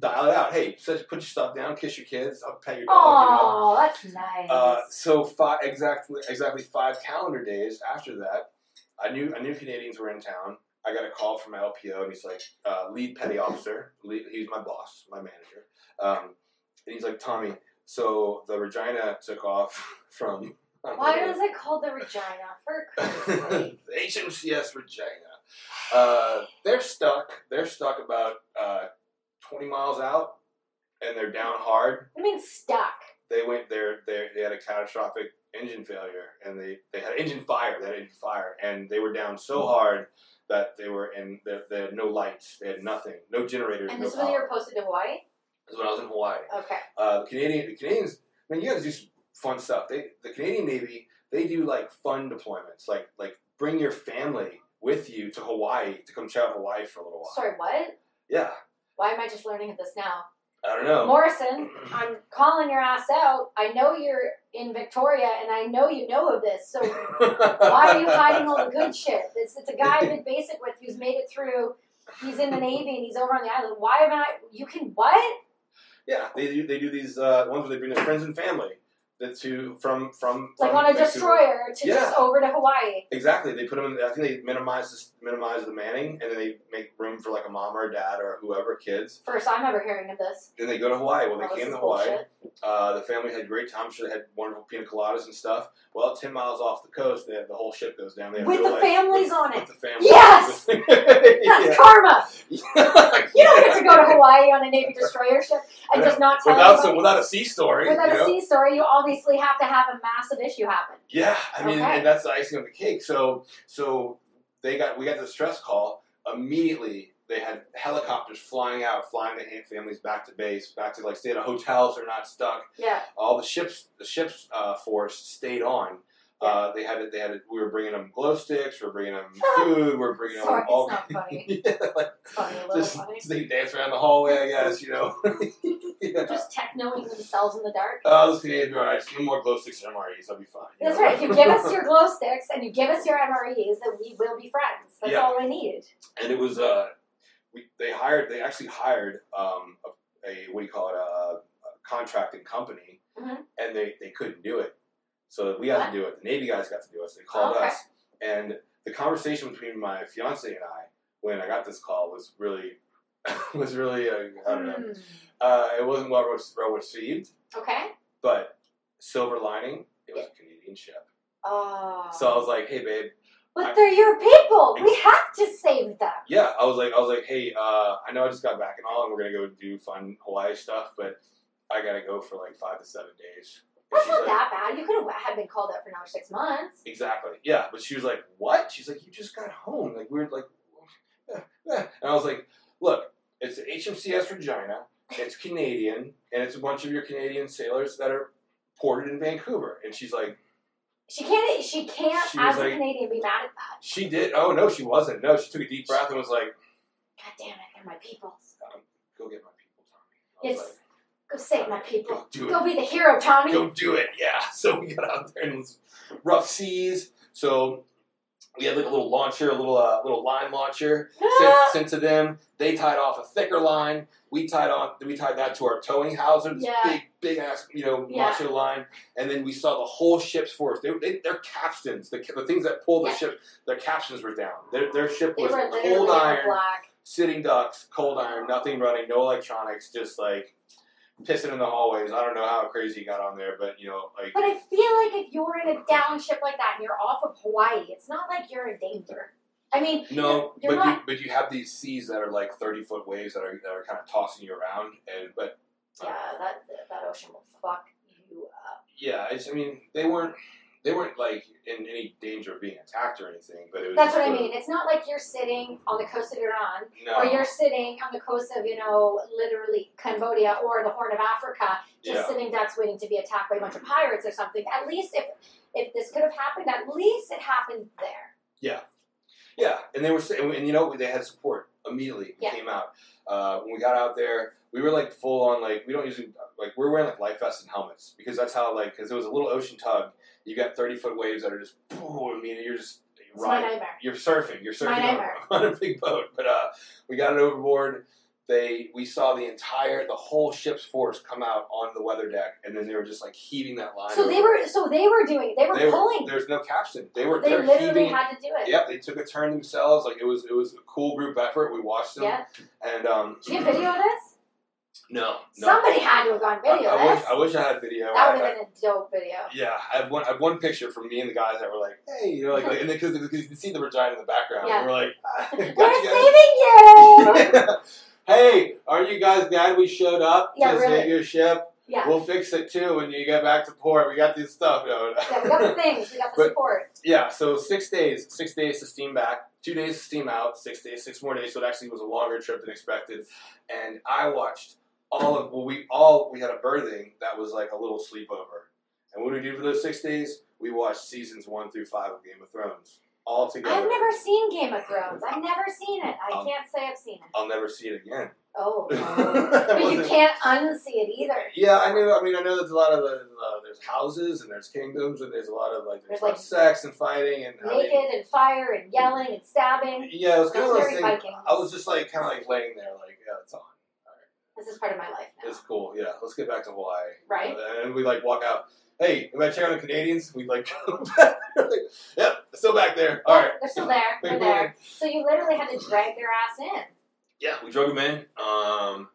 [SPEAKER 2] dial it out. Hey, set- put your stuff down, kiss your kids, I'll pet your dog. you know?
[SPEAKER 1] Oh, that's nice.
[SPEAKER 2] Uh, so five exactly exactly five calendar days after that, I knew I knew Canadians were in town. I got a call from my LPO, and he's like, uh, lead petty officer. Lead, he's my boss, my manager, um, and he's like, Tommy. So the Regina took off [LAUGHS] from. [LAUGHS]
[SPEAKER 1] Why was it called the Regina? For Christ's sake.
[SPEAKER 2] HMCS Regina. Uh, they're stuck. They're stuck about uh, 20 miles out, and they're down hard
[SPEAKER 1] I mean, stuck.
[SPEAKER 2] they went there they they had a catastrophic engine failure and they they had engine fire they had engine fire and they were down so
[SPEAKER 1] Hmm.
[SPEAKER 2] hard that they were in they, they had no lights they had nothing no generators
[SPEAKER 1] And
[SPEAKER 2] no
[SPEAKER 1] this was
[SPEAKER 2] power
[SPEAKER 1] when you were posted to Hawaii?
[SPEAKER 2] This is when I was in Hawaii
[SPEAKER 1] Okay.
[SPEAKER 2] uh, the Canadian the Canadians I mean you guys do some fun stuff they the Canadian Navy they do like fun deployments like like bring your family with you to Hawaii to come check out Hawaii for a little while
[SPEAKER 1] Sorry, what?
[SPEAKER 2] yeah
[SPEAKER 1] Why am I just learning this now?
[SPEAKER 2] I don't know [LAUGHS] [CLEARS THROAT]
[SPEAKER 1] Morrison, I'm calling your ass out. I know you're in Victoria and I know you know of this, so why are you hiding all the
[SPEAKER 2] [LAUGHS]
[SPEAKER 1] good shit? It's, it's a guy I've been basic with who's made it through. He's in the Navy and he's over on the island. Why am I? You can what?
[SPEAKER 2] Yeah, they do. They do these uh, ones where they bring their friends and family that to from from
[SPEAKER 1] Like
[SPEAKER 2] from
[SPEAKER 1] on a
[SPEAKER 2] Vancouver.
[SPEAKER 1] destroyer to just
[SPEAKER 2] Yeah.
[SPEAKER 1] over to Hawaii.
[SPEAKER 2] Exactly, they put them. In, I think they minimize this, minimize the Manning, and then they make room for like a mom or a dad or whoever kids.
[SPEAKER 1] First time ever hearing of this.
[SPEAKER 2] Then they go to Hawaii. Well,
[SPEAKER 1] Oh,
[SPEAKER 2] they
[SPEAKER 1] this
[SPEAKER 2] came
[SPEAKER 1] is
[SPEAKER 2] to Hawaii. [LAUGHS]
[SPEAKER 1] bullshit.
[SPEAKER 2] Uh, the family had a great time. I'm sure they had wonderful pina coladas and stuff. Well, ten miles off the coast, they have, the whole ship goes down. They have
[SPEAKER 1] With
[SPEAKER 2] no
[SPEAKER 1] the
[SPEAKER 2] lights.
[SPEAKER 1] families
[SPEAKER 2] With-
[SPEAKER 1] on
[SPEAKER 2] with
[SPEAKER 1] it.
[SPEAKER 2] The family. [LAUGHS]
[SPEAKER 1] Yes! That's
[SPEAKER 2] yeah.
[SPEAKER 1] karma. You don't get to go to
[SPEAKER 2] [LAUGHS] Yeah.
[SPEAKER 1] Hawaii on a Navy destroyer ship and just not tell
[SPEAKER 2] without
[SPEAKER 1] anybody.
[SPEAKER 2] some, without a sea story.
[SPEAKER 1] Without
[SPEAKER 2] you know?
[SPEAKER 1] a sea story, you obviously have to have a massive issue happen.
[SPEAKER 2] Yeah, I mean,
[SPEAKER 1] Okay.
[SPEAKER 2] and that's the icing on the cake. So, so they got we got the stress call immediately. They had helicopters flying out, flying the hand families back to base, back to like stay in a hotel so they're not stuck.
[SPEAKER 1] Yeah.
[SPEAKER 2] All the ships, the ships uh, force stayed on. Uh, they had, they had. We were bringing them glow sticks. We are bringing
[SPEAKER 1] [LAUGHS]
[SPEAKER 2] them food. We are bringing
[SPEAKER 1] Sorry,
[SPEAKER 2] them all.
[SPEAKER 1] it's not funny.
[SPEAKER 2] [LAUGHS] yeah, like
[SPEAKER 1] It's funny, a little
[SPEAKER 2] just
[SPEAKER 1] funny.
[SPEAKER 2] they dance around the hallway. I guess you
[SPEAKER 1] [LAUGHS]
[SPEAKER 2] know. yeah.
[SPEAKER 1] Just technoing themselves in the dark.
[SPEAKER 2] Oh, this is gonna be all right. Just give me more glow sticks and MREs. I'll be fine. you
[SPEAKER 1] That's
[SPEAKER 2] know?
[SPEAKER 1] right. If you give us your glow sticks and you give us your MREs, then we will be friends. That's
[SPEAKER 2] Yeah.
[SPEAKER 1] all we need.
[SPEAKER 2] and it was uh, we they hired they actually hired um a, a what do you call it a, a contracting company,
[SPEAKER 1] Mhm.
[SPEAKER 2] and they they couldn't do it, so we got
[SPEAKER 1] What?
[SPEAKER 2] to do it. The Navy guys got to do it. So they called
[SPEAKER 1] Okay.
[SPEAKER 2] us, and the conversation between my fiance and I when I got this call was really [LAUGHS] was really uh, I don't
[SPEAKER 1] Mm.
[SPEAKER 2] know. Uh, it wasn't well re- well received,
[SPEAKER 1] Hmm. Okay.
[SPEAKER 2] but silver lining. It was a Canadian ship.
[SPEAKER 1] Oh.
[SPEAKER 2] So I was like, hey, babe.
[SPEAKER 1] but they're your people. We
[SPEAKER 2] Ex-
[SPEAKER 1] have to save them.
[SPEAKER 2] Yeah, I was like, I was like, hey, uh, I know I just got back and all, and we're gonna go do fun Hawaii stuff, but I gotta go for like five to seven days. And
[SPEAKER 1] That's
[SPEAKER 2] she's
[SPEAKER 1] not
[SPEAKER 2] like,
[SPEAKER 1] that bad. You could have had been called up for another six months.
[SPEAKER 2] exactly, yeah. But she was like, what? She's like, you just got home, like we are like, [LAUGHS] eh, eh. and I was like, look, it's HMCS Regina, it's Canadian, and it's a bunch of your Canadian sailors that are ported in Vancouver, and she's like.
[SPEAKER 1] She can't. She can't,
[SPEAKER 2] She was
[SPEAKER 1] as a
[SPEAKER 2] like-
[SPEAKER 1] Canadian, be mad at that.
[SPEAKER 2] She did. Oh no, she wasn't. No, she took a deep breath and was like,
[SPEAKER 1] God damn it! They're my people.
[SPEAKER 2] "Go get my people, Tommy." I
[SPEAKER 1] Yes.
[SPEAKER 2] was
[SPEAKER 1] Go save my
[SPEAKER 2] like,
[SPEAKER 1] people.
[SPEAKER 2] "Go do it."
[SPEAKER 1] Go be the hero,
[SPEAKER 2] [LAUGHS]
[SPEAKER 1] Tommy. [LAUGHS]
[SPEAKER 2] go do it. Yeah. So we got out there and it was rough seas. So we had like a little launcher, a little uh, little line launcher sent,
[SPEAKER 1] Ah!
[SPEAKER 2] sent to them. They tied off a thicker line. We tied on. We tied that to our towing hauser, this
[SPEAKER 1] Yeah.
[SPEAKER 2] big big ass you know
[SPEAKER 1] Yeah.
[SPEAKER 2] macho line. And then we saw the whole ship's force. They, they, their capstans, the, ca- the things that pull the
[SPEAKER 1] Yeah.
[SPEAKER 2] ship, their capstans were down. Their, their ship
[SPEAKER 1] they
[SPEAKER 2] was
[SPEAKER 1] were literally
[SPEAKER 2] cold
[SPEAKER 1] in
[SPEAKER 2] iron,
[SPEAKER 1] the black.
[SPEAKER 2] sitting ducks, cold iron, nothing running, no electronics, just like pissing in the hallways. I don't know how crazy it got on there, but you know, like
[SPEAKER 1] But I feel like if you're in a down ship like that and you're off of Hawaii, it's not like you're in danger. I mean,
[SPEAKER 2] no,
[SPEAKER 1] you're,
[SPEAKER 2] but
[SPEAKER 1] you're
[SPEAKER 2] you, but you have these seas that are like thirty foot waves that are that are kind of tossing you around, and but
[SPEAKER 1] not. Yeah, that that ocean will fuck you up.
[SPEAKER 2] yeah, it's I mean they weren't. they weren't like in any danger of being attacked or anything, but it was.
[SPEAKER 1] That's
[SPEAKER 2] just
[SPEAKER 1] what I
[SPEAKER 2] sort
[SPEAKER 1] mean. It's not like you're sitting on the coast of Iran
[SPEAKER 2] of- No.
[SPEAKER 1] or you're sitting on the coast of, you know, literally Cambodia or the Horn of Africa, just
[SPEAKER 2] Yeah.
[SPEAKER 1] sitting ducks waiting to be attacked by a bunch of pirates or something. At least if if this could have happened, at least it happened there.
[SPEAKER 2] Yeah, and they were sa- and you know they had support immediately. We
[SPEAKER 1] Yeah.
[SPEAKER 2] came out uh, when we got out there. We were like full on like we don't usually like we're wearing like life vests and helmets because that's how like because it was a little ocean tug. You got thirty foot waves that are just boom. I mean you're just
[SPEAKER 1] It's my
[SPEAKER 2] riding.
[SPEAKER 1] nightmare.
[SPEAKER 2] You're surfing. You're
[SPEAKER 1] my
[SPEAKER 2] surfing on,
[SPEAKER 1] nightmare.
[SPEAKER 2] [LAUGHS] on a big boat. But uh, we got it overboard. They we saw the entire the whole ship's force come out on the weather deck, and then they were just like heaving that line.
[SPEAKER 1] So they
[SPEAKER 2] over.
[SPEAKER 1] were so they were doing they were
[SPEAKER 2] They
[SPEAKER 1] pulling.
[SPEAKER 2] There's no caption. They were
[SPEAKER 1] they
[SPEAKER 2] they're
[SPEAKER 1] literally
[SPEAKER 2] heaving
[SPEAKER 1] had to do it.
[SPEAKER 2] Yep, they took a turn themselves. Like it was, it was a cool group effort. We watched them,
[SPEAKER 1] Yeah.
[SPEAKER 2] and um,
[SPEAKER 1] Did you video this?
[SPEAKER 2] no, no.
[SPEAKER 1] Somebody had to have gone
[SPEAKER 2] I,
[SPEAKER 1] video
[SPEAKER 2] I wish,
[SPEAKER 1] this.
[SPEAKER 2] I wish I had video.
[SPEAKER 1] that would
[SPEAKER 2] I-
[SPEAKER 1] have been a dope video.
[SPEAKER 2] [LAUGHS] yeah, I have one. I have one picture from me and the guys that were like, "Hey," you know,
[SPEAKER 1] [LAUGHS]
[SPEAKER 2] like, like and because because you can see the vagina in the background,
[SPEAKER 1] Yeah.
[SPEAKER 2] we were like, ah, [LAUGHS] "Got
[SPEAKER 1] We're
[SPEAKER 2] you guys."
[SPEAKER 1] saving you.
[SPEAKER 2] [LAUGHS] hey, aren't you guys glad we showed up
[SPEAKER 1] Yeah,
[SPEAKER 2] to
[SPEAKER 1] really.
[SPEAKER 2] save your ship?
[SPEAKER 1] yeah.
[SPEAKER 2] We'll fix it too when you get back to port. We got this stuff. No, no.
[SPEAKER 1] yeah, we got the things, we got the
[SPEAKER 2] But-
[SPEAKER 1] support.
[SPEAKER 2] Yeah, so six days, six days to steam back, two days to steam out, six days, six more days. So it actually was a longer trip than expected. And I watched all of well, we all we had a birthing that was like a little sleepover. And what did we do for those six days? We watched seasons one through five of Game of Thrones all together.
[SPEAKER 1] I've never seen Game of Thrones. I've never seen it. I
[SPEAKER 2] Um,
[SPEAKER 1] can't say I've seen it.
[SPEAKER 2] I'll never see it again.
[SPEAKER 1] Oh.
[SPEAKER 2] [LAUGHS] It
[SPEAKER 1] [LAUGHS] but you
[SPEAKER 2] wasn't-
[SPEAKER 1] can't unsee it either.
[SPEAKER 2] yeah, I knew. I mean, I know there's a lot of the, uh, there's houses and there's kingdoms and there's a lot of like there's,
[SPEAKER 1] There's,
[SPEAKER 2] a lot of
[SPEAKER 1] like,
[SPEAKER 2] sex and fighting and I mean,
[SPEAKER 1] Naked and fire and yelling and stabbing.
[SPEAKER 2] yeah, it was kind of those
[SPEAKER 1] Very
[SPEAKER 2] things.
[SPEAKER 1] Viking.
[SPEAKER 2] I was just like kind of like laying there like yeah, it's on.
[SPEAKER 1] This is part of my life now.
[SPEAKER 2] It's cool. Yeah, let's get back to Hawaii.
[SPEAKER 1] Right?
[SPEAKER 2] Uh, and we like walk out. Hey, am I cheering on the Canadians? We like, [LAUGHS] back. yep, still back there. All right.
[SPEAKER 1] They're still there.
[SPEAKER 2] Wait,
[SPEAKER 1] They're
[SPEAKER 2] wait.
[SPEAKER 1] there. So you literally had to drag their ass in.
[SPEAKER 2] Yeah, we drug them in. Um,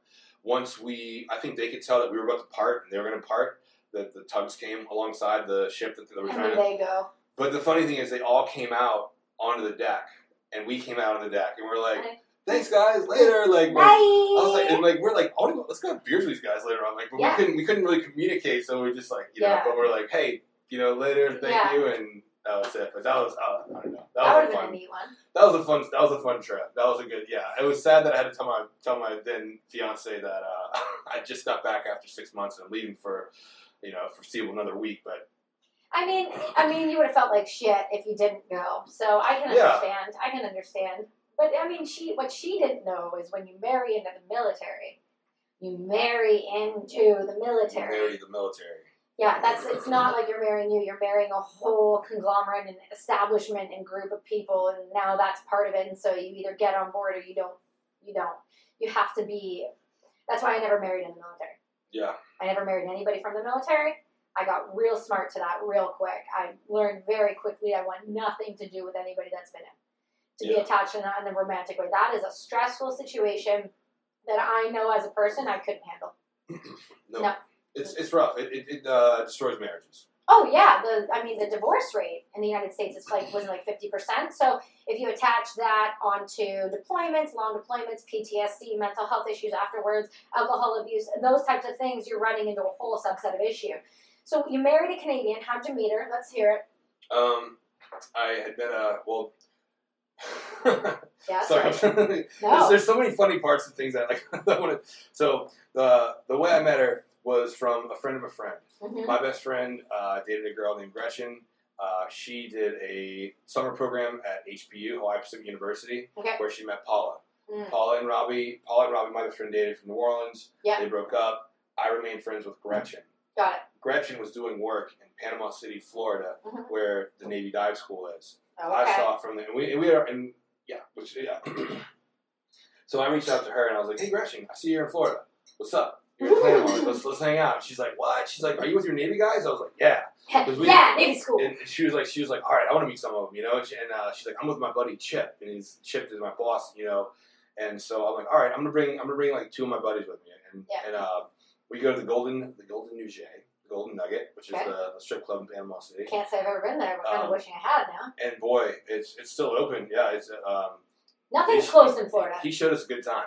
[SPEAKER 2] once we, I think they could tell that we were about to part, and they were going to part. That the tugs came alongside the ship that they were
[SPEAKER 1] And
[SPEAKER 2] trying
[SPEAKER 1] there
[SPEAKER 2] to
[SPEAKER 1] they go.
[SPEAKER 2] But the funny thing is, they all came out onto the deck, and we came out on the deck, and we're like,
[SPEAKER 1] Okay.
[SPEAKER 2] "Thanks, guys, later." Like,
[SPEAKER 1] Bye.
[SPEAKER 2] we're- I was
[SPEAKER 1] [LAUGHS]
[SPEAKER 2] like, and like we're like, "Oh, let's go have beers with these guys later on." Like, but
[SPEAKER 1] Yeah.
[SPEAKER 2] we couldn't, we couldn't really communicate, so we are just like, you know,
[SPEAKER 1] Yeah.
[SPEAKER 2] but we're like, "Hey, you know, later, thank
[SPEAKER 1] Yeah.
[SPEAKER 2] you," and that was it. But that was, uh, I don't know, that,
[SPEAKER 1] that would
[SPEAKER 2] was a
[SPEAKER 1] have been a
[SPEAKER 2] fun.
[SPEAKER 1] neat one.
[SPEAKER 2] That was a fun. That was a fun trip. That was a good. Yeah, it was sad that I had to tell my tell my then fiance that uh, [LAUGHS] I just got back after six months and I'm leaving for, you know, foreseeable another week. But
[SPEAKER 1] I mean, I mean, you would have felt like shit if you didn't go. So I can
[SPEAKER 2] Yeah.
[SPEAKER 1] understand. I can understand. But I mean, she what she didn't know is when you marry into the military, you marry into the
[SPEAKER 2] we
[SPEAKER 1] military.
[SPEAKER 2] married the military.
[SPEAKER 1] Yeah, that's it's not like you're marrying you. You're marrying a whole conglomerate and establishment and group of people, and now that's part of it. And so you either get on board or you don't. You don't. You have to be. That's why I never married in the military.
[SPEAKER 2] Yeah.
[SPEAKER 1] I never married anybody from the military. I got real smart to that real quick. I learned very quickly I want nothing to do with anybody that's been in. To
[SPEAKER 2] Yeah.
[SPEAKER 1] be attached in a, in a romantic way. That is a stressful situation that I know as a person I couldn't handle.
[SPEAKER 2] No.
[SPEAKER 1] No.
[SPEAKER 2] It's, it's rough. It, it, it uh, destroys marriages.
[SPEAKER 1] Oh yeah, the I mean the divorce rate in the United States is like was like fifty percent. So if you attach that onto deployments, long deployments, PTSD, mental health issues afterwards, alcohol abuse, those types of things, you're running into a whole subset of issue. So you married a Canadian. How'd you meet her? Let's hear it.
[SPEAKER 2] Um, I had been a well. [LAUGHS]
[SPEAKER 1] Yeah.
[SPEAKER 2] sorry, [LAUGHS]
[SPEAKER 1] No.
[SPEAKER 2] there's so many funny parts and things that like [LAUGHS] I want to. So the the way I met her was from a friend of a friend.
[SPEAKER 1] Mhm.
[SPEAKER 2] My best friend uh, dated a girl named Gretchen. Uh, she did a summer program at HBU, Hawaii Pacific University,
[SPEAKER 1] Okay.
[SPEAKER 2] where she met Paula.
[SPEAKER 1] Mm.
[SPEAKER 2] Paula and Robbie, Paula and Robbie, my best friend dated from New Orleans.
[SPEAKER 1] Yeah.
[SPEAKER 2] They broke up. I remained friends with Gretchen.
[SPEAKER 1] Got it.
[SPEAKER 2] Gretchen was doing work in Panama City, Florida,
[SPEAKER 1] Mhm.
[SPEAKER 2] where the Navy dive school is.
[SPEAKER 1] Oh,
[SPEAKER 2] I
[SPEAKER 1] okay. [LAUGHS]
[SPEAKER 2] saw it from there, and we, and we are, and yeah, which yeah. [CLEARS THROAT] so I reached out to her and I was like, "Hey, Gretchen, I see you're in Florida. What's up? You're in Panama. Let's let's hang out." She's like, "What?" She's like, "Are you with your Navy guys?" I was like, "Yeah." Because we-
[SPEAKER 1] yeah, Navy school.
[SPEAKER 2] And she was like, "She was like, all right, I want to meet some of them, you know." And, she, and uh, she's like, "I'm with my buddy Chip, and he's Chip is my boss, you know." And so I'm like, "All right, I'm gonna bring I'm gonna bring like two of my buddies with me." And
[SPEAKER 1] Yeah.
[SPEAKER 2] and uh, we go to the Golden the Golden Nugget, the Golden Nugget, which is
[SPEAKER 1] Okay.
[SPEAKER 2] the, the strip club in Panama City.
[SPEAKER 1] Can't say I've ever been there, but kind
[SPEAKER 2] Um,
[SPEAKER 1] of wishing I had now.
[SPEAKER 2] And boy, it's it's still open. Yeah, it's um,
[SPEAKER 1] Nothing's
[SPEAKER 2] He-
[SPEAKER 1] close in Florida.
[SPEAKER 2] He showed us a good time.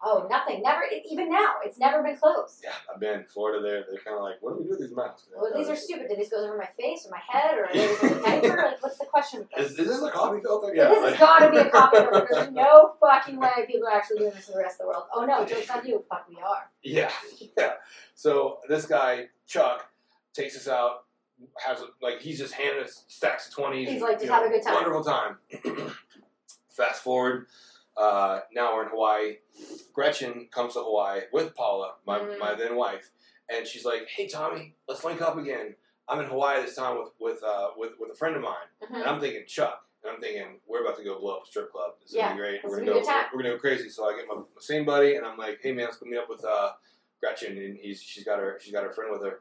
[SPEAKER 1] Oh, nothing. Never. it- Even now, it's never been close.
[SPEAKER 2] Yeah, I've been in Florida. There, they're kind of like, what do we do with these masks?
[SPEAKER 1] Well, these are stupid. Did these go over my face or my head or are they over
[SPEAKER 2] [LAUGHS]
[SPEAKER 1] the diaper? Like, what's the question? with this?
[SPEAKER 2] Is, is this a coffee filter? Yeah.
[SPEAKER 1] This has got
[SPEAKER 2] [LAUGHS]
[SPEAKER 1] to be a copy number. There's no fucking way people are actually doing this in the rest of the world. Oh no, joke's on you. Fuck, we are.
[SPEAKER 2] Yeah, [LAUGHS] yeah. So this guy Chuck takes us out. Has like he's just handing us stacks of twenties.
[SPEAKER 1] He's like, just have a good time.
[SPEAKER 2] Wonderful time. [CLEARS THROAT] Fast forward. Uh, now we're in Hawaii. Gretchen comes to Hawaii with Paula, my,
[SPEAKER 1] Mm.
[SPEAKER 2] my then wife, and she's like, "Hey Tommy, let's link up again. I'm in Hawaii this time with with uh, with, with a friend of mine."
[SPEAKER 1] Mhm.
[SPEAKER 2] And I'm thinking Chuck. And I'm thinking we're about to go blow up a strip club. This is
[SPEAKER 1] Yeah,
[SPEAKER 2] gonna be great.
[SPEAKER 1] this
[SPEAKER 2] We're
[SPEAKER 1] will
[SPEAKER 2] gonna
[SPEAKER 1] be
[SPEAKER 2] go.
[SPEAKER 1] a good time.
[SPEAKER 2] We're gonna go crazy. So I get my, my same buddy, and I'm like, hey man, let's go meet up with uh, Gretchen. And he's she's got her she's got her friend with her,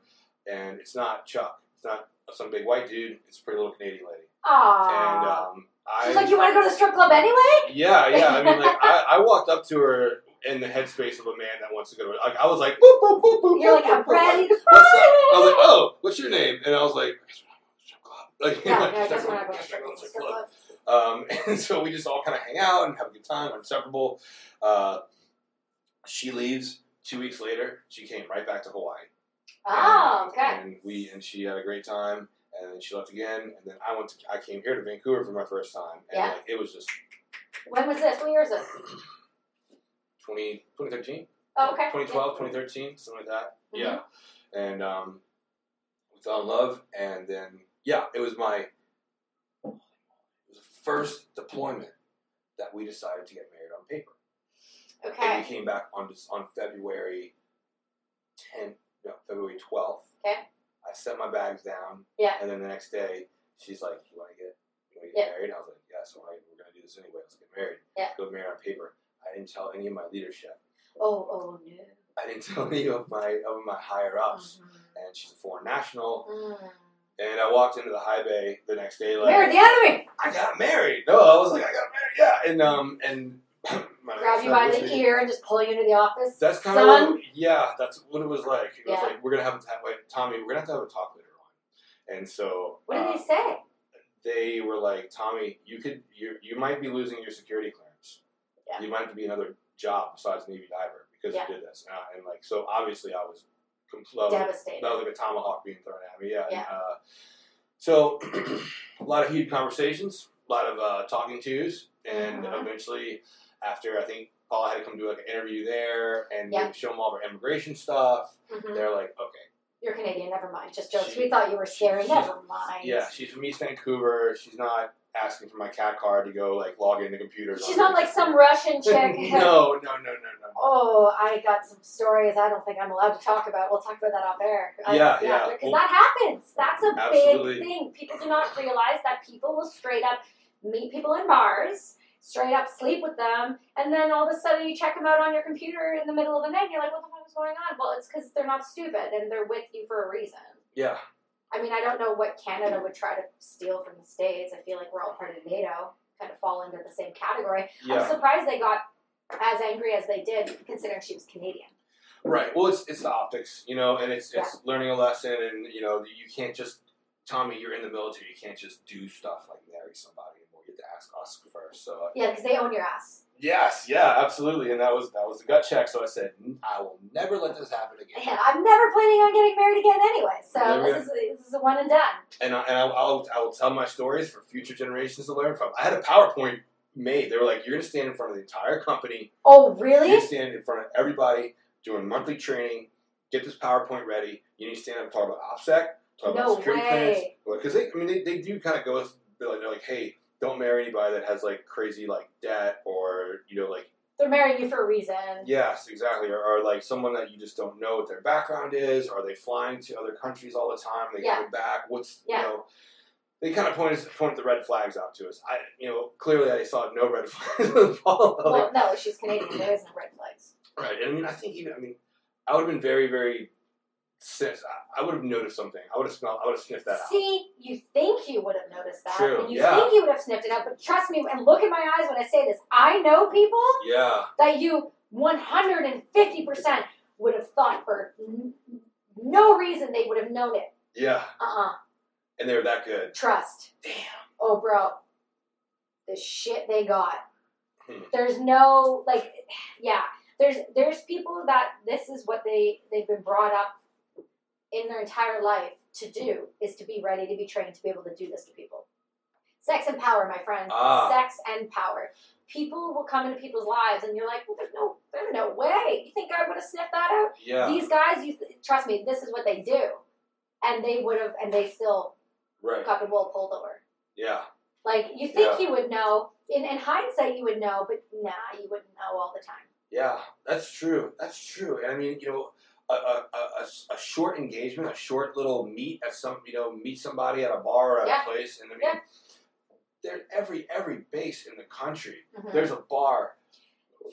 [SPEAKER 2] and it's not Chuck. It's not some big white dude. It's a pretty little Canadian lady.
[SPEAKER 1] Aww.
[SPEAKER 2] And um, I
[SPEAKER 1] She's like, you want to go to the strip club anyway?
[SPEAKER 2] yeah yeah. I mean like I, I walked up to her in the headspace of a man that wants to go to like I was like boop boop boop boop.
[SPEAKER 1] You're
[SPEAKER 2] boop,
[SPEAKER 1] like, I'm
[SPEAKER 2] boop, boop,
[SPEAKER 1] ready to
[SPEAKER 2] What's up?
[SPEAKER 1] party.
[SPEAKER 2] I was like, oh, what's your name? And I was like, strip club. Like,
[SPEAKER 1] No,
[SPEAKER 2] like,
[SPEAKER 1] no, it
[SPEAKER 2] strip
[SPEAKER 1] doesn't
[SPEAKER 2] club,
[SPEAKER 1] want to go to the
[SPEAKER 2] strip
[SPEAKER 1] strip
[SPEAKER 2] club,
[SPEAKER 1] club.
[SPEAKER 2] [LAUGHS] strip club. Um, [LAUGHS] and so we just all kind of hang out and have a good time. I'm separable. Uh, she leaves two weeks later. She came right back to Hawaii.
[SPEAKER 1] Oh, okay.
[SPEAKER 2] And we and she had a great time. And then she left again. And then I went. To, I came here to Vancouver for my first time. And
[SPEAKER 1] Yeah.
[SPEAKER 2] like, it was just
[SPEAKER 1] When was this? What year is this?
[SPEAKER 2] 20, 2013,
[SPEAKER 1] Oh, okay.
[SPEAKER 2] 2012, 2013, something like that.
[SPEAKER 1] Mhm.
[SPEAKER 2] Yeah. And um, we fell in love. And then yeah, it was my it was the first deployment that we decided to get married on paper. And
[SPEAKER 1] Okay.
[SPEAKER 2] we came back on just on February 10th, no, February 12th.
[SPEAKER 1] Okay.
[SPEAKER 2] I set my bags down.
[SPEAKER 1] Yeah.
[SPEAKER 2] And then the next day, she's like, "You want to get, you want to
[SPEAKER 1] Yeah.
[SPEAKER 2] get married?" I was like, "Yes, all right, we're gonna do this anyway. Let's get married.
[SPEAKER 1] Yeah.
[SPEAKER 2] Go married on paper." I didn't tell any of my leadership.
[SPEAKER 1] Oh, oh no.
[SPEAKER 2] I didn't [LAUGHS] tell any of my of my higher ups.
[SPEAKER 1] Mhm.
[SPEAKER 2] And she's a foreign national.
[SPEAKER 1] Mm.
[SPEAKER 2] And I walked into the high bay the next day, like,
[SPEAKER 1] Married the enemy.
[SPEAKER 2] I got married. No, I was like, I got married. Yeah. And um and [CLEARS THROAT] my
[SPEAKER 1] Grab you by the
[SPEAKER 2] ear.
[SPEAKER 1] ear and just pull you into the office.
[SPEAKER 2] That's kind of
[SPEAKER 1] Son?
[SPEAKER 2] what, yeah. That's what it was like. It was
[SPEAKER 1] Yeah.
[SPEAKER 2] like we're gonna have to have like Tommy. We're gonna have to have a talk later on. And so
[SPEAKER 1] What
[SPEAKER 2] uh,
[SPEAKER 1] did they say?
[SPEAKER 2] they were like, Tommy, you could you you might be losing your security clearance.
[SPEAKER 1] Yeah.
[SPEAKER 2] You might have to be another job besides Navy diver because
[SPEAKER 1] Yeah.
[SPEAKER 2] you did this. And, I- and like so, obviously, I was completely
[SPEAKER 1] Devastated.
[SPEAKER 2] that was like a tomahawk being thrown at me. Yeah. and,
[SPEAKER 1] Yeah.
[SPEAKER 2] uh, so [CLEARS THROAT] a lot of heated conversations, a lot of uh, talking tos, and
[SPEAKER 1] Mhm.
[SPEAKER 2] eventually, after I think Paula had to come do like an interview there and
[SPEAKER 1] Yeah.
[SPEAKER 2] show them all of our immigration stuff.
[SPEAKER 1] Mhm.
[SPEAKER 2] They're like, okay,
[SPEAKER 1] You're Canadian. Never mind. Just jokes.
[SPEAKER 2] She-
[SPEAKER 1] we thought you were scary.
[SPEAKER 2] she-
[SPEAKER 1] never mind.
[SPEAKER 2] yeah, she's from East Vancouver. She's not asking for my cat card to go like log into computers.
[SPEAKER 1] She's
[SPEAKER 2] on
[SPEAKER 1] not
[SPEAKER 2] her.
[SPEAKER 1] like some Russian chick.
[SPEAKER 2] [LAUGHS] no, no, no, no, no.
[SPEAKER 1] Oh, I got some stories I don't think I'm allowed to talk about. We'll talk about that off air. I-
[SPEAKER 2] Yeah, yeah. Well-
[SPEAKER 1] Because that happens. That's a
[SPEAKER 2] Absolutely.
[SPEAKER 1] big thing. People do not realize that people will straight up meet people in bars, straight up sleep with them, and then all of a sudden you check them out on your computer in the middle of the night and you're like, what the fuck is going on? Well, it's because they're not stupid and they're with you for a reason.
[SPEAKER 2] Yeah,
[SPEAKER 1] I mean, I don't know what Canada would try to steal from the States. I feel like we're all part of NATO, kind of fall into the same category. I'm
[SPEAKER 2] yeah.
[SPEAKER 1] surprised they got as angry as they did, considering she was Canadian.
[SPEAKER 2] Right. Well, it's it's the optics, you know, and it's it's learning a lesson, and you know, you can't just Tommy, you're in the military, you can't just do stuff like marry somebody, and we'll get to ask us first. So uh,
[SPEAKER 1] Yeah, because they own your ass.
[SPEAKER 2] yes, yeah, absolutely, and that was that was the gut check. So I said, "N- I will never let this happen again,
[SPEAKER 1] And I'm never planning on getting married again anyway, so
[SPEAKER 2] There we
[SPEAKER 1] this is, this is a one and done.
[SPEAKER 2] and I, and I, I'll I will tell my stories for future generations to learn from. I had a PowerPoint made. They were like, you're gonna stand in front of the entire company,
[SPEAKER 1] Oh,
[SPEAKER 2] you're
[SPEAKER 1] really?
[SPEAKER 2] standing in front of everybody doing monthly training. Get this PowerPoint ready. You need to stand up and talk about OPSEC, talk
[SPEAKER 1] No
[SPEAKER 2] about security
[SPEAKER 1] way.
[SPEAKER 2] clearance. Because they, I mean, they, they do kind of go, they're like, they're like, hey, don't marry anybody that has like crazy like debt or, you know, like,
[SPEAKER 1] They're marrying you for a reason.
[SPEAKER 2] yes, exactly. Or, or like someone that you just don't know what their background is. Are they flying to other countries all the time? They
[SPEAKER 1] Yeah.
[SPEAKER 2] coming back? What's,
[SPEAKER 1] Yeah.
[SPEAKER 2] you know, they kind of pointed, pointed the red flags out to us. I, you know, clearly I saw no red [LAUGHS] flags with Paula. Like,
[SPEAKER 1] Well, no, she's Canadian. There is no red flags.
[SPEAKER 2] Right, and I mean, I think even I mean, I would have been very, very. Sense. I, I would have noticed something. I would have smelled. I would have sniffed that out.
[SPEAKER 1] See, you think you would have noticed that,
[SPEAKER 2] True,
[SPEAKER 1] and you
[SPEAKER 2] yeah.
[SPEAKER 1] think you would have sniffed it out, but trust me and look in my eyes when I say this. I know people
[SPEAKER 2] Yeah,
[SPEAKER 1] that you 150% would have thought for n- no reason they would have known it.
[SPEAKER 2] yeah,
[SPEAKER 1] Uh-uh.
[SPEAKER 2] and they were that good.
[SPEAKER 1] Trust.
[SPEAKER 2] Damn.
[SPEAKER 1] Oh, bro. The shit they got.
[SPEAKER 2] Hmm.
[SPEAKER 1] There's no like, yeah. There's there's people that this is what they they've been brought up in their entire life to do is to be ready to be trained to be able to do this to people. Sex and power, my friend.
[SPEAKER 2] Ah.
[SPEAKER 1] Sex and power. People will come into people's lives, and you're like, well, there's no, there's no way. You think I would have sniffed that out?
[SPEAKER 2] Yeah.
[SPEAKER 1] These guys, you th- trust me, this is what they do, and they would have, and they still
[SPEAKER 2] right.
[SPEAKER 1] fucking wool pulled over.
[SPEAKER 2] Yeah.
[SPEAKER 1] Like you think
[SPEAKER 2] Yeah.
[SPEAKER 1] you would know. In, in hindsight, you would know, but nah, you wouldn't know all the time.
[SPEAKER 2] Yeah. That's true. That's true. And I mean, you know, a, a, a- a s- a short engagement, a short little meet at some, you know, meet somebody at a bar or at
[SPEAKER 1] Yeah.
[SPEAKER 2] a place, and I mean,
[SPEAKER 1] Yeah.
[SPEAKER 2] there every every base in the country,
[SPEAKER 1] Mhm.
[SPEAKER 2] there's a bar.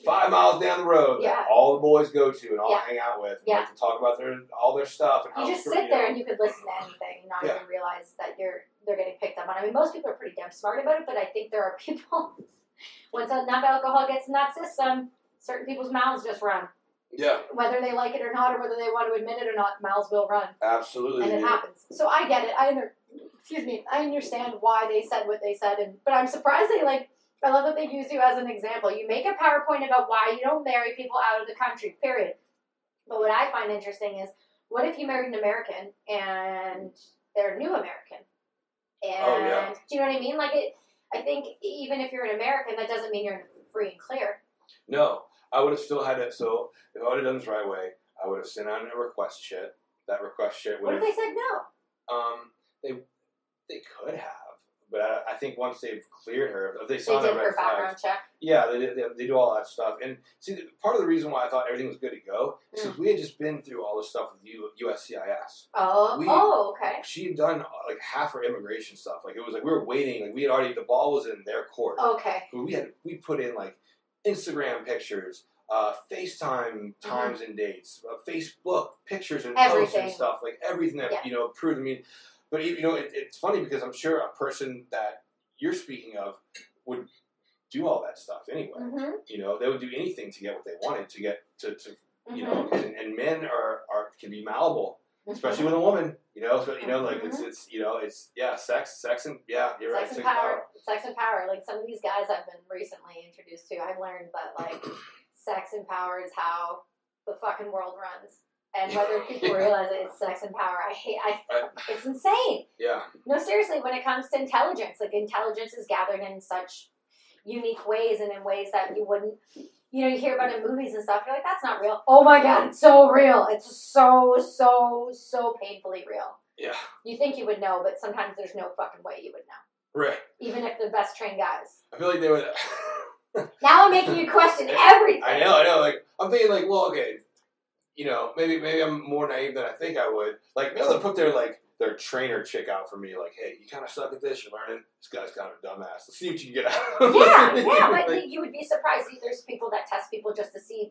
[SPEAKER 2] Five miles down the road,
[SPEAKER 1] Yeah.
[SPEAKER 2] that all the boys go to and all
[SPEAKER 1] Yeah.
[SPEAKER 2] hang out with, and
[SPEAKER 1] Yeah.
[SPEAKER 2] like to talk about their all their stuff and how
[SPEAKER 1] You just
[SPEAKER 2] screw-
[SPEAKER 1] sit
[SPEAKER 2] know,
[SPEAKER 1] there and you could listen to anything, and not
[SPEAKER 2] Yeah.
[SPEAKER 1] even realize that you're they're getting picked up on. I mean, most people are pretty damn smart about it, but I think there are people [LAUGHS] once enough alcohol gets in that system, certain people's mouths just run,
[SPEAKER 2] Yeah,
[SPEAKER 1] whether they like it or not, or whether they want to admit it or not, mouths will run,
[SPEAKER 2] absolutely.
[SPEAKER 1] and it
[SPEAKER 2] dude.
[SPEAKER 1] happens. So I get it. I under, excuse me, I understand why they said what they said, and but I'm surprised they like. I love that they use you as an example. You make a PowerPoint about why you don't marry people out of the country, period. But what I find interesting is what if you married an American and they're new American? And
[SPEAKER 2] Oh, yeah.
[SPEAKER 1] do you know what I mean? Like it I think even if you're an American, that doesn't mean you're free and clear.
[SPEAKER 2] No, I would have still had it. So if I would have done this right way, I would have sent out a request shit. That request shit
[SPEAKER 1] What
[SPEAKER 2] would
[SPEAKER 1] if
[SPEAKER 2] have.
[SPEAKER 1] they said no?
[SPEAKER 2] um, they they could have, but I, I think once they've cleared her, if they
[SPEAKER 1] They
[SPEAKER 2] saw
[SPEAKER 1] did
[SPEAKER 2] that
[SPEAKER 1] her
[SPEAKER 2] red
[SPEAKER 1] background
[SPEAKER 2] flag,
[SPEAKER 1] check.
[SPEAKER 2] yeah, they, did- they they do all that stuff. And see, the, part of the reason why I thought everything was good to go is
[SPEAKER 1] Hmm.
[SPEAKER 2] because we had just been through all this stuff with U, USCIS.
[SPEAKER 1] Oh,
[SPEAKER 2] We-
[SPEAKER 1] oh, okay.
[SPEAKER 2] She had done like half her immigration stuff. Like it was like we were waiting. Like we had already the ball was in their court.
[SPEAKER 1] Okay.
[SPEAKER 2] But we had we put in like Instagram pictures, uh, FaceTime
[SPEAKER 1] Mm-hmm.
[SPEAKER 2] times and dates, uh, Facebook pictures and posts and
[SPEAKER 1] Everything.
[SPEAKER 2] stuff like everything that
[SPEAKER 1] Yeah.
[SPEAKER 2] you know proved. I mean, but you know it, it's funny because I'm sure a person that you're speaking of would do all that stuff anyway.
[SPEAKER 1] Mm-hmm.
[SPEAKER 2] You know, they would do anything to get what they wanted to get to, to you
[SPEAKER 1] Mm-hmm.
[SPEAKER 2] know. And, and men are, are can be malleable, especially with a woman. You know, so, you know, like it's it's you know it's yeah, sex, sex and yeah, you're right,
[SPEAKER 1] Mm-hmm. sex and power. Sex and power. Like some of these guys I've been recently introduced to, I've learned that like sex and power is how the fucking world runs. And whether
[SPEAKER 2] [LAUGHS]
[SPEAKER 1] people realize it, it's sex and power. I hate. I.
[SPEAKER 2] Right.
[SPEAKER 1] It's insane.
[SPEAKER 2] Yeah,
[SPEAKER 1] No, seriously. When it comes to intelligence, like intelligence is gathered in such unique ways and in ways that you wouldn't. You know, you hear about it in movies and stuff. You're like, that's not real. Oh my god, it's so real. It's so so so painfully real.
[SPEAKER 2] yeah,
[SPEAKER 1] You think you would know, but sometimes there's no fucking way you would know
[SPEAKER 2] right.
[SPEAKER 1] even if the best trained guys.
[SPEAKER 2] I feel like they would. [LAUGHS]
[SPEAKER 1] Now I'm making you question everything.
[SPEAKER 2] I know, I know. Like I'm thinking, like, well, okay, you know, maybe maybe I'm more naive than I think I would. Like, maybe they'll put their like their trainer chick out for me. Like, hey, you kind of suck at this. You're learning. This guy's kind of a dumbass. Let's see what you can get out. of him." [LAUGHS]
[SPEAKER 1] Yeah, yeah, but
[SPEAKER 2] Like,
[SPEAKER 1] like, you would be surprised. There's people that test people just to see,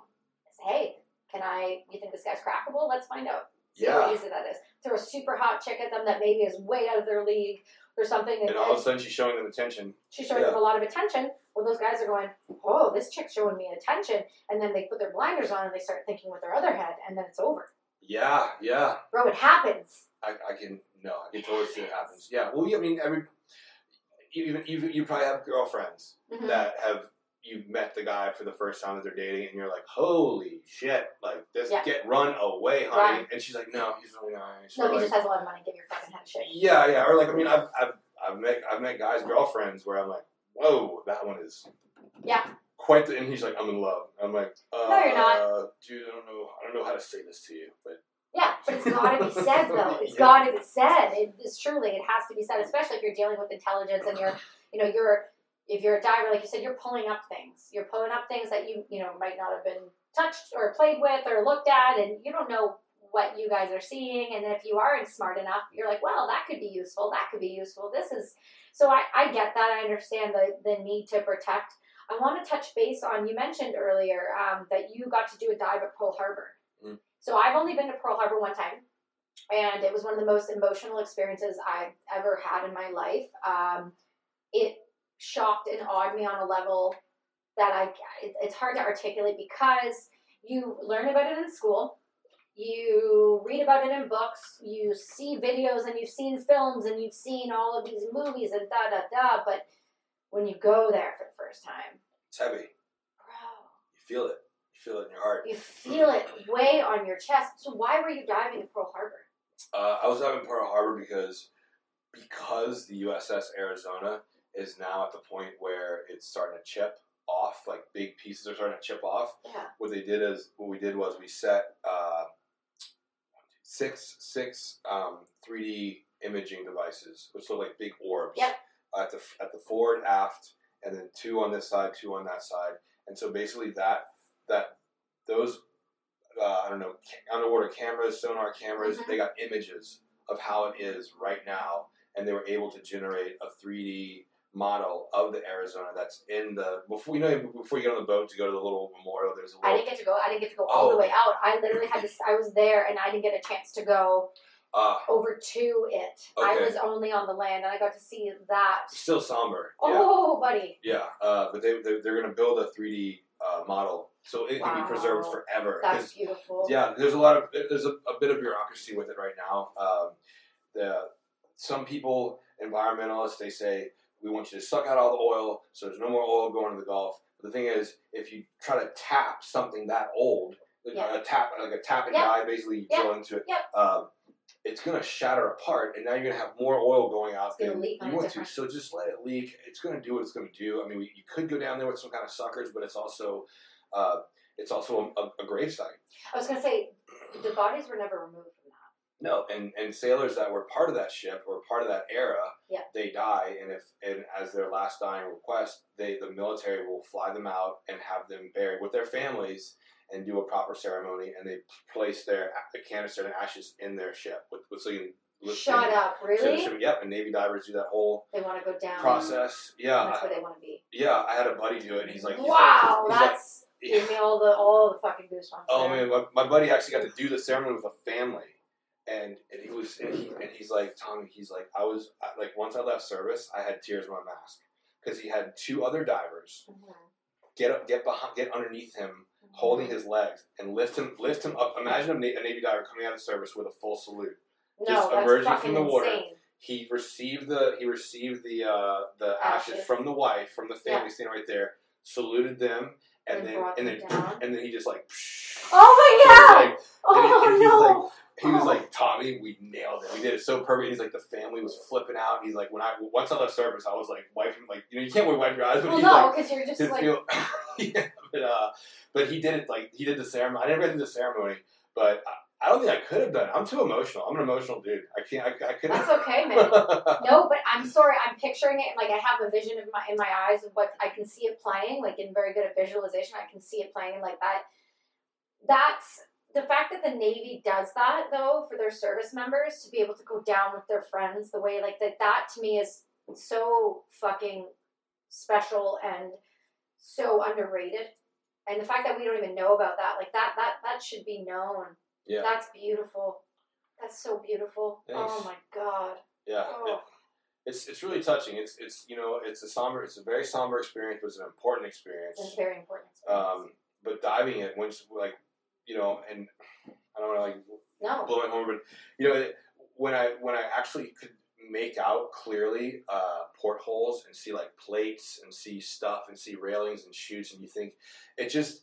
[SPEAKER 1] hey, can I, you think this guy's crackable? Let's find out. See
[SPEAKER 2] yeah.
[SPEAKER 1] how easy that is. Throw a super hot chick at them that maybe is way out of their league or something, and,
[SPEAKER 2] And all of a
[SPEAKER 1] and
[SPEAKER 2] sudden, she's showing them attention.
[SPEAKER 1] she's showing them a lot of attention. Well, those guys are going, oh, this chick's showing me attention. And then they put their blinders on and they start thinking with their other head, and then it's over.
[SPEAKER 2] Yeah, yeah.
[SPEAKER 1] Bro, it happens.
[SPEAKER 2] I, I can no, I can totally see it happens. Yeah. Well, yeah, I mean, every you you you probably have girlfriends
[SPEAKER 1] Mhm.
[SPEAKER 2] that have you met the guy for the first time that they're dating and you're like, holy shit, like this
[SPEAKER 1] Yeah.
[SPEAKER 2] get run away, honey.
[SPEAKER 1] Right.
[SPEAKER 2] And she's like, no, he's really nice.
[SPEAKER 1] No,
[SPEAKER 2] Or
[SPEAKER 1] he
[SPEAKER 2] like,
[SPEAKER 1] just has a lot of money. Give your fucking head a shake.
[SPEAKER 2] yeah, yeah. Or like, I mean, I've, I've, I've met I've met guys girlfriends where I'm like, whoa, that one is
[SPEAKER 1] Yeah.
[SPEAKER 2] quite. The, and he's like, I'm in love. I'm like, uh,
[SPEAKER 1] No, you're not.
[SPEAKER 2] Dude, I don't know. I don't know how to say this to you, but
[SPEAKER 1] Yeah, but it's got to be said though. It's
[SPEAKER 2] Yeah.
[SPEAKER 1] got to be said. It is truly it has to be said, especially if you're dealing with intelligence and you're, you know, you're if you're a diver, like you said, you're pulling up things. You're pulling up things that you you know might not have been touched or played with or looked at, and you don't know what you guys are seeing. And if you aren't smart enough, you're like, well, that could be useful. That could be useful. This is so I I get that. I understand the the need to protect. I want to touch base on you mentioned earlier um, that you got to do a dive at Pearl Harbor. So I've only been to Pearl Harbor one time, and it was one of the most emotional experiences I've ever had in my life. Um, it shocked and awed me on a level that I it- it's hard to articulate because you learn about it in school. You read about it in books, you see videos, and you've seen films, and you've seen all of these movies, and da da da. But when you go there for the first time,
[SPEAKER 2] it's heavy. feel it. You feel it in your heart.
[SPEAKER 1] You feel it way on your chest. So why were you diving at Pearl Harbor?
[SPEAKER 2] Uh, I was out in Pearl Harbor because because the USS Arizona is now at the point where it's starting to chip off, like big pieces are starting to chip off.
[SPEAKER 1] Yeah.
[SPEAKER 2] What they did is what we did was we set uh, six six um, 3D imaging devices, which look like big orbs.
[SPEAKER 1] Yep.
[SPEAKER 2] At the at the forward, aft, and then two on this side, two on that side, and so basically that that those uh, I don't know ca- underwater cameras, sonar cameras,
[SPEAKER 1] Mhm.
[SPEAKER 2] they got images of how it is right now, and they were able to generate a 3D model of the Arizona that's in the before you know before you get on the boat to go to the little memorial. There's a
[SPEAKER 1] I
[SPEAKER 2] little
[SPEAKER 1] didn't get to go. I didn't get to go all the
[SPEAKER 2] Oh.
[SPEAKER 1] way out. I literally had to. s- I was there, and I didn't get a chance to go
[SPEAKER 2] uh,
[SPEAKER 1] over to it. I
[SPEAKER 2] Okay.
[SPEAKER 1] was only on the land, and I got to see that.
[SPEAKER 2] still somber. yeah.
[SPEAKER 1] Oh, buddy.
[SPEAKER 2] Yeah, uh, but they, they they're gonna build a three D uh, model, so it can be
[SPEAKER 1] Wow.
[SPEAKER 2] preserved forever.
[SPEAKER 1] That's
[SPEAKER 2] 'Cause,
[SPEAKER 1] beautiful.
[SPEAKER 2] yeah, there's a lot of there's a, a bit of bureaucracy with it right now. Um, the some people environmentalists they say we want you to suck out all the oil, so there's no more oil going to the Gulf. But the thing is, if you try to tap something that old, like
[SPEAKER 1] Yeah.
[SPEAKER 2] a tap like a tap and
[SPEAKER 1] Yeah.
[SPEAKER 2] die, basically you
[SPEAKER 1] Yeah.
[SPEAKER 2] drill into it.
[SPEAKER 1] Yeah.
[SPEAKER 2] Um, it's gonna shatter apart, and now you're gonna have more oil going out
[SPEAKER 1] It's gonna
[SPEAKER 2] than
[SPEAKER 1] leak on
[SPEAKER 2] you
[SPEAKER 1] a
[SPEAKER 2] want
[SPEAKER 1] different-
[SPEAKER 2] to. So just let it leak. It's gonna do what it's gonna do. I mean, we, you could go down there with some kind of suckers, but it's also, uh, it's also a, a, a grave site.
[SPEAKER 1] I was gonna say the bodies were never removed from that.
[SPEAKER 2] No, and, and sailors that were part of that ship or part of that era,
[SPEAKER 1] Yeah.
[SPEAKER 2] they die, and if and as their last dying request, they the military will fly them out and have them buried with their families and do a proper ceremony, and they place their the canister and ashes in their ship with with so you can
[SPEAKER 1] Shut up,
[SPEAKER 2] So the
[SPEAKER 1] really?
[SPEAKER 2] ship- Yep, and Navy divers do that whole
[SPEAKER 1] They want to go down.
[SPEAKER 2] process. Yeah,
[SPEAKER 1] That's
[SPEAKER 2] I-
[SPEAKER 1] where they want to be.
[SPEAKER 2] yeah, I had a buddy do it, and he's like, he's
[SPEAKER 1] wow,
[SPEAKER 2] like- he's like-
[SPEAKER 1] that's gave me all the all the fucking goosebumps.
[SPEAKER 2] Oh
[SPEAKER 1] there.
[SPEAKER 2] man, my, my buddy actually got to do the ceremony with a family, and, and he was and, he, and he's like Tommy. He's like I was I, like once I left service, I had tears in my mask because he had two other divers
[SPEAKER 1] Mhm.
[SPEAKER 2] get up, get behind, get underneath him, holding his legs and lift him, lift him up. Imagine a, Na- a Navy diver coming out of service with a full salute.
[SPEAKER 1] no,
[SPEAKER 2] just
[SPEAKER 1] that's
[SPEAKER 2] emerging from
[SPEAKER 1] fucking
[SPEAKER 2] the water.
[SPEAKER 1] insane.
[SPEAKER 2] He received the he received the uh, the ashes
[SPEAKER 1] Ashes.
[SPEAKER 2] from the wife from the family
[SPEAKER 1] Yeah.
[SPEAKER 2] standing right there, saluted them, and,
[SPEAKER 1] And
[SPEAKER 2] then
[SPEAKER 1] brought
[SPEAKER 2] and
[SPEAKER 1] them
[SPEAKER 2] then
[SPEAKER 1] down.
[SPEAKER 2] and then he just like.
[SPEAKER 1] Oh
[SPEAKER 2] He was
[SPEAKER 1] my god!
[SPEAKER 2] like,
[SPEAKER 1] oh
[SPEAKER 2] and he-
[SPEAKER 1] no!
[SPEAKER 2] and He was
[SPEAKER 1] Oh.
[SPEAKER 2] like, Tommy, we nailed it. We did it so perfect. He's like, the family was flipping out. He's like, when I once I left service, I was like wiping, like you know, you can't really wipe your eyes, but [LAUGHS]
[SPEAKER 1] well,
[SPEAKER 2] he's
[SPEAKER 1] no,
[SPEAKER 2] like,
[SPEAKER 1] because you're just
[SPEAKER 2] did
[SPEAKER 1] like
[SPEAKER 2] feel, [LAUGHS] yeah, but uh, but he did it like he did the ceremony. I never did the ceremony, but I, I don't think I could have done. it. I'm too emotional. I'm an emotional dude. I can't. I, I couldn't.
[SPEAKER 1] that's okay, man. no, but I'm sorry. I'm picturing it like I have a vision of my in my eyes of what I can see it playing. Like in very good at visualization, I can see it playing like that. That's the fact that the Navy does that though for their service members to be able to go down with their friends the way like that. That to me is so fucking special and so underrated. And the fact that we don't even know about that, like that, that that should be known.
[SPEAKER 2] yeah,
[SPEAKER 1] That's beautiful. That's so beautiful. Oh
[SPEAKER 2] Thanks. Uh,
[SPEAKER 1] my god.
[SPEAKER 2] [LAUGHS] yeah.
[SPEAKER 1] Oh.
[SPEAKER 2] It's it's really touching. It's it's you know it's a somber. It's a very somber experience. It was an important experience.
[SPEAKER 1] It's very important. experience.
[SPEAKER 2] Um, but diving it once like you know, and I don't want to like
[SPEAKER 1] no.
[SPEAKER 2] blowing home, but you know, it- when I when I actually could make out clearly uh, portholes and see like plates and see stuff and see railings and chutes, and you think it just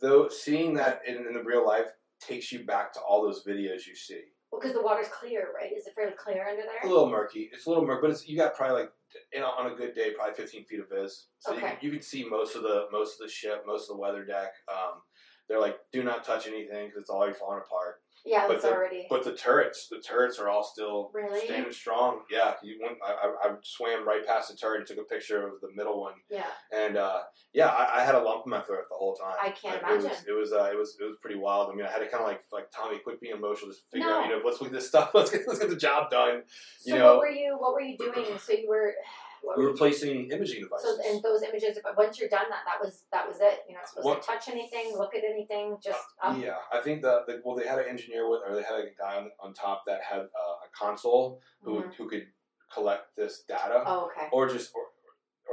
[SPEAKER 2] though seeing that in, in the real life takes you back to all those videos you see.
[SPEAKER 1] Well, because the water's clear, right? Is it fairly clear under
[SPEAKER 2] A
[SPEAKER 1] there?
[SPEAKER 2] little murky. It's a little murky, but it's you got probably like you know, on a good day probably 15 feet of vis, so you,
[SPEAKER 1] Okay.
[SPEAKER 2] can, you can see most of the most of the ship, most of the weather deck. Um, they're like, do not touch anything because it's already falling apart.
[SPEAKER 1] Yeah,
[SPEAKER 2] But
[SPEAKER 1] it's
[SPEAKER 2] the-
[SPEAKER 1] already.
[SPEAKER 2] But the turrets, the turrets are all still
[SPEAKER 1] Really?
[SPEAKER 2] standing strong. Yeah, you went, I, I, I swam right past the turret and took a picture of the middle one,
[SPEAKER 1] yeah.
[SPEAKER 2] and uh, yeah, I, I had a lump in my throat the whole time.
[SPEAKER 1] I can't
[SPEAKER 2] Like,
[SPEAKER 1] imagine.
[SPEAKER 2] It was, it was, uh, it was, it was pretty wild. I mean, I had to kind of like, like Tommy, quit being emotional, just figure out,
[SPEAKER 1] No.
[SPEAKER 2] you know, let's with this stuff, [LAUGHS] let's get, let's get the job done.
[SPEAKER 1] So
[SPEAKER 2] You know-
[SPEAKER 1] what were you? What were you doing? So you were. [SIGHS] What
[SPEAKER 2] We
[SPEAKER 1] were
[SPEAKER 2] were
[SPEAKER 1] you-
[SPEAKER 2] placing imaging
[SPEAKER 1] so
[SPEAKER 2] devices.
[SPEAKER 1] and those images. But once you're done that, that was that was it. You're not supposed
[SPEAKER 2] What-
[SPEAKER 1] to touch anything, look at anything. Just
[SPEAKER 2] Uh,
[SPEAKER 1] up.
[SPEAKER 2] yeah, I think that the, well, they had an engineer with, or they had a guy on, on top that had uh, a console who
[SPEAKER 1] Mhm.
[SPEAKER 2] who could collect this data.
[SPEAKER 1] Oh, okay.
[SPEAKER 2] or just or,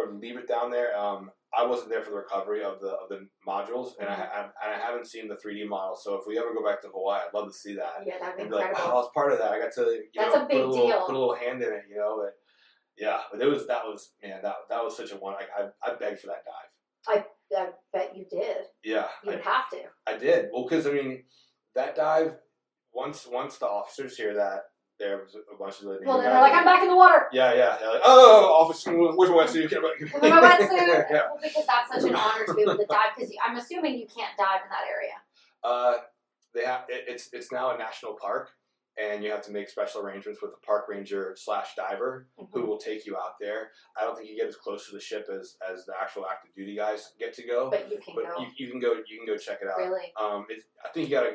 [SPEAKER 2] or leave it down there. Um, I wasn't there for the recovery of the of the modules, and I, I and I haven't seen the three D model. So if we ever go back to Hawaii, I'd love to see that
[SPEAKER 1] Yeah, that'd be
[SPEAKER 2] and be like,
[SPEAKER 1] incredible.
[SPEAKER 2] wow, I was part of that. I got to you
[SPEAKER 1] That's
[SPEAKER 2] know
[SPEAKER 1] a big
[SPEAKER 2] put a little
[SPEAKER 1] deal.
[SPEAKER 2] put a little hand in it, you know. But yeah, but it was that was man that that was such a one. I I, I begged for that dive.
[SPEAKER 1] I bet you did.
[SPEAKER 2] I did. Well, because I mean, that dive. Once once the officers hear that, there was a bunch of the.
[SPEAKER 1] Well, then they're like, I'm back in the water
[SPEAKER 2] Yeah, yeah. They're like, oh, officer, where's my wetsuit?
[SPEAKER 1] with my wetsuit.
[SPEAKER 2] [LAUGHS] yeah.
[SPEAKER 1] Well, because that's such an honor to be able to
[SPEAKER 2] [LAUGHS]
[SPEAKER 1] dive. Because I'm assuming you can't dive in that area.
[SPEAKER 2] Uh, they have it, it's it's now a national park, and you have to make special arrangements with the park ranger slash diver who will take you out there. I don't think you get as close to the ship as as the actual active duty guys get to go,
[SPEAKER 1] But you can
[SPEAKER 2] but
[SPEAKER 1] go.
[SPEAKER 2] you, you can go you can go check it out.
[SPEAKER 1] Really?
[SPEAKER 2] Um, it's, I think you gotta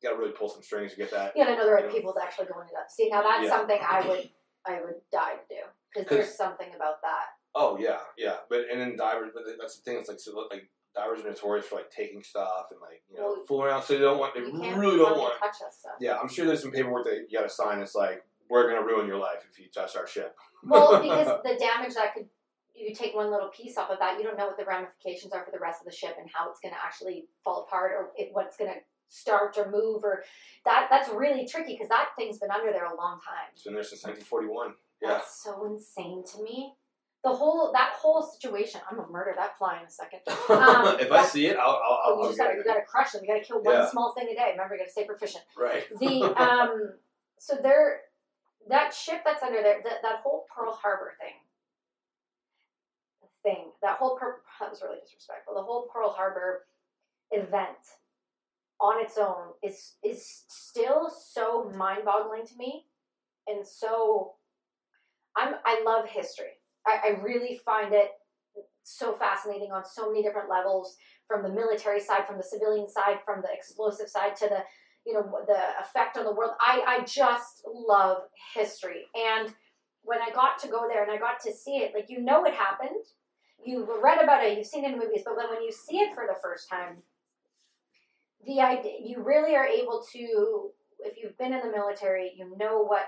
[SPEAKER 2] you gotta really pull some strings to get that.
[SPEAKER 1] You gotta know the right people to actually going it up. See, now that's
[SPEAKER 2] Yeah.
[SPEAKER 1] something I would I would die to do because
[SPEAKER 2] 'Cause-
[SPEAKER 1] there's something about that.
[SPEAKER 2] Oh yeah, yeah. But and then divers, but that's the thing. It's like so look, like divers are notorious for like taking stuff and like you know
[SPEAKER 1] Well,
[SPEAKER 2] fooling around, so they don't want they
[SPEAKER 1] you can't
[SPEAKER 2] really don't
[SPEAKER 1] fucking
[SPEAKER 2] want.
[SPEAKER 1] touch us. So.
[SPEAKER 2] Yeah, I'm sure there's some paperwork that you gotta sign. It's like we're gonna ruin your life if you touch our ship. [LAUGHS]
[SPEAKER 1] Well, because the damage that could you take one little piece off of that, you don't know what the ramifications are for the rest of the ship and how it's going to actually fall apart or it, what's going to start or move or that that's really tricky because that thing's been under there a long time.
[SPEAKER 2] It's been there since 1941. Yeah.
[SPEAKER 1] That's so insane to me. The whole that whole situation. I'm gonna murder that fly in
[SPEAKER 2] [LAUGHS]
[SPEAKER 1] a second. Um,
[SPEAKER 2] if I
[SPEAKER 1] that-
[SPEAKER 2] see it, I'll. I'll, I'll,
[SPEAKER 1] you
[SPEAKER 2] I'll
[SPEAKER 1] just
[SPEAKER 2] get
[SPEAKER 1] gotta, you
[SPEAKER 2] it.
[SPEAKER 1] gotta crush them. You gotta kill one
[SPEAKER 2] Yeah.
[SPEAKER 1] small thing a day. Remember, you gotta stay proficient.
[SPEAKER 2] Right.
[SPEAKER 1] The um, so there, that ship that's under there, that, that whole Pearl Harbor thing, thing, that whole Pearl, [LAUGHS] that was really disrespectful. The whole Pearl Harbor event on its own is is still so mind boggling to me, and so I'm I love history. I, I really find it so fascinating on so many different levels from the military side from the civilian side from the explosive side to the you know the effect on the world i i just love history and when i got to go there and i got to see it like you know it happened you've read about it you've seen it in movies but when, when you see it for the first time the idea you really are able to if you've been in the military you know what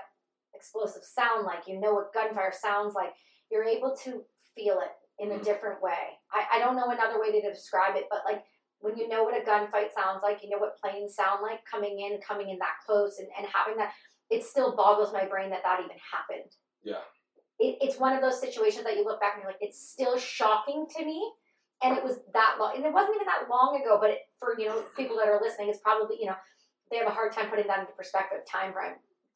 [SPEAKER 1] explosives sound like you know what gunfire sounds like you're able to feel it in a
[SPEAKER 2] Mhm.
[SPEAKER 1] different way I, I don't know another way to describe it but like when you know what a gunfight sounds like, you know what planes sound like coming in, coming in that close, and, and having that, it still boggles my brain that that even happened.
[SPEAKER 2] yeah.
[SPEAKER 1] It, it's one of those situations that you look back and you're like, it's still shocking to me. And it was that long, and it wasn't even that long ago, but it, for, you know, people that are listening, it's probably, you know, they have a hard time putting that into perspective time frame,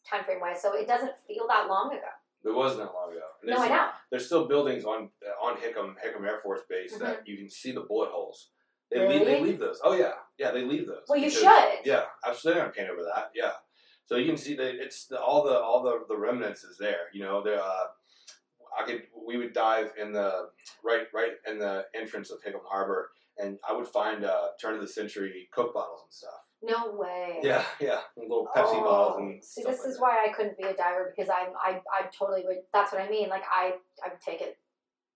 [SPEAKER 1] time frame wise. So it doesn't feel that long ago.
[SPEAKER 2] It wasn't that long ago. And
[SPEAKER 1] No, I
[SPEAKER 2] there's-
[SPEAKER 1] know.
[SPEAKER 2] There's still buildings on on Hickam Hickam Air Force Base that you can see the bullet holes. They leave. They
[SPEAKER 1] Mm-hmm. Really?
[SPEAKER 2] leave those. Oh yeah. Yeah. They leave those.
[SPEAKER 1] Well, you
[SPEAKER 2] because-
[SPEAKER 1] should.
[SPEAKER 2] Yeah, absolutely. I'm paint over that. Yeah, so you can see that it's the, all the all the, the remnants is there. You know, there. Uh, I could we would dive in the right right in the entrance of Hickam Harbor, and I would find uh, turn of the century Coke bottles and stuff.
[SPEAKER 1] No way.
[SPEAKER 2] Yeah, yeah, and little Pepsi bottles and.
[SPEAKER 1] Oh, see
[SPEAKER 2] stuff
[SPEAKER 1] this
[SPEAKER 2] like
[SPEAKER 1] is
[SPEAKER 2] that.
[SPEAKER 1] why i couldn't be a diver because i'm i i totally would that's what i mean like i i would take it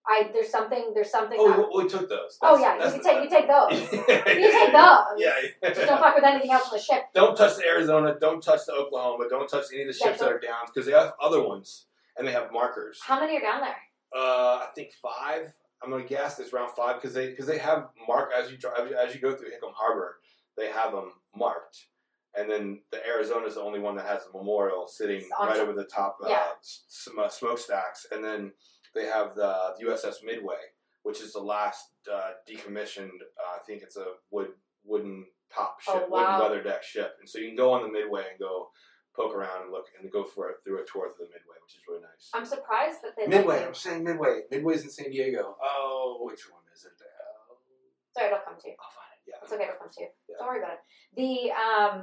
[SPEAKER 1] i there's something there's something
[SPEAKER 2] Oh,
[SPEAKER 1] that-
[SPEAKER 2] we- we, took those.
[SPEAKER 1] oh
[SPEAKER 2] That's-
[SPEAKER 1] yeah you
[SPEAKER 2] that's
[SPEAKER 1] can
[SPEAKER 2] the-
[SPEAKER 1] take
[SPEAKER 2] [LAUGHS]
[SPEAKER 1] you take those you take
[SPEAKER 2] yeah,
[SPEAKER 1] those
[SPEAKER 2] Yeah.
[SPEAKER 1] just don't fuck with anything else on the ship
[SPEAKER 2] Don't touch the Arizona. Don't touch the Oklahoma. Don't touch any of the
[SPEAKER 1] Yeah,
[SPEAKER 2] ships that are down because they have other ones and they have markers.
[SPEAKER 1] how many are down there
[SPEAKER 2] uh, I think five. I'm gonna guess it's round five because they because they have mark as you drive as you go through Hickam Harbor, they have them marked, and then the Arizona is the only one that has a memorial sitting
[SPEAKER 1] On
[SPEAKER 2] right
[SPEAKER 1] top.
[SPEAKER 2] over the top uh,
[SPEAKER 1] Yeah.
[SPEAKER 2] s- sm- uh, smokestacks, and then they have the USS Midway, which is the last uh, decommissioned. Uh, I think it's a wood wooden top
[SPEAKER 1] Oh,
[SPEAKER 2] ship,
[SPEAKER 1] wow.
[SPEAKER 2] wooden weather deck ship, and so you can go on the Midway and go poke around and look and go for a, through a tour of the Midway, which is really nice.
[SPEAKER 1] i'm surprised that they let
[SPEAKER 2] Midway.
[SPEAKER 1] you-
[SPEAKER 2] I'm saying Midway. Midway's in San Diego. Oh, which one is it? Uh,
[SPEAKER 1] sorry it'll come to you
[SPEAKER 2] I'll find it.
[SPEAKER 1] it's
[SPEAKER 2] Yeah.
[SPEAKER 1] okay it'll come to you
[SPEAKER 2] Yeah.
[SPEAKER 1] don't worry about it the um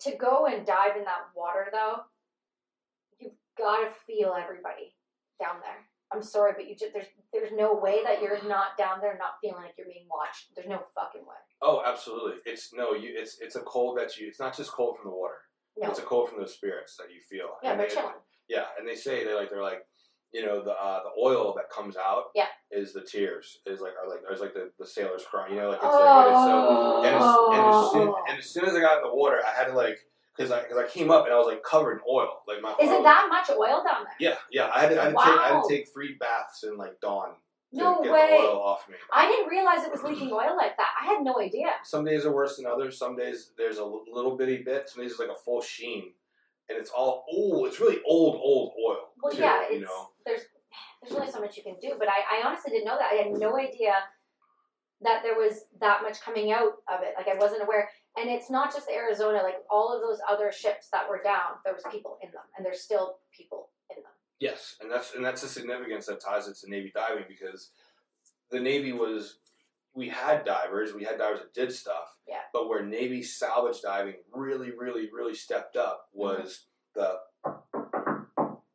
[SPEAKER 1] to go and dive in that water though you've got to feel everybody down there i'm sorry but you just there's there's no way that you're not down there not feeling like you're being watched there's no fucking way
[SPEAKER 2] Oh, absolutely. It's no. You. It's it's a cold that you. It's not just cold from the water.
[SPEAKER 1] No.
[SPEAKER 2] It's a cold from those spirits that you feel.
[SPEAKER 1] yeah,
[SPEAKER 2] And
[SPEAKER 1] they're
[SPEAKER 2] they-
[SPEAKER 1] chilling.
[SPEAKER 2] Yeah, and they say they're like they're like, you know, the uh, the oil that comes out.
[SPEAKER 1] Yeah.
[SPEAKER 2] Is the tears is like are like there's like the, the sailors crying. You know, like it's like it's so
[SPEAKER 1] Oh.
[SPEAKER 2] And as, and, as soon, and as soon as I got in the water, I had to like, cause I, cause I came up and I was like covered in oil, like my.
[SPEAKER 1] Is
[SPEAKER 2] I
[SPEAKER 1] it
[SPEAKER 2] was-
[SPEAKER 1] that much oil down there?
[SPEAKER 2] Yeah, yeah. I had to, I had to, take, I had
[SPEAKER 1] Wow.
[SPEAKER 2] to take three baths in like dawn to
[SPEAKER 1] No
[SPEAKER 2] get
[SPEAKER 1] way.
[SPEAKER 2] the oil off me.
[SPEAKER 1] I didn't realize it was leaking oil like that. I had no idea.
[SPEAKER 2] Some days are worse than others. Some days there's a l- little bitty bit. Some days it's like a full sheen, and it's all oh, it's really old, old oil.
[SPEAKER 1] Well,
[SPEAKER 2] too,
[SPEAKER 1] yeah, it's,
[SPEAKER 2] you know.
[SPEAKER 1] there's there's only so much you can do, but I, I honestly didn't know that. I had no idea that there was that much coming out of it. Like I wasn't aware. And it's not just Arizona, like all of those other ships that were down, there was people in them and there's still people in them.
[SPEAKER 2] Yes, and that's and that's the significance that ties it to Navy diving because the Navy was we had divers, we had divers that did stuff.
[SPEAKER 1] Yeah.
[SPEAKER 2] But where Navy salvage diving really, really, really stepped up
[SPEAKER 1] Mm-hmm.
[SPEAKER 2] was the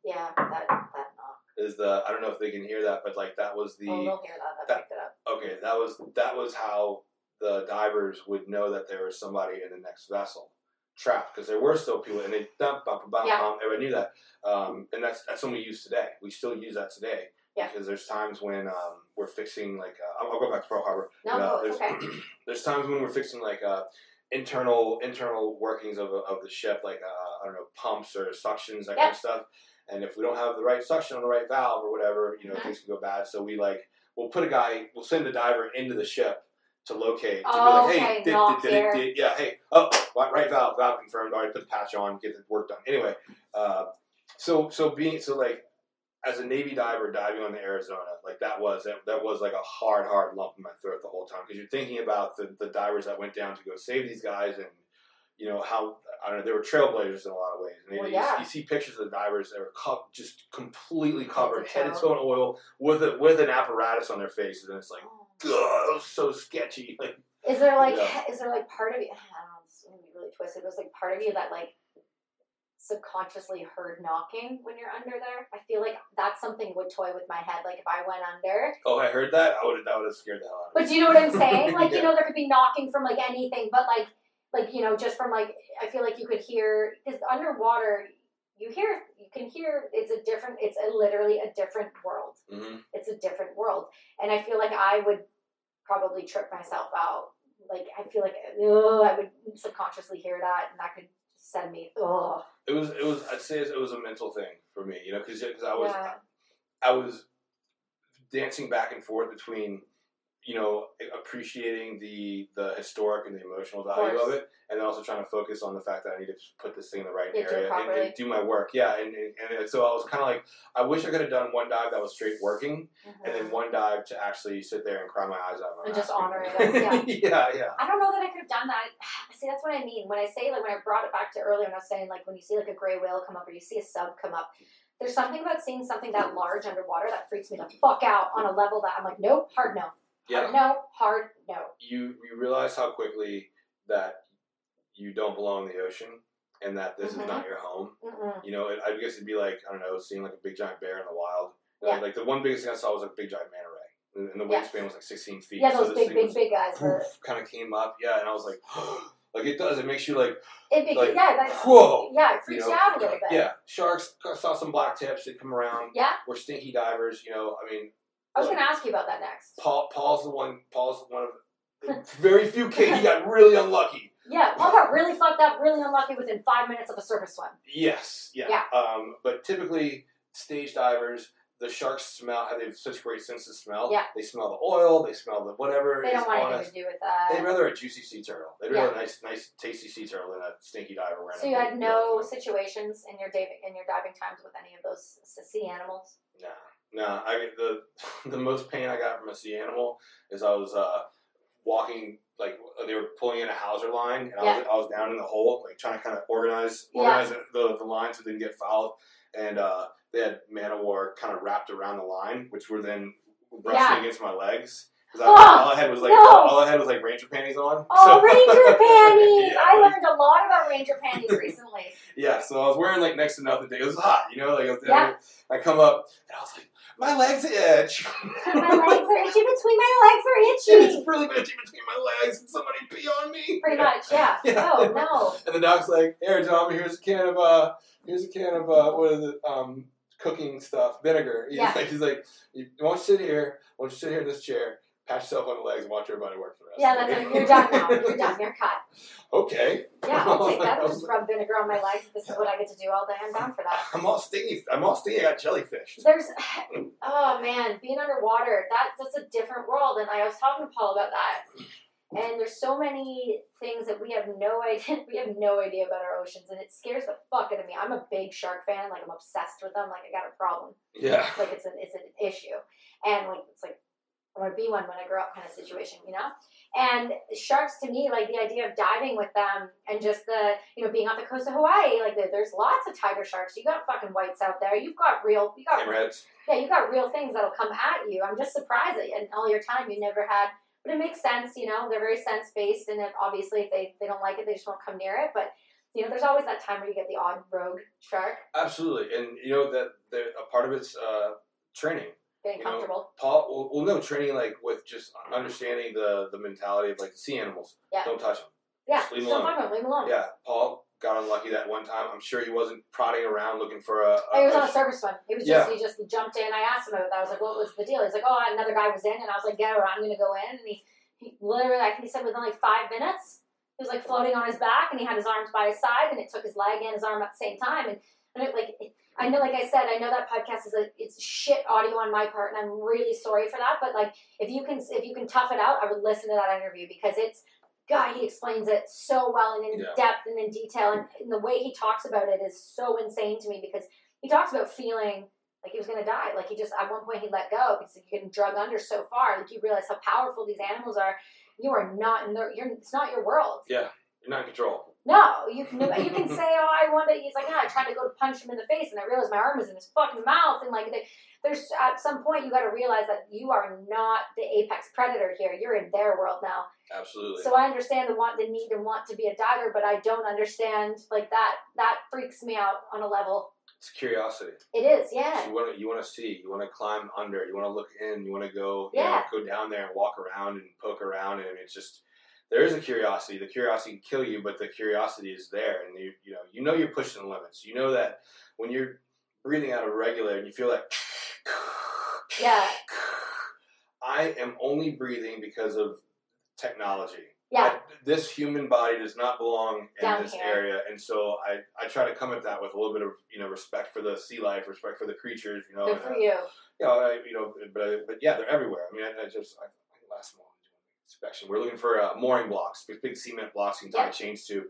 [SPEAKER 1] Yeah, that that knock.
[SPEAKER 2] is the I don't know if they can hear that, but like that was the
[SPEAKER 1] oh, they'll hear that. That,
[SPEAKER 2] that-
[SPEAKER 1] picked it up.
[SPEAKER 2] okay, that was that was how the divers would know that there was somebody in the next vessel trapped because there were still people and they dump bump bump
[SPEAKER 1] Yeah.
[SPEAKER 2] bump everyone knew that um, and that's that's something we use today we still use that today
[SPEAKER 1] Yeah.
[SPEAKER 2] because there's times when um, we're fixing like uh, I'll, I'll go back to Pearl Harbor
[SPEAKER 1] No,
[SPEAKER 2] but, uh,
[SPEAKER 1] no, it's
[SPEAKER 2] there's,
[SPEAKER 1] okay.
[SPEAKER 2] [CLEARS THROAT] there's times when we're fixing like uh, internal internal workings of, of the ship like uh, I don't know pumps or suctions that kind
[SPEAKER 1] Yeah.
[SPEAKER 2] of stuff and if we don't have the right suction on the right valve or whatever you know
[SPEAKER 1] Mhm.
[SPEAKER 2] things can go bad so we like we'll put a guy, we'll send a diver into the ship to locate. To
[SPEAKER 1] Oh,
[SPEAKER 2] be like,
[SPEAKER 1] okay,
[SPEAKER 2] hey, did,
[SPEAKER 1] not
[SPEAKER 2] did, did, it-
[SPEAKER 1] here.
[SPEAKER 2] did- yeah, hey, oh, right, right valve, valve confirmed. All right, put the patch on, get the work done. Anyway, uh, so so being so like as a Navy diver diving on the Arizona, like that was that, that was like a hard hard lump in my throat the whole time because you're thinking about the the divers that went down to go save these guys and. You know how I don't know. They were trailblazers in a lot of ways. And
[SPEAKER 1] Well,
[SPEAKER 2] you,
[SPEAKER 1] yeah.
[SPEAKER 2] you see pictures of the divers that were co- just completely covered,
[SPEAKER 1] to
[SPEAKER 2] head and
[SPEAKER 1] toe.
[SPEAKER 2] toe in oil, with a, with an apparatus on their faces, and it's like, God, that was so sketchy. [LAUGHS] Like,
[SPEAKER 1] Is there like
[SPEAKER 2] Yeah.
[SPEAKER 1] is there like part of you? [SIGHS] I don't know. This is gonna be really twisted. But it's like part of you that like subconsciously heard knocking when you're under there. I feel like that's something would toy with my head. Like if I went under,
[SPEAKER 2] oh, I heard that. I would that would have scared the hell out of me.
[SPEAKER 1] but do you know what I'm
[SPEAKER 2] [LAUGHS]
[SPEAKER 1] saying? Like
[SPEAKER 2] Yeah.
[SPEAKER 1] you know, there could be knocking from like anything, but like like you know, just from like I feel like you could hear because underwater you hear you can hear it's a different it's a literally a different world.
[SPEAKER 2] Mhm.
[SPEAKER 1] it's a different world and i feel like i would probably trip myself out like i feel like oh i would subconsciously hear that and that could send me oh
[SPEAKER 2] It was it was I'd say it was a mental thing for me, you know, because I was
[SPEAKER 1] yeah
[SPEAKER 2] I was dancing back and forth between you know appreciating the the historic and the emotional value of,
[SPEAKER 1] course.
[SPEAKER 2] it, and then also trying to focus on the fact that I need to put this thing in the right
[SPEAKER 1] Yeah, do it
[SPEAKER 2] area and,
[SPEAKER 1] properly.
[SPEAKER 2] and do my work. Yeah, and, and, and so I was kind of like, I wish I could have done one dive that was straight working, and then one dive to actually sit there and cry my eyes out.
[SPEAKER 1] And just honor it,
[SPEAKER 2] yeah, [LAUGHS] yeah, yeah.
[SPEAKER 1] i don't know that i could have done that [SIGHS] see that's what i mean when i say like when i brought it back to earlier when i was saying like when you see like a gray whale come up or you see a sub come up there's something about seeing something that large underwater that freaks me the fuck out on a level that i'm like nope hard no hard no hard no
[SPEAKER 2] you you realize how quickly that you don't belong in the ocean and that this
[SPEAKER 1] Mhm.
[SPEAKER 2] is not your home.
[SPEAKER 1] Mm-mm.
[SPEAKER 2] You know, it, I guess it'd be like I don't know, seeing like a big giant bear in the wild. Like,
[SPEAKER 1] Yeah.
[SPEAKER 2] like the one biggest thing I saw was like a big giant manta ray, and, and the
[SPEAKER 1] Yeah.
[SPEAKER 2] wingspan was like 16 feet.
[SPEAKER 1] yeah
[SPEAKER 2] so
[SPEAKER 1] those
[SPEAKER 2] this
[SPEAKER 1] big
[SPEAKER 2] thing
[SPEAKER 1] big
[SPEAKER 2] was,
[SPEAKER 1] big guys were-
[SPEAKER 2] kind of came up, yeah, and I was like, [GASPS] like it does. It makes you like,
[SPEAKER 1] it, it,
[SPEAKER 2] like
[SPEAKER 1] yeah that's
[SPEAKER 2] whoa.
[SPEAKER 1] Yeah, it
[SPEAKER 2] you
[SPEAKER 1] freaks
[SPEAKER 2] know?
[SPEAKER 1] you out a little bit.
[SPEAKER 2] Yeah, sharks I saw some black tips that come around.
[SPEAKER 1] Yeah?
[SPEAKER 2] we're stinky divers. You know, I mean,
[SPEAKER 1] I was going to ask you about that next.
[SPEAKER 2] Paul Paul's the one Paul's one of the [LAUGHS] very few kids he got really unlucky.
[SPEAKER 1] Yeah, Paul got really fucked up, really unlucky within five minutes of a surface swim.
[SPEAKER 2] Yes, yeah. Um, but typically stage divers, the sharks smell how they have such great sense of smell.
[SPEAKER 1] Yeah.
[SPEAKER 2] They smell the oil, they smell the whatever
[SPEAKER 1] They don't
[SPEAKER 2] is
[SPEAKER 1] want
[SPEAKER 2] on
[SPEAKER 1] anything
[SPEAKER 2] us.
[SPEAKER 1] to do with
[SPEAKER 2] They'd
[SPEAKER 1] that.
[SPEAKER 2] rather a juicy sea turtle. They'd
[SPEAKER 1] Yeah.
[SPEAKER 2] rather a nice nice tasty sea turtle than a stinky diver wearing
[SPEAKER 1] So
[SPEAKER 2] a
[SPEAKER 1] you had
[SPEAKER 2] big
[SPEAKER 1] no
[SPEAKER 2] yellow thing.
[SPEAKER 1] situations in your diving in your diving times with any of those s- sea animals.
[SPEAKER 2] [LAUGHS] Nah. Nah, I the [LAUGHS] the most pain I got from a sea animal is I was uh, walking like uh, they were pulling in a hauser line and I was I was down in the hole like trying to kind of organize
[SPEAKER 1] Yeah.
[SPEAKER 2] organize the, the line so it didn't get fouled and uh, they had man o' war kind of wrapped around the line which were then brushing
[SPEAKER 1] Yeah.
[SPEAKER 2] against my legs because
[SPEAKER 1] Oh,
[SPEAKER 2] all I had was like
[SPEAKER 1] no.
[SPEAKER 2] all I had was like ranger panties on.
[SPEAKER 1] Oh,
[SPEAKER 2] So- [LAUGHS]
[SPEAKER 1] ranger panties!
[SPEAKER 2] Yeah.
[SPEAKER 1] I learned a lot about ranger
[SPEAKER 2] [LAUGHS]
[SPEAKER 1] panties recently.
[SPEAKER 2] Yeah, so I was wearing like next to nothing. It was hot, you know. Like I, was-
[SPEAKER 1] Yeah.
[SPEAKER 2] I come up and I was like, my legs itch.
[SPEAKER 1] my legs are itchy between my legs are itchy.
[SPEAKER 2] It's really itchy between my legs. Can somebody pee on me?
[SPEAKER 1] Pretty much, yeah.
[SPEAKER 2] [LAUGHS] Yeah.
[SPEAKER 1] Oh no.
[SPEAKER 2] And the doc's like, "Here, Tom. Here's a can of uh, here's a can of uh, what is it? Um, cooking stuff, vinegar." He's
[SPEAKER 1] Yeah.
[SPEAKER 2] like, "He's like, you won't sit here. Won't sit here in this chair. Pat yourself on the legs. and Watch everybody work for us."
[SPEAKER 1] Yeah, that's it. You're
[SPEAKER 2] [LAUGHS]
[SPEAKER 1] done now. You're done. You're cut.
[SPEAKER 2] okay.
[SPEAKER 1] Yeah, I'll take that. Just rub vinegar on my legs. This is what I get to do all day. I'm down for that.
[SPEAKER 2] I'm all stingy. I'm all stingy. I got jellyfish.
[SPEAKER 1] There's, [SIGHS] oh man, being underwater, that, that's a different world. And I was talking to Paul about that. And there's so many things that we have no [LAUGHS] idea. We have no idea about our oceans, and it scares the fuck out of me. I'm a big shark fan. Like I'm obsessed with them. Like I got a problem.
[SPEAKER 2] Yeah.
[SPEAKER 1] Like it's an it's an issue. And like it's like I want to be one when I grow up kind of situation, you know? And sharks to me, like the idea of diving with them and just the, you know, being off the coast of Hawaii, like the, there's lots of tiger sharks. You got fucking whites out there. You've got real, you got,
[SPEAKER 2] Hammerheads.
[SPEAKER 1] yeah, you got real things that'll come at you. I'm just surprised that in all your time you never had, but it makes sense, you know? They're very sense based. And if, obviously, if they, they don't like it, they just won't come near it. But, you know, there's always that time where you get the odd rogue shark
[SPEAKER 2] Absolutely, and you know that that a part of it's uh, training.
[SPEAKER 1] getting
[SPEAKER 2] You know,
[SPEAKER 1] comfortable.
[SPEAKER 2] Paul, well, well, no training like with just understanding the the mentality of like sea animals.
[SPEAKER 1] Yeah.
[SPEAKER 2] Don't touch them.
[SPEAKER 1] Yeah,
[SPEAKER 2] just leave 'em
[SPEAKER 1] don't
[SPEAKER 2] alone.
[SPEAKER 1] talk about it, leave 'em alone.
[SPEAKER 2] Yeah, Paul got unlucky that one time. I'm sure he wasn't prodding around looking for a. a
[SPEAKER 1] It was
[SPEAKER 2] a-
[SPEAKER 1] on a service one. He was just he just jumped in. I asked him about that. I was like, "What was the deal?" He's like, "Oh, another guy was in," and I was like, "Get over. it. I'm gonna go in." And he, he literally, I think he said within like five minutes, he was like floating on his back, and he had his arms by his side, and it took his leg and his arm at the same time. And, and it, like, I know, like I said, I know that podcast is a it's shit audio on my part, and I'm really sorry for that. But like, if you can if you can tough it out, I would listen to that interview because it's. God, he explains it so well and in
[SPEAKER 2] Yeah.
[SPEAKER 1] depth and in detail, and, and the way he talks about it is so insane to me because he talks about feeling like he was going to die. Like he just at one point he let go because you can drug under so far. Like you realize how powerful these animals are. You are not in their. You're, it's not your world.
[SPEAKER 2] You're not in control.
[SPEAKER 1] No, you can you can say, oh, I want to. He's like, yeah, I tried to go to punch him in the face, and I realized my arm was in his fucking mouth. And like, they, there's at some point you got to realize that you are not the apex predator here. You're in their world now.
[SPEAKER 2] Absolutely.
[SPEAKER 1] So I understand the want, the need, and want to be a diver, but I don't understand like that. That freaks me out on a level.
[SPEAKER 2] it's curiosity.
[SPEAKER 1] It is, yeah.
[SPEAKER 2] You want to you want to see. You want to climb under. You want to look in. You want to go. you
[SPEAKER 1] Yeah.
[SPEAKER 2] know, go down there and walk around and poke around. And it's just there is a curiosity. The curiosity can kill you, but the curiosity is there. And you you know you know you're pushing the limits. You know that when you're breathing out a regular and you feel like
[SPEAKER 1] Yeah.
[SPEAKER 2] I am only breathing because of technology.
[SPEAKER 1] Yeah,
[SPEAKER 2] I- this human body does not belong in
[SPEAKER 1] Down
[SPEAKER 2] this
[SPEAKER 1] here.
[SPEAKER 2] area, and so I, I try to come at that with a little bit of you know respect for the sea life, respect for the creatures, you know.
[SPEAKER 1] good
[SPEAKER 2] and,
[SPEAKER 1] for
[SPEAKER 2] uh,
[SPEAKER 1] you.
[SPEAKER 2] you know, I, you know, but I- but yeah, they're everywhere. I mean, I, I just I, I last one inspection. We're looking for uh, mooring blocks, big, big cement blocks you can tie
[SPEAKER 1] Yeah.
[SPEAKER 2] chains to.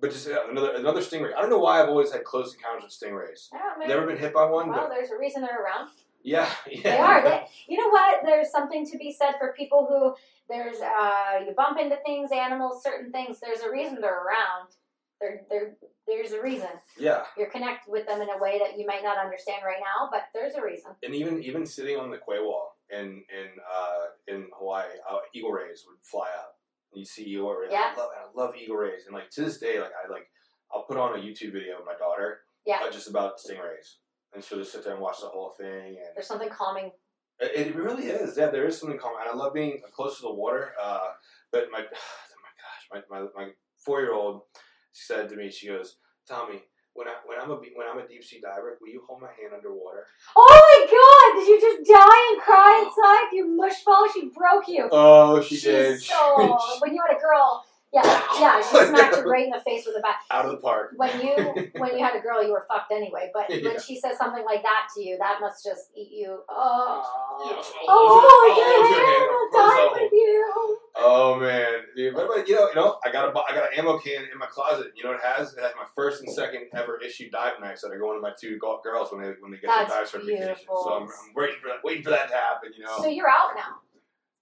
[SPEAKER 2] But just uh, another another stingray. I don't know why I've always had close encounters with stingrays.
[SPEAKER 1] I don't know.
[SPEAKER 2] Never been hit by one,
[SPEAKER 1] Oh, Well,
[SPEAKER 2] but
[SPEAKER 1] there's a reason
[SPEAKER 2] [LAUGHS]
[SPEAKER 1] they're around.
[SPEAKER 2] yeah, yeah.
[SPEAKER 1] They are. They, you know what? There's something to be said for people who there's uh, you bump into things, animals, certain things. There's a reason they're around. There, there, there's a reason.
[SPEAKER 2] [LAUGHS] yeah.
[SPEAKER 1] You're connected with them in a way that you might not understand right now, but there's a reason.
[SPEAKER 2] and even even sitting on the quay wall in in uh, in Hawaii, uh, eagle rays would fly up. And you see eagle rays.
[SPEAKER 1] Yeah.
[SPEAKER 2] I love, I love eagle rays, and like to this day, like I like I'll put on a YouTube video of my daughter,
[SPEAKER 1] Yeah.
[SPEAKER 2] uh, just about stingrays, and she'll just sit there and watch the whole thing. And
[SPEAKER 1] There's something calming.
[SPEAKER 2] it, it really is. Yeah, there is something common. And I love being close to the water. Uh, but my [SIGHS] oh my gosh, my my, my four year old said to me, she goes, Tommy. When, I, when I'm a be- when I'm a deep sea diver, will you hold my hand underwater?
[SPEAKER 1] Oh my God! Did you just die and cry inside? You mushball! She broke you.
[SPEAKER 2] Oh, she
[SPEAKER 1] She's
[SPEAKER 2] did. [LAUGHS]
[SPEAKER 1] so. When you had a girl, yeah, yeah, she smacked you right in the face with a bat.
[SPEAKER 2] out of the park.
[SPEAKER 1] when you
[SPEAKER 2] [LAUGHS]
[SPEAKER 1] when you had a girl, you were fucked anyway. But
[SPEAKER 2] Yeah.
[SPEAKER 1] when she says something like that to you, that must just eat you. Oh,
[SPEAKER 2] Yes, I'll
[SPEAKER 1] oh,
[SPEAKER 2] hold your- I'll hold your hand,
[SPEAKER 1] your hand,
[SPEAKER 2] I'll
[SPEAKER 1] I'll die with you.
[SPEAKER 2] Oh man, dude, but, but, you know, you know, I got a bo- I got an ammo can in my closet. You know what it has? It has my first and second ever issued dive knives that are going to my two go- girls when they when they get
[SPEAKER 1] That's
[SPEAKER 2] their dive certification.
[SPEAKER 1] beautiful.
[SPEAKER 2] So I'm, I'm waiting for that, waiting for that to happen. You know?
[SPEAKER 1] So you're out now.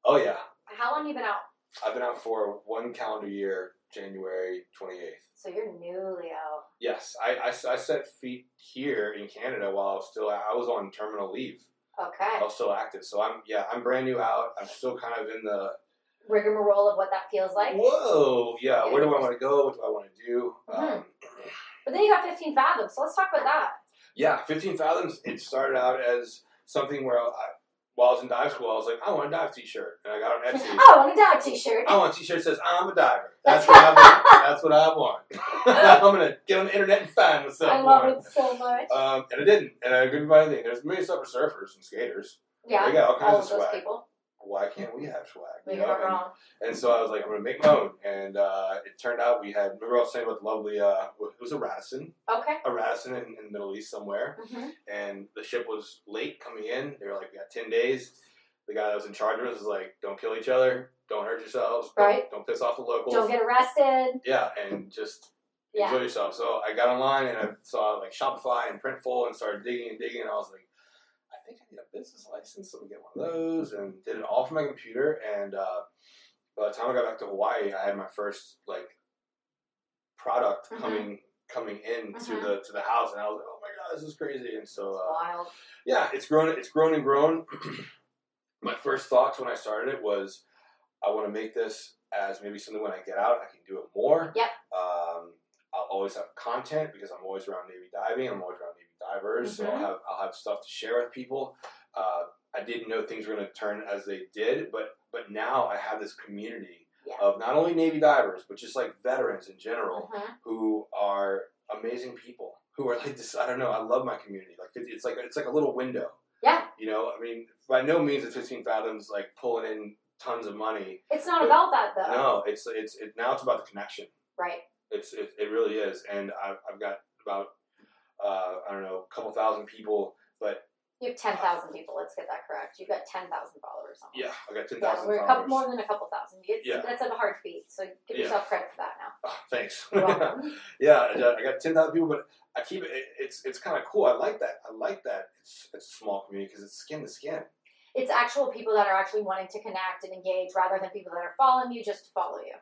[SPEAKER 2] oh yeah,
[SPEAKER 1] How long you been out?
[SPEAKER 2] I've been out for one calendar year, January 28th.
[SPEAKER 1] So you're newly out.
[SPEAKER 2] Yes, I, I s- I set feet here in Canada while I was still I was on terminal leave. I
[SPEAKER 1] Okay.
[SPEAKER 2] was still active, so I'm yeah I'm brand new out. I'm still kind of in the
[SPEAKER 1] Rigmarole of what that feels like.
[SPEAKER 2] Whoa, yeah. Where do I want to go? What do I want to do?
[SPEAKER 1] Mm-hmm.
[SPEAKER 2] Um,
[SPEAKER 1] But then you got 15 fathoms. So let's talk about that.
[SPEAKER 2] yeah, 15 fathoms. It started out as something where I, while I was in dive school, I was like, I want a dive T-shirt, and I got on
[SPEAKER 1] [LAUGHS]
[SPEAKER 2] Etsy.
[SPEAKER 1] oh, and a dad T-shirt.
[SPEAKER 2] I want a T-shirt that says I'm a
[SPEAKER 1] [LAUGHS]
[SPEAKER 2] diver. That's what I want. That's what I want. [LAUGHS] I'm gonna get on the internet and find myself
[SPEAKER 1] I love
[SPEAKER 2] one.
[SPEAKER 1] it so much.
[SPEAKER 2] Um, and I didn't, and I couldn't find anything. There's many summer surfers and skaters.
[SPEAKER 1] yeah,
[SPEAKER 2] They got all kinds
[SPEAKER 1] all
[SPEAKER 2] of
[SPEAKER 1] of those
[SPEAKER 2] swag.
[SPEAKER 1] people.
[SPEAKER 2] Why can't we have swag? you
[SPEAKER 1] Maybe
[SPEAKER 2] know?
[SPEAKER 1] not
[SPEAKER 2] And-
[SPEAKER 1] wrong.
[SPEAKER 2] And so I was like, I'm gonna make my own. And uh, it turned out we had. Remember I was saying about the lovely. Uh, it was a Radisson,
[SPEAKER 1] Okay.
[SPEAKER 2] a Radisson in, in the Middle East somewhere.
[SPEAKER 1] hmm
[SPEAKER 2] And the ship was late coming in. They were like, we got ten days. The guy that was in charge of us was like, don't kill each other, don't hurt yourselves, don't,
[SPEAKER 1] Right.
[SPEAKER 2] don't piss off the locals.
[SPEAKER 1] Don't get arrested.
[SPEAKER 2] yeah, and just
[SPEAKER 1] Yeah.
[SPEAKER 2] enjoy yourself. So I got online and I saw like Shopify and Printful and started digging and digging. And I was like, I think I need a business license, so we get one of those, and did it all from my computer. And uh, by the time I got back to Hawaii, I had my first like product
[SPEAKER 1] Mhm.
[SPEAKER 2] coming coming in
[SPEAKER 1] Mhm.
[SPEAKER 2] to the to the house, and I was like, oh my god, this is crazy. And so uh,
[SPEAKER 1] wild.
[SPEAKER 2] yeah, it's grown, it's grown and grown. [CLEARS THROAT] my first thoughts when I started it was, I want to make this as maybe something when I get out, I can do it more.
[SPEAKER 1] Yep.
[SPEAKER 2] Um, I'll always have content because I'm always around Navy diving. I'm always around Navy divers, so I'll
[SPEAKER 1] Mhm.
[SPEAKER 2] have I'll have stuff to share with people. Uh, I didn't know things were going to turn as they did, but but now I have this community
[SPEAKER 1] Yeah.
[SPEAKER 2] of not only Navy divers but just like veterans in general
[SPEAKER 1] Mhm.
[SPEAKER 2] who are amazing people who are like this. I don't know. I love my community. Like it- it's like it's like a little window.
[SPEAKER 1] Yeah.
[SPEAKER 2] You know, I mean, by no means is 15 fathoms like pulling in tons of money.
[SPEAKER 1] It's not about that though.
[SPEAKER 2] No, it's it's it, now it's about the connection.
[SPEAKER 1] Right.
[SPEAKER 2] It's it, it really is, and I've, I've got about uh, I don't know a couple thousand people, but
[SPEAKER 1] You have ten thousand people. Let's get that correct. You've got ten thousand followers. Almost.
[SPEAKER 2] yeah, I got ten
[SPEAKER 1] Yeah,
[SPEAKER 2] thousand
[SPEAKER 1] we're a couple
[SPEAKER 2] followers.
[SPEAKER 1] more than a couple thousand. It's,
[SPEAKER 2] Yeah.
[SPEAKER 1] That's a hard feat. So
[SPEAKER 2] Yeah.
[SPEAKER 1] give yourself credit for that now.
[SPEAKER 2] Ah, thanks. [LAUGHS]
[SPEAKER 1] You're welcome.
[SPEAKER 2] yeah, I got- I got ten thousand people, but I keep it. it- It's it's kind of cool. I like that. I like that. It's it's a small community because it's skin to skin.
[SPEAKER 1] it's actual people that are actually wanting to connect and engage rather than people that are following you just to follow you.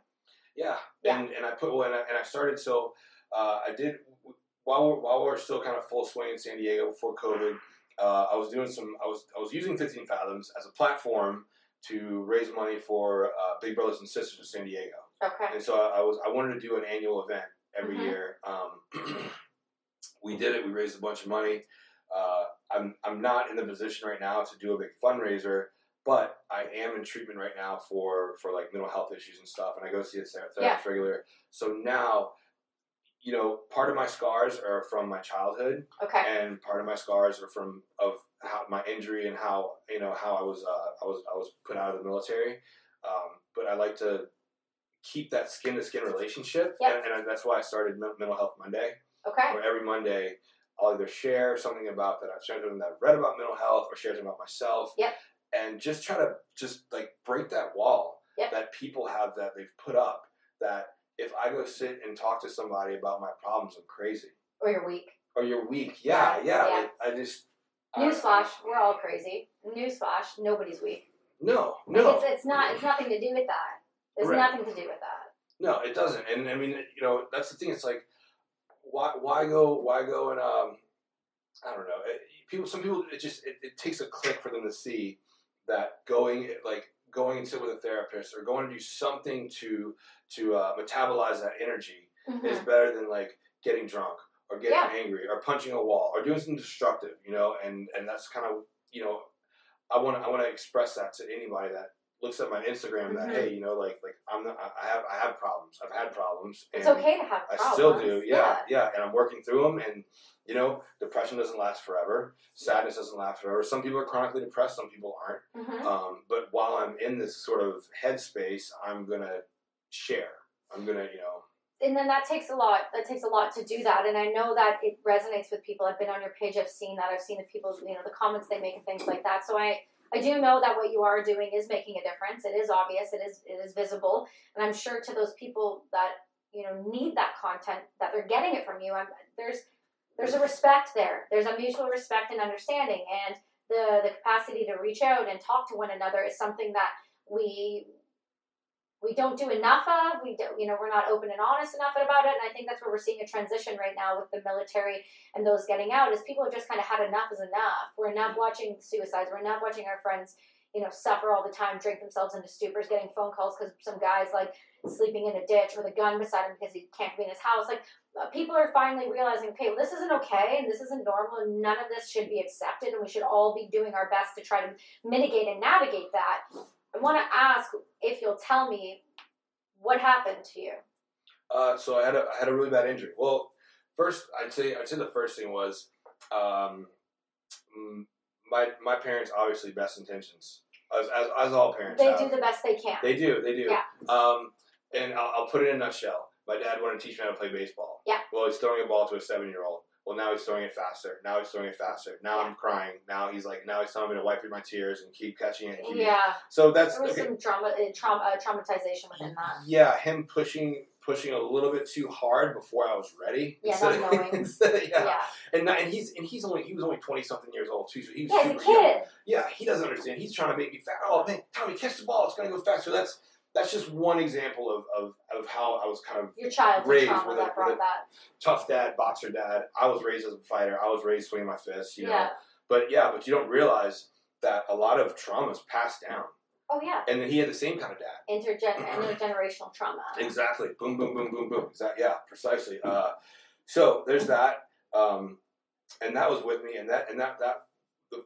[SPEAKER 2] Yeah,
[SPEAKER 1] Yeah.
[SPEAKER 2] and and I put well, and I, and I started so uh, I did while we're, while we're still kind of full swing in San Diego before COVID. Uh, I was doing some. I was I was using 15 Fathoms as a platform to raise money for uh, Big Brothers and Sisters of San Diego,
[SPEAKER 1] Okay.
[SPEAKER 2] and so I, I was I wanted to do an annual event every
[SPEAKER 1] Mhm.
[SPEAKER 2] year. Um, [CLEARS THROAT] we did it. We raised a bunch of money. Uh, I'm I'm not in the position right now to do a big fundraiser, but I am in treatment right now for for like mental health issues and stuff, and I go see a ther- therapist regular. So now, you know, part of my scars are from my childhood,
[SPEAKER 1] Okay.
[SPEAKER 2] and part of my scars are from of how my injury and how you know how I was uh, I was I was put out of the military. Um, but I like to keep that skin to skin relationship,
[SPEAKER 1] Yeah.
[SPEAKER 2] and, and I, that's why I started Men- Mental Health Monday
[SPEAKER 1] Okay.
[SPEAKER 2] where every Monday I'll either share something about that I've shared something that I've read about mental health or share something about myself.
[SPEAKER 1] Yep.
[SPEAKER 2] And just try to just like break that wall
[SPEAKER 1] Yep.
[SPEAKER 2] that people have that they've put up that if I go sit and talk to somebody about my problems, I'm crazy.
[SPEAKER 1] Or you're weak.
[SPEAKER 2] Or you're weak. Yeah, yeah.
[SPEAKER 1] Yeah.
[SPEAKER 2] like, I just I-
[SPEAKER 1] Newsflash, we're all crazy. Newsflash, nobody's weak.
[SPEAKER 2] No, no.
[SPEAKER 1] It's, it's not. It's nothing to do with that. There's
[SPEAKER 2] Right.
[SPEAKER 1] nothing to do with that.
[SPEAKER 2] No, it doesn't. And I mean, you know, that's the thing. It's like, why, why go, why go, and um, I don't know. It, people, some people, it just it, it takes a click for them to see that going, like going and sit with a therapist or going to do something to to uh, metabolize that energy
[SPEAKER 1] Mm-hmm.
[SPEAKER 2] is better than like getting drunk or getting
[SPEAKER 1] Uh-huh. Yeah.
[SPEAKER 2] angry or punching a wall or doing something destructive. You know, and and that's kind of you know, I want to I want to express that to anybody that looks at my Instagram that
[SPEAKER 1] Mhm.
[SPEAKER 2] hey, you know, like like I'm not, I I have I have problems. I've had problems. And
[SPEAKER 1] It's okay to have problems.
[SPEAKER 2] I still do. Yeah, yeah, and I'm working through them. And you know, depression doesn't last forever. Sadness doesn't last forever. Some people are chronically depressed. Some people aren't.
[SPEAKER 1] Yeah. Mhm.
[SPEAKER 2] Um, but while I'm in this sort of headspace, I'm gonna share. I'm gonna you know.
[SPEAKER 1] And then that takes a lot. That takes a lot to do that. And I know that it resonates with people. I've been on your page. I've seen that. I've seen the people. You know the comments they make and things like that. So I. I do know that what you are doing is making a difference. It is obvious. It is it is visible, and I'm sure to those people that you know need that content that they're getting it from you. I'm, there's there's a respect there. There's a mutual respect and understanding, and the the capacity to reach out and talk to one another is something that we we don't do enough of. We don't, you know, we're not open and honest enough about it. And I think that's where we're seeing a transition right now with the military and those getting out is people have just kind of had enough is enough. We're enough watching suicides. We're enough watching our friends, you know, suffer all the time, drink themselves into stupors, getting phone calls because some guy's like sleeping in a ditch with a gun beside him because he can't be in his house. Like uh, people are finally realizing, okay, well, this isn't okay and this isn't normal and none of this should be accepted and we should all be doing our best to try to mitigate and navigate that. I want to ask if you'll tell me what happened to you.
[SPEAKER 2] Uh, so I had a I had a really bad injury. Well, first I'd say I'd say the first thing was, um, mm, my my parents obviously best intentions as as, as all parents.
[SPEAKER 1] They
[SPEAKER 2] have.
[SPEAKER 1] do the best they can.
[SPEAKER 2] They do. They do.
[SPEAKER 1] Yeah.
[SPEAKER 2] Um, and I'll, I'll put it in a nutshell. My dad wanted to teach me how to play baseball.
[SPEAKER 1] Yeah.
[SPEAKER 2] Well, he's throwing a ball to a seven-year-old. well, now he's throwing it faster. Now he's throwing it faster. Now I'm crying. Now he's like, now he's telling me to wipe through my tears and keep catching it. and keep-
[SPEAKER 1] Yeah,
[SPEAKER 2] So that's
[SPEAKER 1] there was
[SPEAKER 2] okay.
[SPEAKER 1] some drama, uh, trauma, uh, traumatization within that.
[SPEAKER 2] Yeah, him pushing pushing a little bit too hard before I was ready. [LAUGHS]
[SPEAKER 1] Yeah,
[SPEAKER 2] instead
[SPEAKER 1] not
[SPEAKER 2] of,
[SPEAKER 1] knowing.
[SPEAKER 2] instead of- yeah.
[SPEAKER 1] Yeah,
[SPEAKER 2] And not, and he's and he's only he was only twenty something years old too. So he was
[SPEAKER 1] yeah,
[SPEAKER 2] super
[SPEAKER 1] he's a
[SPEAKER 2] young.
[SPEAKER 1] kid.
[SPEAKER 2] Yeah, he doesn't understand. He's trying to make me fat. Oh man, Tommy, catch the ball. It's gonna go faster. That's that's just one example of, of, of how I was kind of
[SPEAKER 1] Your child
[SPEAKER 2] Raised
[SPEAKER 1] trauma
[SPEAKER 2] with
[SPEAKER 1] that
[SPEAKER 2] a-
[SPEAKER 1] brought
[SPEAKER 2] with a-
[SPEAKER 1] that.
[SPEAKER 2] tough dad, boxer dad. I was raised as a fighter. I was raised swinging my fists. You
[SPEAKER 1] yeah.
[SPEAKER 2] Know? But yeah, but you don't realize that a lot of trauma is passed down.
[SPEAKER 1] Oh yeah.
[SPEAKER 2] And then he had the same kind of dad.
[SPEAKER 1] Intergen-
[SPEAKER 2] [CLEARS THROAT]
[SPEAKER 1] intergenerational trauma.
[SPEAKER 2] Exactly. Boom, boom, boom, boom, boom. Exactly. Yeah, precisely. Uh, so there's that, um, and that was with me, and that and that that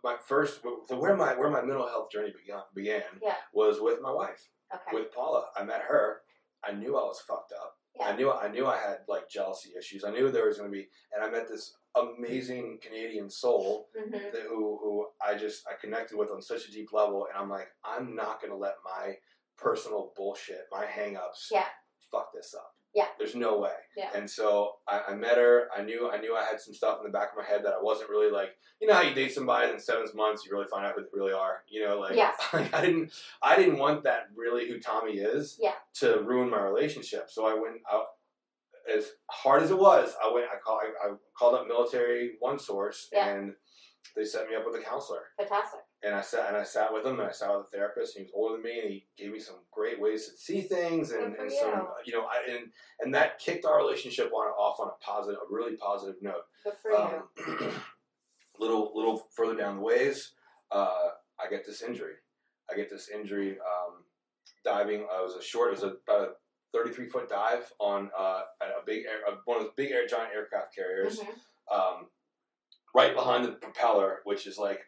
[SPEAKER 2] my first where my where my mental health journey began began
[SPEAKER 1] Yeah.
[SPEAKER 2] was with my wife,
[SPEAKER 1] Okay.
[SPEAKER 2] with Paula. I met her. I knew I was fucked up.
[SPEAKER 1] Yeah.
[SPEAKER 2] I knew I knew I had like jealousy issues. I knew there was going to be, and I met this amazing Canadian soul
[SPEAKER 1] hmm
[SPEAKER 2] that who who I just I connected with on such a deep level, and I'm like, I'm not gonna let my personal bullshit, my hangups,
[SPEAKER 1] Yeah.
[SPEAKER 2] fuck this up.
[SPEAKER 1] Yeah.
[SPEAKER 2] there's no way.
[SPEAKER 1] Yeah.
[SPEAKER 2] And so I, I met her. I knew I knew I had some stuff in the back of my head that I wasn't really like. You know how you date somebody, and in seven months you really find out who they really are. You know, like
[SPEAKER 1] Yes.
[SPEAKER 2] [LAUGHS] like, I didn't I didn't want that really who Tommy is.
[SPEAKER 1] Yeah.
[SPEAKER 2] To ruin my relationship, so I went out. As hard as it was, I went. I called. I, I called up military one source,
[SPEAKER 1] Yeah.
[SPEAKER 2] and they set me up with a counselor
[SPEAKER 1] Fantastic.
[SPEAKER 2] and I sat and I sat with him and I sat with a therapist. And he was older than me, and he gave me some great ways to see things and,
[SPEAKER 1] Good for
[SPEAKER 2] and some
[SPEAKER 1] you.
[SPEAKER 2] you know I, and and that kicked our relationship on off on a positive, a really positive note.
[SPEAKER 1] Good for you.
[SPEAKER 2] Um, [CLEARS THROAT] little little further down the ways, uh, I get this injury. I get this injury um, diving. I was a short. It was a, about a thirty-three foot dive on uh, a a big air, a- one of those big air giant aircraft carriers
[SPEAKER 1] Mhm.
[SPEAKER 2] um, right behind the propeller, which is like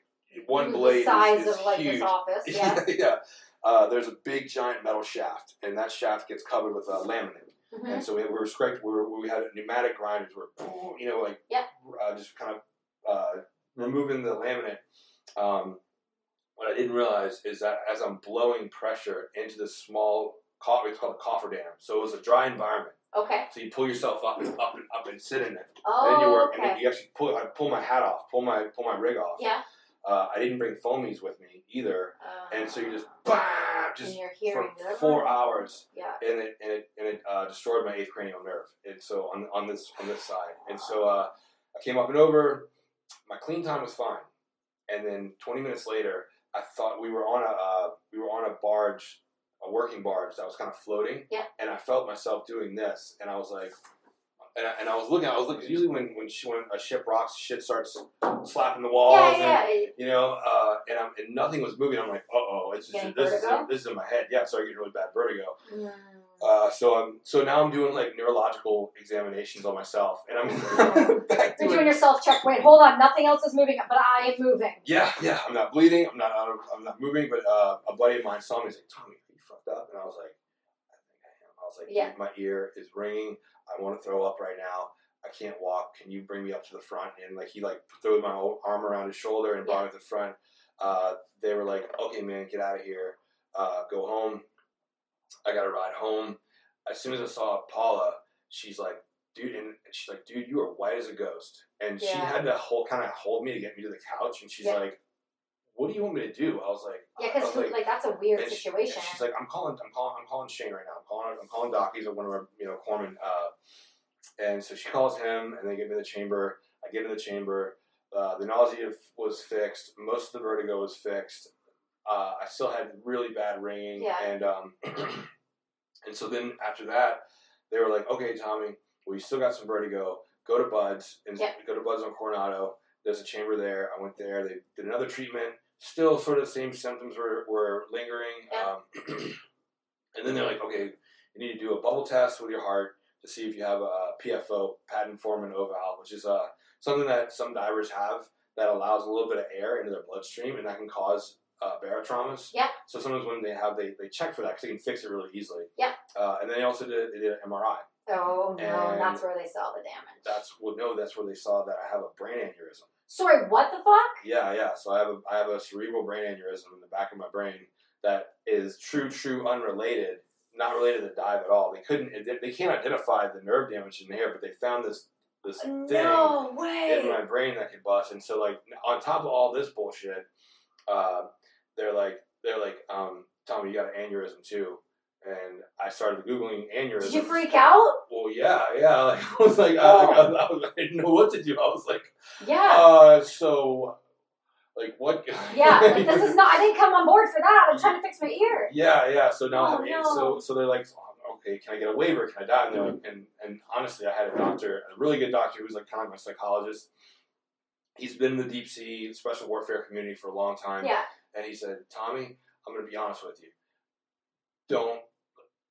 [SPEAKER 2] one
[SPEAKER 1] The
[SPEAKER 2] blade is-
[SPEAKER 1] size
[SPEAKER 2] is,
[SPEAKER 1] of like
[SPEAKER 2] huge.
[SPEAKER 1] this office. Yeah.
[SPEAKER 2] [LAUGHS] yeah. Uh, there's a big giant metal shaft, and that shaft gets covered with uh, laminate.
[SPEAKER 1] hmm
[SPEAKER 2] And so we, we were scraped. We, were, we had pneumatic grinders. Were you know like
[SPEAKER 1] Yeah.
[SPEAKER 2] uh, just kind of uh, removing the laminate. Um, what I didn't realize is that as I'm blowing pressure into this small, co- it's called a cofferdam. So it was a dry environment.
[SPEAKER 1] Okay.
[SPEAKER 2] So you pull yourself up and up and up and sit in it. And then you
[SPEAKER 1] Oh.
[SPEAKER 2] work, and then
[SPEAKER 1] Okay.
[SPEAKER 2] you actually pull. I pull my hat off, pull my pull my rig off.
[SPEAKER 1] Yeah.
[SPEAKER 2] Uh, I didn't bring foamies with me either, and so you just bam,
[SPEAKER 1] Uh, and
[SPEAKER 2] just
[SPEAKER 1] you're
[SPEAKER 2] for
[SPEAKER 1] hearing it.
[SPEAKER 2] four hours,
[SPEAKER 1] Yeah.
[SPEAKER 2] and it and it and it uh, destroyed my eighth cranial nerve. And so on on this on this side, and so uh, I came up and over. My clean time was fine, and then 20 minutes later, I thought we were on a uh, we were on a barge, a working barge that was kind of floating.
[SPEAKER 1] Yeah.
[SPEAKER 2] And I felt myself doing this, and I was like, and I, and I was looking, I was looking. 'cause Usually, when when, sh- when a ship rocks, shit starts slapping the walls,
[SPEAKER 1] Yeah,
[SPEAKER 2] and
[SPEAKER 1] yeah, yeah.
[SPEAKER 2] you know, uh, and I'm and nothing was moving. I'm like, uh oh, it's
[SPEAKER 1] Getting
[SPEAKER 2] just, this is
[SPEAKER 1] vertigo?
[SPEAKER 2] this is in my head. Yeah, I started getting really bad vertigo.
[SPEAKER 1] Mm.
[SPEAKER 2] Uh, so I'm so now I'm doing like neurological examinations on myself, and I'm [LAUGHS] back to
[SPEAKER 1] You're doing
[SPEAKER 2] it.
[SPEAKER 1] your self check. Wait, hold on. Nothing else is moving, but I am moving.
[SPEAKER 2] Yeah, yeah. I'm not bleeding. I'm not. I'm- I'm not moving. But uh, a buddy of mine saw me. He's like, Tommy, are you fucked up? And I was like, I think I am. I was like,
[SPEAKER 1] Yeah.
[SPEAKER 2] dude, my ear is ringing. I want to throw up right now. I can't walk. Can you bring me up to the front? And like he like threw my whole arm around his shoulder and brought me to the front. Uh, they were like, okay, man, get out of here. Uh, go home. I got to ride home. As soon as I saw Paula, she's like, dude, and she's like, dude, you are white as a ghost. And she
[SPEAKER 1] Yeah.
[SPEAKER 2] had to hold, kind of hold me to get me to the couch. And she's
[SPEAKER 1] Yeah.
[SPEAKER 2] like, what do you want me to do? I was like,
[SPEAKER 1] Yeah,
[SPEAKER 2] I was
[SPEAKER 1] because like, that's a weird
[SPEAKER 2] and she- and
[SPEAKER 1] situation.
[SPEAKER 2] she's like, I'm calling, I'm calling, I'm calling Shane right now. I'm calling, I'm calling Doc. He's one of our, you know, corpsmen. Uh, and so she calls him, and they get me the chamber. I get in the chamber. Uh, the nausea was fixed. Most of the vertigo was fixed. Uh, I still had really bad ringing,
[SPEAKER 1] Yeah.
[SPEAKER 2] and um, [CLEARS THROAT] and so then after that, they were like, "Okay, Tommy, well, you still got some vertigo. Go to Buds and
[SPEAKER 1] Yeah.
[SPEAKER 2] go to Buds on Coronado. There's a chamber there. I went there. They did another treatment. Still, sort of the same symptoms were were lingering.
[SPEAKER 1] Yeah.
[SPEAKER 2] Um, [CLEARS THROAT] and then they're like, "Okay, you need to do a bubble test with your heart to see if you have a PFO, patent foramen ovale, which is uh, something that some divers have that allows a little bit of air into their bloodstream, and that can cause uh, barotraumas.
[SPEAKER 1] Yeah.
[SPEAKER 2] So sometimes when they have, they, they check for that because they can fix it really easily.
[SPEAKER 1] Yeah.
[SPEAKER 2] Uh, and then they also did, they did an MRI.
[SPEAKER 1] oh no,
[SPEAKER 2] and-
[SPEAKER 1] that's where they saw the damage.
[SPEAKER 2] That's well, no, that's where they saw that I have a brain aneurysm.
[SPEAKER 1] Sorry, what the fuck?
[SPEAKER 2] Yeah, yeah. So I have a I have a cerebral brain aneurysm in the back of my brain that is true, true, unrelated, not related to dive at all. They couldn't, they- they can't identify the nerve damage in there, but they found this this
[SPEAKER 1] Oh,
[SPEAKER 2] thing
[SPEAKER 1] No way.
[SPEAKER 2] in my brain that could bust. And so like on top of all this bullshit, uh, they're like they're like um, Tommy, you got an aneurysm too. And I started googling aneurysm.
[SPEAKER 1] Did you freak out?
[SPEAKER 2] Well, yeah, yeah. [LAUGHS] Like I was like, I, like, I, was- I, was, I didn't know what to do. I was like,
[SPEAKER 1] Yeah.
[SPEAKER 2] uh, so like what?
[SPEAKER 1] yeah.
[SPEAKER 2] [LAUGHS]
[SPEAKER 1] Like this is not. I didn't come on board for that. I'm trying to fix my ear.
[SPEAKER 2] Yeah, yeah. So now,
[SPEAKER 1] Oh,
[SPEAKER 2] I'm
[SPEAKER 1] no.
[SPEAKER 2] so so they're like, okay, can I get a waiver? Can I die? And, they're like, and and honestly, I had a doctor, a really good doctor, who's like kind of my psychologist. He's been in the deep sea special warfare community for a long time,
[SPEAKER 1] Yeah.
[SPEAKER 2] and he said, Tommy, I'm going to be honest with you. Don't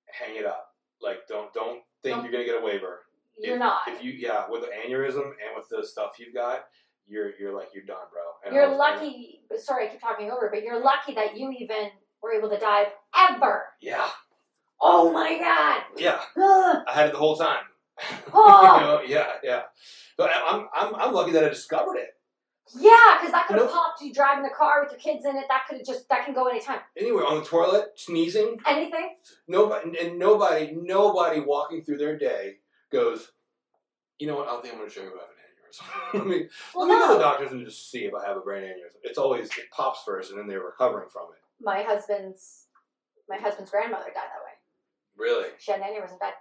[SPEAKER 2] hang it up. Like, don't don't think
[SPEAKER 1] Don't-
[SPEAKER 2] you're going to get a waiver.
[SPEAKER 1] You're
[SPEAKER 2] if,
[SPEAKER 1] not.
[SPEAKER 2] If you yeah, with the aneurysm and with the stuff you've got, you're you're like you're done, bro. And I
[SPEAKER 1] You're
[SPEAKER 2] was-
[SPEAKER 1] lucky. Sorry, I keep talking over, but you're lucky that you even were able to dive ever.
[SPEAKER 2] Yeah,
[SPEAKER 1] Oh my god. [GASPS]
[SPEAKER 2] yeah.
[SPEAKER 1] Ugh.
[SPEAKER 2] I had it the whole time. [LAUGHS]
[SPEAKER 1] Oh.
[SPEAKER 2] You know, yeah, yeah. But I- I'm, I'm, I'm lucky that I discovered it.
[SPEAKER 1] Yeah, because that could have
[SPEAKER 2] Nope.
[SPEAKER 1] popped you driving the car with your kids in it. That could have just that can go anytime.
[SPEAKER 2] Anyway, on the toilet, sneezing,
[SPEAKER 1] Anything.
[SPEAKER 2] nobody, and nobody, nobody walking through their day goes, you know what? I don't think I'm going to show you if I have an aneurysm. [LAUGHS] I mean,
[SPEAKER 1] Well,
[SPEAKER 2] let me go to the
[SPEAKER 1] no.
[SPEAKER 2] doctors and just see if I have a brain aneurysm. It's always it pops first, and then they're recovering from it.
[SPEAKER 1] My husband's my husband's grandmother died that way.
[SPEAKER 2] Really?
[SPEAKER 1] She had an aneurysm. That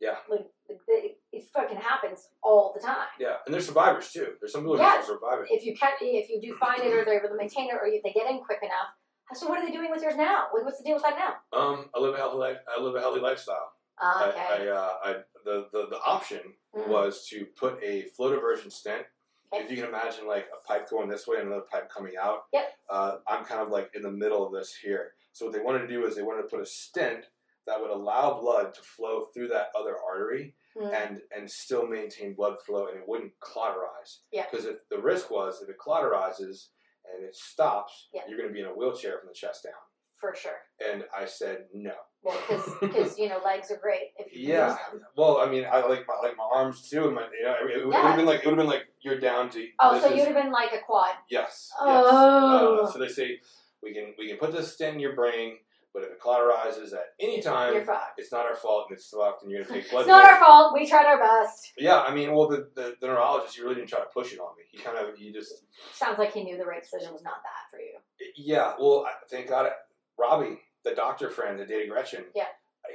[SPEAKER 2] Yeah.
[SPEAKER 1] like, like, it, it fucking happens all the time.
[SPEAKER 2] Yeah, and they're survivors too. There's some people who
[SPEAKER 1] Yes.
[SPEAKER 2] are survivors.
[SPEAKER 1] If you can, if you do find it, or they're able to maintain it, or you, they get in quick enough. So what are they doing with yours now? Like, what's the deal with that now?
[SPEAKER 2] Um, I live a healthy life. I live a healthy lifestyle.
[SPEAKER 1] Ah, okay.
[SPEAKER 2] I, I, uh, I the, the the option
[SPEAKER 1] Mm,
[SPEAKER 2] was to put a flow diversion stent
[SPEAKER 1] okay.
[SPEAKER 2] If you can imagine, like a pipe going this way and another pipe coming out.
[SPEAKER 1] Yep.
[SPEAKER 2] Uh, I'm kind of like in the middle of this here. So what they wanted to do is they wanted to put a stent that would allow blood to flow through that other artery
[SPEAKER 1] Mm,
[SPEAKER 2] and and still maintain blood flow and it wouldn't cauterize.
[SPEAKER 1] Yeah.
[SPEAKER 2] Because if the risk was if it cauterizes and it stops,
[SPEAKER 1] Yeah.
[SPEAKER 2] you're going to be in a wheelchair from the chest down.
[SPEAKER 1] for sure.
[SPEAKER 2] And I said no.
[SPEAKER 1] Well, because you know legs are great if you can
[SPEAKER 2] Yeah.
[SPEAKER 1] use them.
[SPEAKER 2] Well, I mean, I like my like my arms too, and my you know, it, would
[SPEAKER 1] Yeah.
[SPEAKER 2] have been like it would have been like you're down to.
[SPEAKER 1] Oh,
[SPEAKER 2] this
[SPEAKER 1] so
[SPEAKER 2] is-
[SPEAKER 1] you'd have been like a quad.
[SPEAKER 2] Yes. yes.
[SPEAKER 1] Oh,
[SPEAKER 2] Uh, so they say we can we can put this stent in your brain, but if it cauterizes at any time,
[SPEAKER 1] you're fucked.
[SPEAKER 2] it's not our fault and it's fucked, and you're
[SPEAKER 1] [LAUGHS]
[SPEAKER 2] gonna take blood.
[SPEAKER 1] It's not our
[SPEAKER 2] tests.
[SPEAKER 1] fault. We tried our best.
[SPEAKER 2] Yeah, I mean, well, the, the, the neurologist, you really didn't try to push it on me. He kind of, you just,
[SPEAKER 1] Sounds like he knew the right decision was not that for you.
[SPEAKER 2] yeah. Well, I, thank God, Robbie, the doctor friend that dated Gretchen.
[SPEAKER 1] Yeah.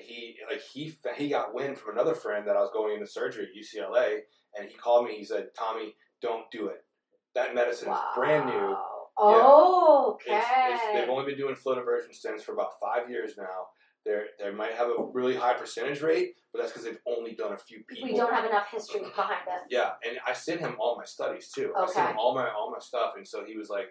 [SPEAKER 2] He like he he got wind from another friend that I was going into surgery at UCLA, and he called me. He said, "Tommy, don't do it. That medicine
[SPEAKER 1] Wow.
[SPEAKER 2] is brand new.
[SPEAKER 1] Oh, okay.
[SPEAKER 2] It's, it's, they've only been doing flow diversion stents for about five years now. They're, they might have a really high percentage rate, but that's because they've only done a few people.
[SPEAKER 1] we don't have enough history behind us.
[SPEAKER 2] Yeah, and I sent him all my studies too. I sent
[SPEAKER 1] Okay.
[SPEAKER 2] him all my all my stuff, and so he was like,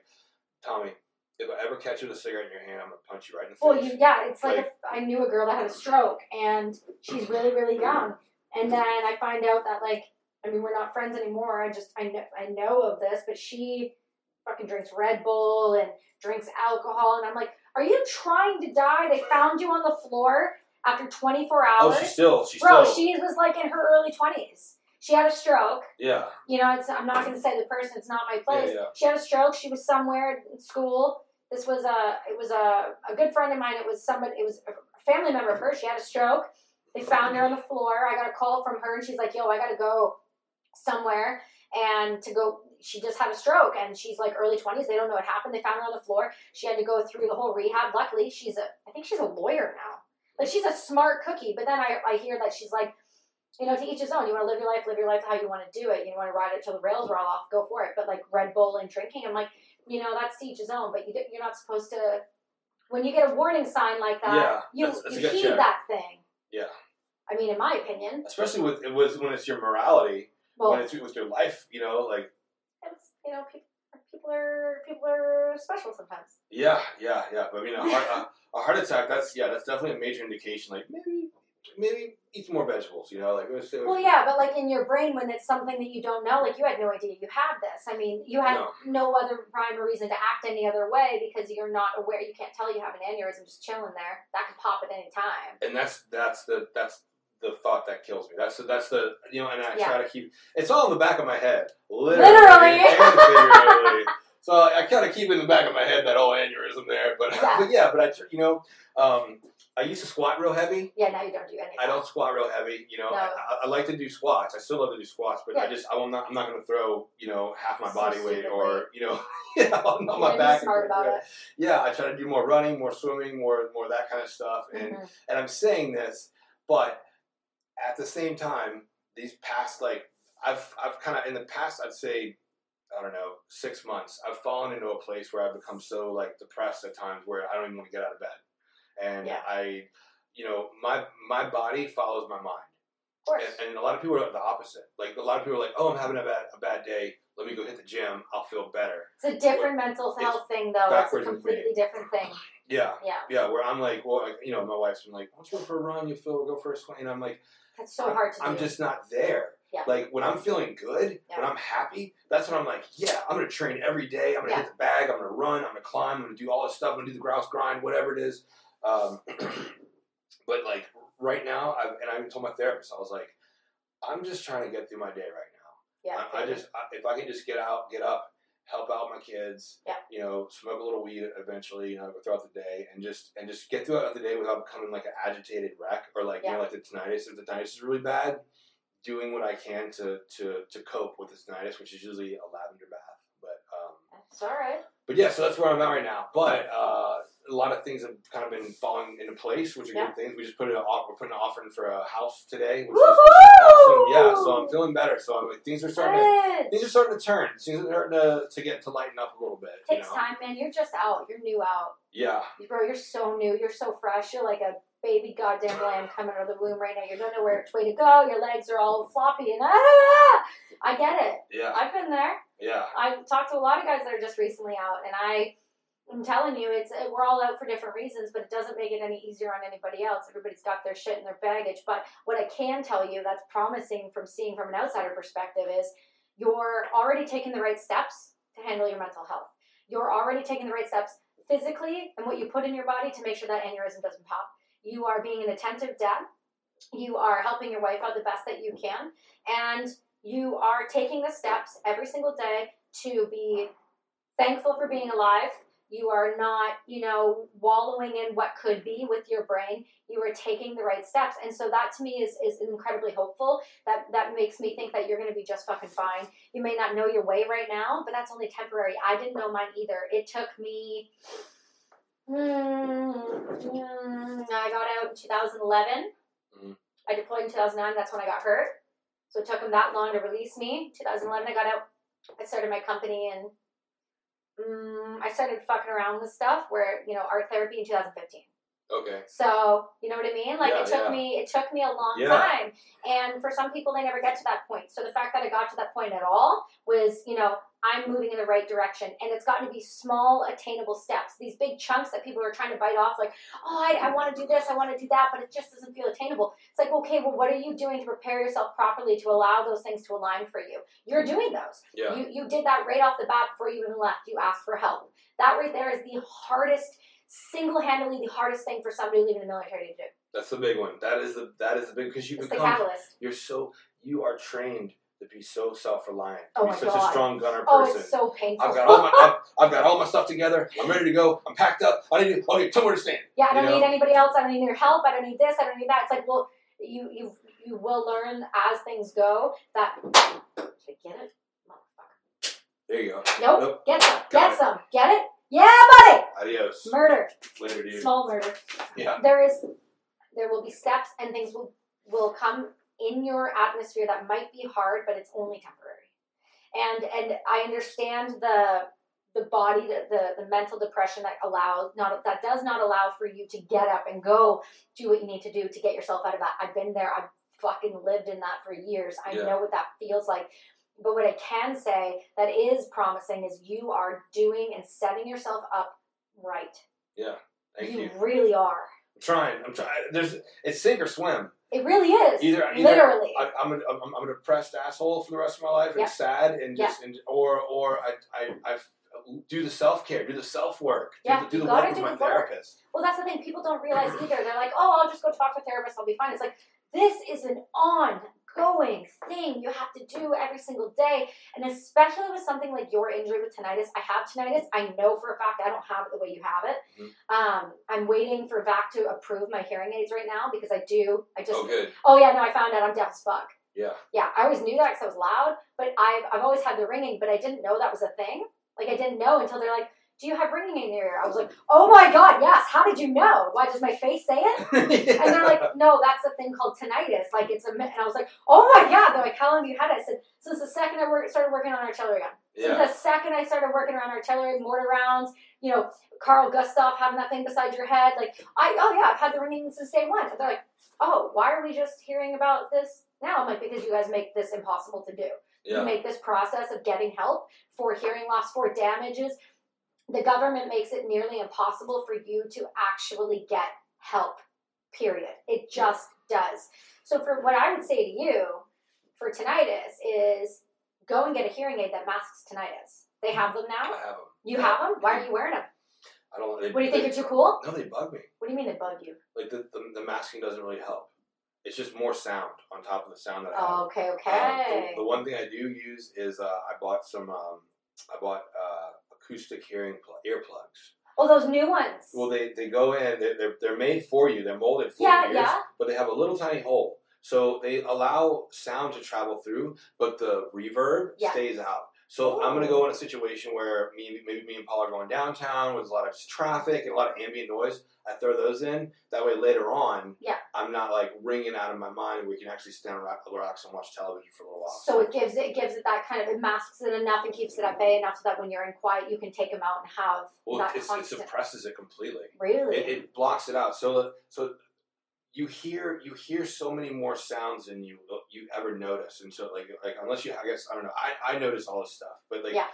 [SPEAKER 2] "Tommy, if I ever catch you with a cigarette in your hand, I'm gonna punch you right in the
[SPEAKER 1] Well,
[SPEAKER 2] face."
[SPEAKER 1] you, yeah, it's like if I knew a girl that had a stroke, and she's really, really young, and then I find out that like, I mean, we're not friends anymore. I just I know I know of this, but she fucking drinks Red Bull and drinks alcohol, and I'm like, are you trying to die? They found you on the floor after 24 hours.
[SPEAKER 2] oh, she's still, she's
[SPEAKER 1] Bro,
[SPEAKER 2] still,
[SPEAKER 1] she was like in her early twenties. She had a stroke.
[SPEAKER 2] yeah,
[SPEAKER 1] You know, it's, I'm not going to say the person. It's not my place.
[SPEAKER 2] Yeah, yeah.
[SPEAKER 1] She had a stroke. She was somewhere in school. This was a. It was a, a good friend of mine. It was somebody. It was a family member of hers. She had a stroke. They found her on the floor. I got a call from her, and she's like, "Yo, I got to go somewhere and to go." She just had a stroke, and she's like early twenties. They don't know what happened. They found her on the floor. She had to go through the whole rehab. Luckily, she's a. I think she's a lawyer now. Like she's a smart cookie. But then I, I hear that she's like you know, to each his own. You want to live your life, live your life how you want to do it. You want to ride it till the rails roll off, go for it. But like Red Bull and drinking, I'm like, you know, that's to each his own. But you, don't- you're not supposed to. When you get a warning sign like that,
[SPEAKER 2] Yeah,
[SPEAKER 1] you
[SPEAKER 2] that's- that's a
[SPEAKER 1] you
[SPEAKER 2] gut
[SPEAKER 1] heed
[SPEAKER 2] check.
[SPEAKER 1] that thing.
[SPEAKER 2] Yeah.
[SPEAKER 1] I mean, in my opinion,
[SPEAKER 2] Especially with it was when it's your morality,
[SPEAKER 1] well,
[SPEAKER 2] when it's with your life, you know, like
[SPEAKER 1] it's, you know, people, people are people are special sometimes.
[SPEAKER 2] Yeah, yeah, yeah. But I mean, a heart, a, a heart attack. That's yeah. That's definitely a major indication. Like maybe, maybe eat some more vegetables. You know, like let's say-
[SPEAKER 1] Well, yeah, but like in your brain, when it's something that you don't know, like you had no idea you had this. I mean, you had
[SPEAKER 2] No.
[SPEAKER 1] no, other rhyme or reason to act any other way because you're not aware. You can't tell you have an aneurysm just chilling there. That could pop at any time.
[SPEAKER 2] And that's that's the that's the thought that kills me. That's the, that's the you know. And I
[SPEAKER 1] Yeah.
[SPEAKER 2] try to keep. It's all in the back of my head, literally, [LAUGHS]
[SPEAKER 1] Literally.
[SPEAKER 2] and figuratively. so I, I kind of keep it in the back of my head that whole aneurysm there. [LAUGHS] But
[SPEAKER 1] Yeah.
[SPEAKER 2] but yeah, but I tr- you know. Um, I used to squat real heavy.
[SPEAKER 1] Yeah, now you don't do anything.
[SPEAKER 2] I don't squat real heavy. You know, I,
[SPEAKER 1] No.
[SPEAKER 2] I, I like to do squats. I still love to do squats, but I
[SPEAKER 1] Yeah.
[SPEAKER 2] just I will not. I'm not going to throw you know half my
[SPEAKER 1] So
[SPEAKER 2] body weight
[SPEAKER 1] stupid
[SPEAKER 2] or you know [LAUGHS] yeah, on, on
[SPEAKER 1] You're
[SPEAKER 2] my
[SPEAKER 1] gonna be
[SPEAKER 2] back.
[SPEAKER 1] smart about it.
[SPEAKER 2] Yeah, I try to do more running, more swimming, more more that kind of stuff. And
[SPEAKER 1] Mhm.
[SPEAKER 2] and I'm saying this, but at the same time, these past like I've I've kind of in the past I'd say I don't know six months I've fallen into a place where I've become so like depressed at times where I don't even want to get out of bed, and
[SPEAKER 1] Yeah.
[SPEAKER 2] I, you know, my my body follows my mind.
[SPEAKER 1] Of course.
[SPEAKER 2] And, and a lot of people are the opposite. Like a lot of people are like, oh, I'm having a bad a bad day. Let me go hit the gym. I'll feel better.
[SPEAKER 1] It's a different mental
[SPEAKER 2] It's
[SPEAKER 1] health thing, though. It's a
[SPEAKER 2] backwards with me.
[SPEAKER 1] completely different thing.
[SPEAKER 2] Yeah.
[SPEAKER 1] Yeah,
[SPEAKER 2] Yeah, where I'm like, well, like, you know, my wife's been like, why don't you go for a run? You feel, go for a swim. And I'm like,
[SPEAKER 1] that's so hard to do.
[SPEAKER 2] I'm just not there.
[SPEAKER 1] Yeah.
[SPEAKER 2] Like when I'm feeling good,
[SPEAKER 1] Yeah.
[SPEAKER 2] when I'm happy, that's when I'm like, yeah, I'm gonna train every day. I'm gonna
[SPEAKER 1] Yeah.
[SPEAKER 2] hit the bag. I'm gonna run. I'm gonna climb. I'm gonna do all this stuff. I'm gonna do the grouse grind, whatever it is. Um, [CLEARS THROAT] but like right now, I've, and I even told my therapist, I was like, I'm just trying to get through my day right now.
[SPEAKER 1] yeah,
[SPEAKER 2] I, I
[SPEAKER 1] totally.
[SPEAKER 2] just I, if I can just get out, get up, help out my kids.
[SPEAKER 1] Yeah.
[SPEAKER 2] You know, smoke a little weed eventually. You know, throughout the day, and just and just get throughout the day without becoming like an agitated wreck or like you know
[SPEAKER 1] Yeah.
[SPEAKER 2] like the tinnitus. If the tinnitus is really bad, doing what I can to to to cope with this tinnitus, which is usually a lavender bath. But um,
[SPEAKER 1] It's all right.
[SPEAKER 2] but yeah, so that's where I'm at right now. But uh, a lot of things have kind of been falling into place, which are
[SPEAKER 1] Yeah.
[SPEAKER 2] good things. We just put an off- we're putting an offering for a house today, which is awesome.
[SPEAKER 1] Woohoo!
[SPEAKER 2] Yeah, so I'm feeling better. So I'm like, things are starting. To,
[SPEAKER 1] Good.
[SPEAKER 2] things are starting to turn. Things are starting to, to get to lighten up a little bit. you
[SPEAKER 1] Takes
[SPEAKER 2] know?
[SPEAKER 1] time, man. You're just out. You're new out.
[SPEAKER 2] Yeah,
[SPEAKER 1] Bro, you're so new. You're so fresh. You're like a baby goddamn lamb coming out of the womb right now. You don't know where which way to go. Your legs are all floppy and ah, I get it.
[SPEAKER 2] yeah,
[SPEAKER 1] I've been there.
[SPEAKER 2] yeah,
[SPEAKER 1] I talked to a lot of guys that are just recently out, and I, I'm telling you, it's we're all out for different reasons, but it doesn't make it any easier on anybody else. Everybody's got their shit and their baggage. But what I can tell you that's promising from seeing from an outsider perspective is you're already taking the right steps to handle your mental health. You're already taking the right steps physically and what you put in your body to make sure that aneurysm doesn't pop. You are being an attentive dad. You are helping your wife out the best that you can, and you are taking the steps every single day to be thankful for being alive. You are not, you know, wallowing in what could be with your brain. You are taking the right steps. And so that to me is, is incredibly hopeful. That that makes me think that you're gonna be just fucking fine. You may not know your way right now, but that's only temporary. I didn't know mine either. It took me mm, mm, I got out in 2011.
[SPEAKER 2] Mhm.
[SPEAKER 1] I deployed in 2009. That's when I got hurt. So it took them that long to release me. 2011, I got out. I started my company and mm, I started fucking around with stuff where, you know, art therapy in 2015.
[SPEAKER 2] okay,
[SPEAKER 1] So, you know what I mean? Like
[SPEAKER 2] Yeah,
[SPEAKER 1] it took
[SPEAKER 2] yeah.
[SPEAKER 1] me it took me a long
[SPEAKER 2] Yeah.
[SPEAKER 1] time. And for some people they never get to that point. So the fact that I got to that point at all was, you know, I'm moving in the right direction. And it's gotten to be small attainable steps. These big chunks that people are trying to bite off like, "Oh, I, I want to do this, I want to do that," but it just doesn't feel attainable. It's like, "Okay, well what are you doing to prepare yourself properly to allow those things to align for you?" You're
[SPEAKER 2] Mm.
[SPEAKER 1] doing those.
[SPEAKER 2] yeah,
[SPEAKER 1] You you did that right off the bat before you even left. You asked for help. That right there is the hardest, single-handedly the hardest thing for somebody leaving the military to do.
[SPEAKER 2] that's the big one. That is the that is the big because you
[SPEAKER 1] It's the
[SPEAKER 2] become
[SPEAKER 1] catalyst.
[SPEAKER 2] you're so you are trained to be so self reliant.
[SPEAKER 1] Oh
[SPEAKER 2] You're
[SPEAKER 1] my
[SPEAKER 2] such a
[SPEAKER 1] God.
[SPEAKER 2] strong gunner
[SPEAKER 1] Oh,
[SPEAKER 2] person.
[SPEAKER 1] it's so painful.
[SPEAKER 2] I've got all my I've, I've got all my stuff together. I'm ready to go. I'm packed up. I need to okay, tell me where to stand.
[SPEAKER 1] yeah, I
[SPEAKER 2] you
[SPEAKER 1] don't
[SPEAKER 2] know.
[SPEAKER 1] need anybody else. I don't need your help. I don't need this. I don't need that. It's like, well, you you you will learn as things go. That Did I get it. Motherfucker.
[SPEAKER 2] There you go.
[SPEAKER 1] Nope.
[SPEAKER 2] Nope.
[SPEAKER 1] Get some.
[SPEAKER 2] Got
[SPEAKER 1] Get
[SPEAKER 2] it.
[SPEAKER 1] some. Get it. Yeah, buddy.
[SPEAKER 2] Adios.
[SPEAKER 1] Murder.
[SPEAKER 2] Later, dude.
[SPEAKER 1] Small murder.
[SPEAKER 2] Yeah.
[SPEAKER 1] there is there will be steps and things will will come in your atmosphere that might be hard but it's only temporary and and i understand the the body the, the the mental depression that allows not that does not allow for you to get up and go do what you need to do to get yourself out of that i've been there i've fucking lived in that for years i
[SPEAKER 2] Yeah.
[SPEAKER 1] know what that feels like but what i can say that is promising is you are doing and setting yourself up right
[SPEAKER 2] Thank you.
[SPEAKER 1] you really are
[SPEAKER 2] I'm trying. I'm trying. There's it's sink or swim.
[SPEAKER 1] It really is.
[SPEAKER 2] Either- either-
[SPEAKER 1] literally.
[SPEAKER 2] I, I'm, a, I'm I'm a depressed asshole for the rest of my life and
[SPEAKER 1] Yeah.
[SPEAKER 2] sad and just and or or I I, I do the self care, do the self work, do
[SPEAKER 1] Yeah,
[SPEAKER 2] the, do
[SPEAKER 1] you
[SPEAKER 2] the
[SPEAKER 1] gotta
[SPEAKER 2] work with
[SPEAKER 1] do
[SPEAKER 2] my
[SPEAKER 1] the work.
[SPEAKER 2] therapist.
[SPEAKER 1] well, that's the thing. People don't realize either. They're like, oh, I'll just go talk to a therapist. I'll be fine. It's like, this is an ongoing thing you have to do every single day. And especially with something like your injury with tinnitus, I have tinnitus. I know for a fact I don't have it the way you have it.
[SPEAKER 2] Mm-hmm.
[SPEAKER 1] Um, I'm waiting for VAC to approve my hearing aids right now because I do. I just.
[SPEAKER 2] Oh, good.
[SPEAKER 1] Oh yeah, no, I found out I'm deaf as fuck.
[SPEAKER 2] [LAUGHS] Yeah.
[SPEAKER 1] Yeah, I always knew that because I was loud, but I've I've always had the ringing, but I didn't know that was a thing. Like I didn't know until they're like, "Do you have ringing in your ear?" I was like, "Oh my god, yes! How did you know? Why does my face say it?" And they're like, "No, that's a thing called tinnitus. Like it's a." mi-" And I was like, "Oh my god!" They're like, "How long have you had it?" I said, "Since the second I work, started working on artillery gun. Since
[SPEAKER 2] yeah.
[SPEAKER 1] the second I started working around artillery, mortar rounds, you know, Carl Gustav having that thing beside your head, like I oh yeah, I've had the ringing since day one. And they're like, oh, why are we just hearing about this now? I'm like, because you guys make this impossible to do. You
[SPEAKER 2] Yeah.
[SPEAKER 1] make this process of getting help for hearing loss, for damages. The government makes it nearly impossible for you to actually get help, period. It just does. So, for what I would say to you for tinnitus is go and get a hearing aid that masks tinnitus. They have them
[SPEAKER 2] I
[SPEAKER 1] now.
[SPEAKER 2] have them.
[SPEAKER 1] You have them? Why are you wearing them?
[SPEAKER 2] I don't. They,
[SPEAKER 1] What do you think?
[SPEAKER 2] They,
[SPEAKER 1] You're too cool?
[SPEAKER 2] no, they bug me.
[SPEAKER 1] What do you mean they bug you?
[SPEAKER 2] Like the, the the masking doesn't really help. It's just more sound on top of the sound that I have.
[SPEAKER 1] Oh, okay,
[SPEAKER 2] Um,
[SPEAKER 1] okay.
[SPEAKER 2] the, the one thing I do use is uh, I bought some. Um, I bought uh, acoustic hearing pl- earplugs.
[SPEAKER 1] Oh, those new ones.
[SPEAKER 2] Well, they, they go in. They're, they're they're made for you. They're molded for
[SPEAKER 1] Yeah,
[SPEAKER 2] your ears,
[SPEAKER 1] yeah.
[SPEAKER 2] but they have a little tiny hole, so they allow sound to travel through, but the reverb
[SPEAKER 1] Yeah.
[SPEAKER 2] stays out. So if I'm gonna go in a situation where me maybe me and Paul are going downtown with a lot of traffic and a lot of ambient noise. I throw those in. That way later on,
[SPEAKER 1] Yeah.
[SPEAKER 2] I'm not like ringing out of my mind. We can actually sit down, and rock- relax, and watch television for a little while.
[SPEAKER 1] So it gives it gives it that kind of it masks it enough and keeps it at bay enough so that when you're in quiet you can take them out and have
[SPEAKER 2] Well,
[SPEAKER 1] that
[SPEAKER 2] it's, it
[SPEAKER 1] constant.
[SPEAKER 2] suppresses it completely.
[SPEAKER 1] really?
[SPEAKER 2] It, it blocks it out. So, so you hear you hear so many more sounds than you you ever notice. And so, like like unless you, I guess I don't know. I I notice all this stuff, but like.
[SPEAKER 1] Yeah.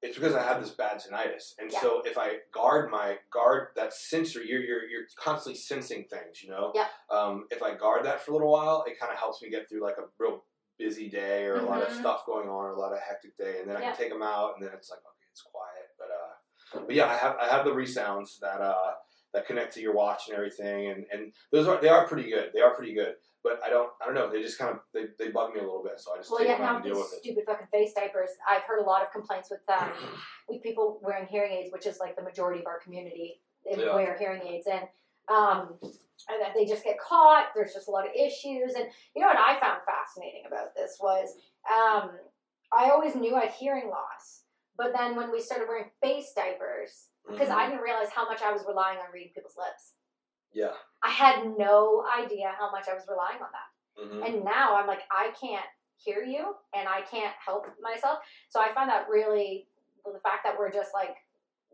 [SPEAKER 2] It's because I have this bad tinnitus, and
[SPEAKER 1] Yeah.
[SPEAKER 2] so if I guard my guard that sensory, you're you're, you're constantly sensing things, you know.
[SPEAKER 1] Yeah.
[SPEAKER 2] Um, if I guard that for a little while, it kind of helps me get through like a real busy day or a lot of
[SPEAKER 1] Mhm.
[SPEAKER 2] stuff going on, or a lot of hectic day, and then I
[SPEAKER 1] Yeah.
[SPEAKER 2] can take them out, and then it's like okay, it's quiet, but uh, but yeah, I have I have the resounds that uh that connect to your watch and everything, and and those are they are pretty good. They are pretty good, but I don't I don't know. They just kind of they, they bug me a little bit, so I just
[SPEAKER 1] well,
[SPEAKER 2] take
[SPEAKER 1] yeah,
[SPEAKER 2] them out
[SPEAKER 1] now
[SPEAKER 2] and
[SPEAKER 1] with
[SPEAKER 2] deal
[SPEAKER 1] these
[SPEAKER 2] with it.
[SPEAKER 1] stupid fucking face diapers, I've heard a lot of complaints with
[SPEAKER 2] [CLEARS THROAT]
[SPEAKER 1] um, with people wearing hearing aids, which is like the majority of our community that
[SPEAKER 2] Yeah.
[SPEAKER 1] wear hearing aids, and um, and that they just get caught. There's just a lot of issues, and you know what I found fascinating about this was um, I always knew I had hearing loss, but then when we started wearing face diapers, because
[SPEAKER 2] Mm-hmm.
[SPEAKER 1] I didn't realize how much I was relying on reading people's lips.
[SPEAKER 2] yeah.
[SPEAKER 1] I had no idea how much I was relying on that.
[SPEAKER 2] mhm.
[SPEAKER 1] And now I'm like, I can't hear you and I can't help myself. So I find that really the fact that we're just like,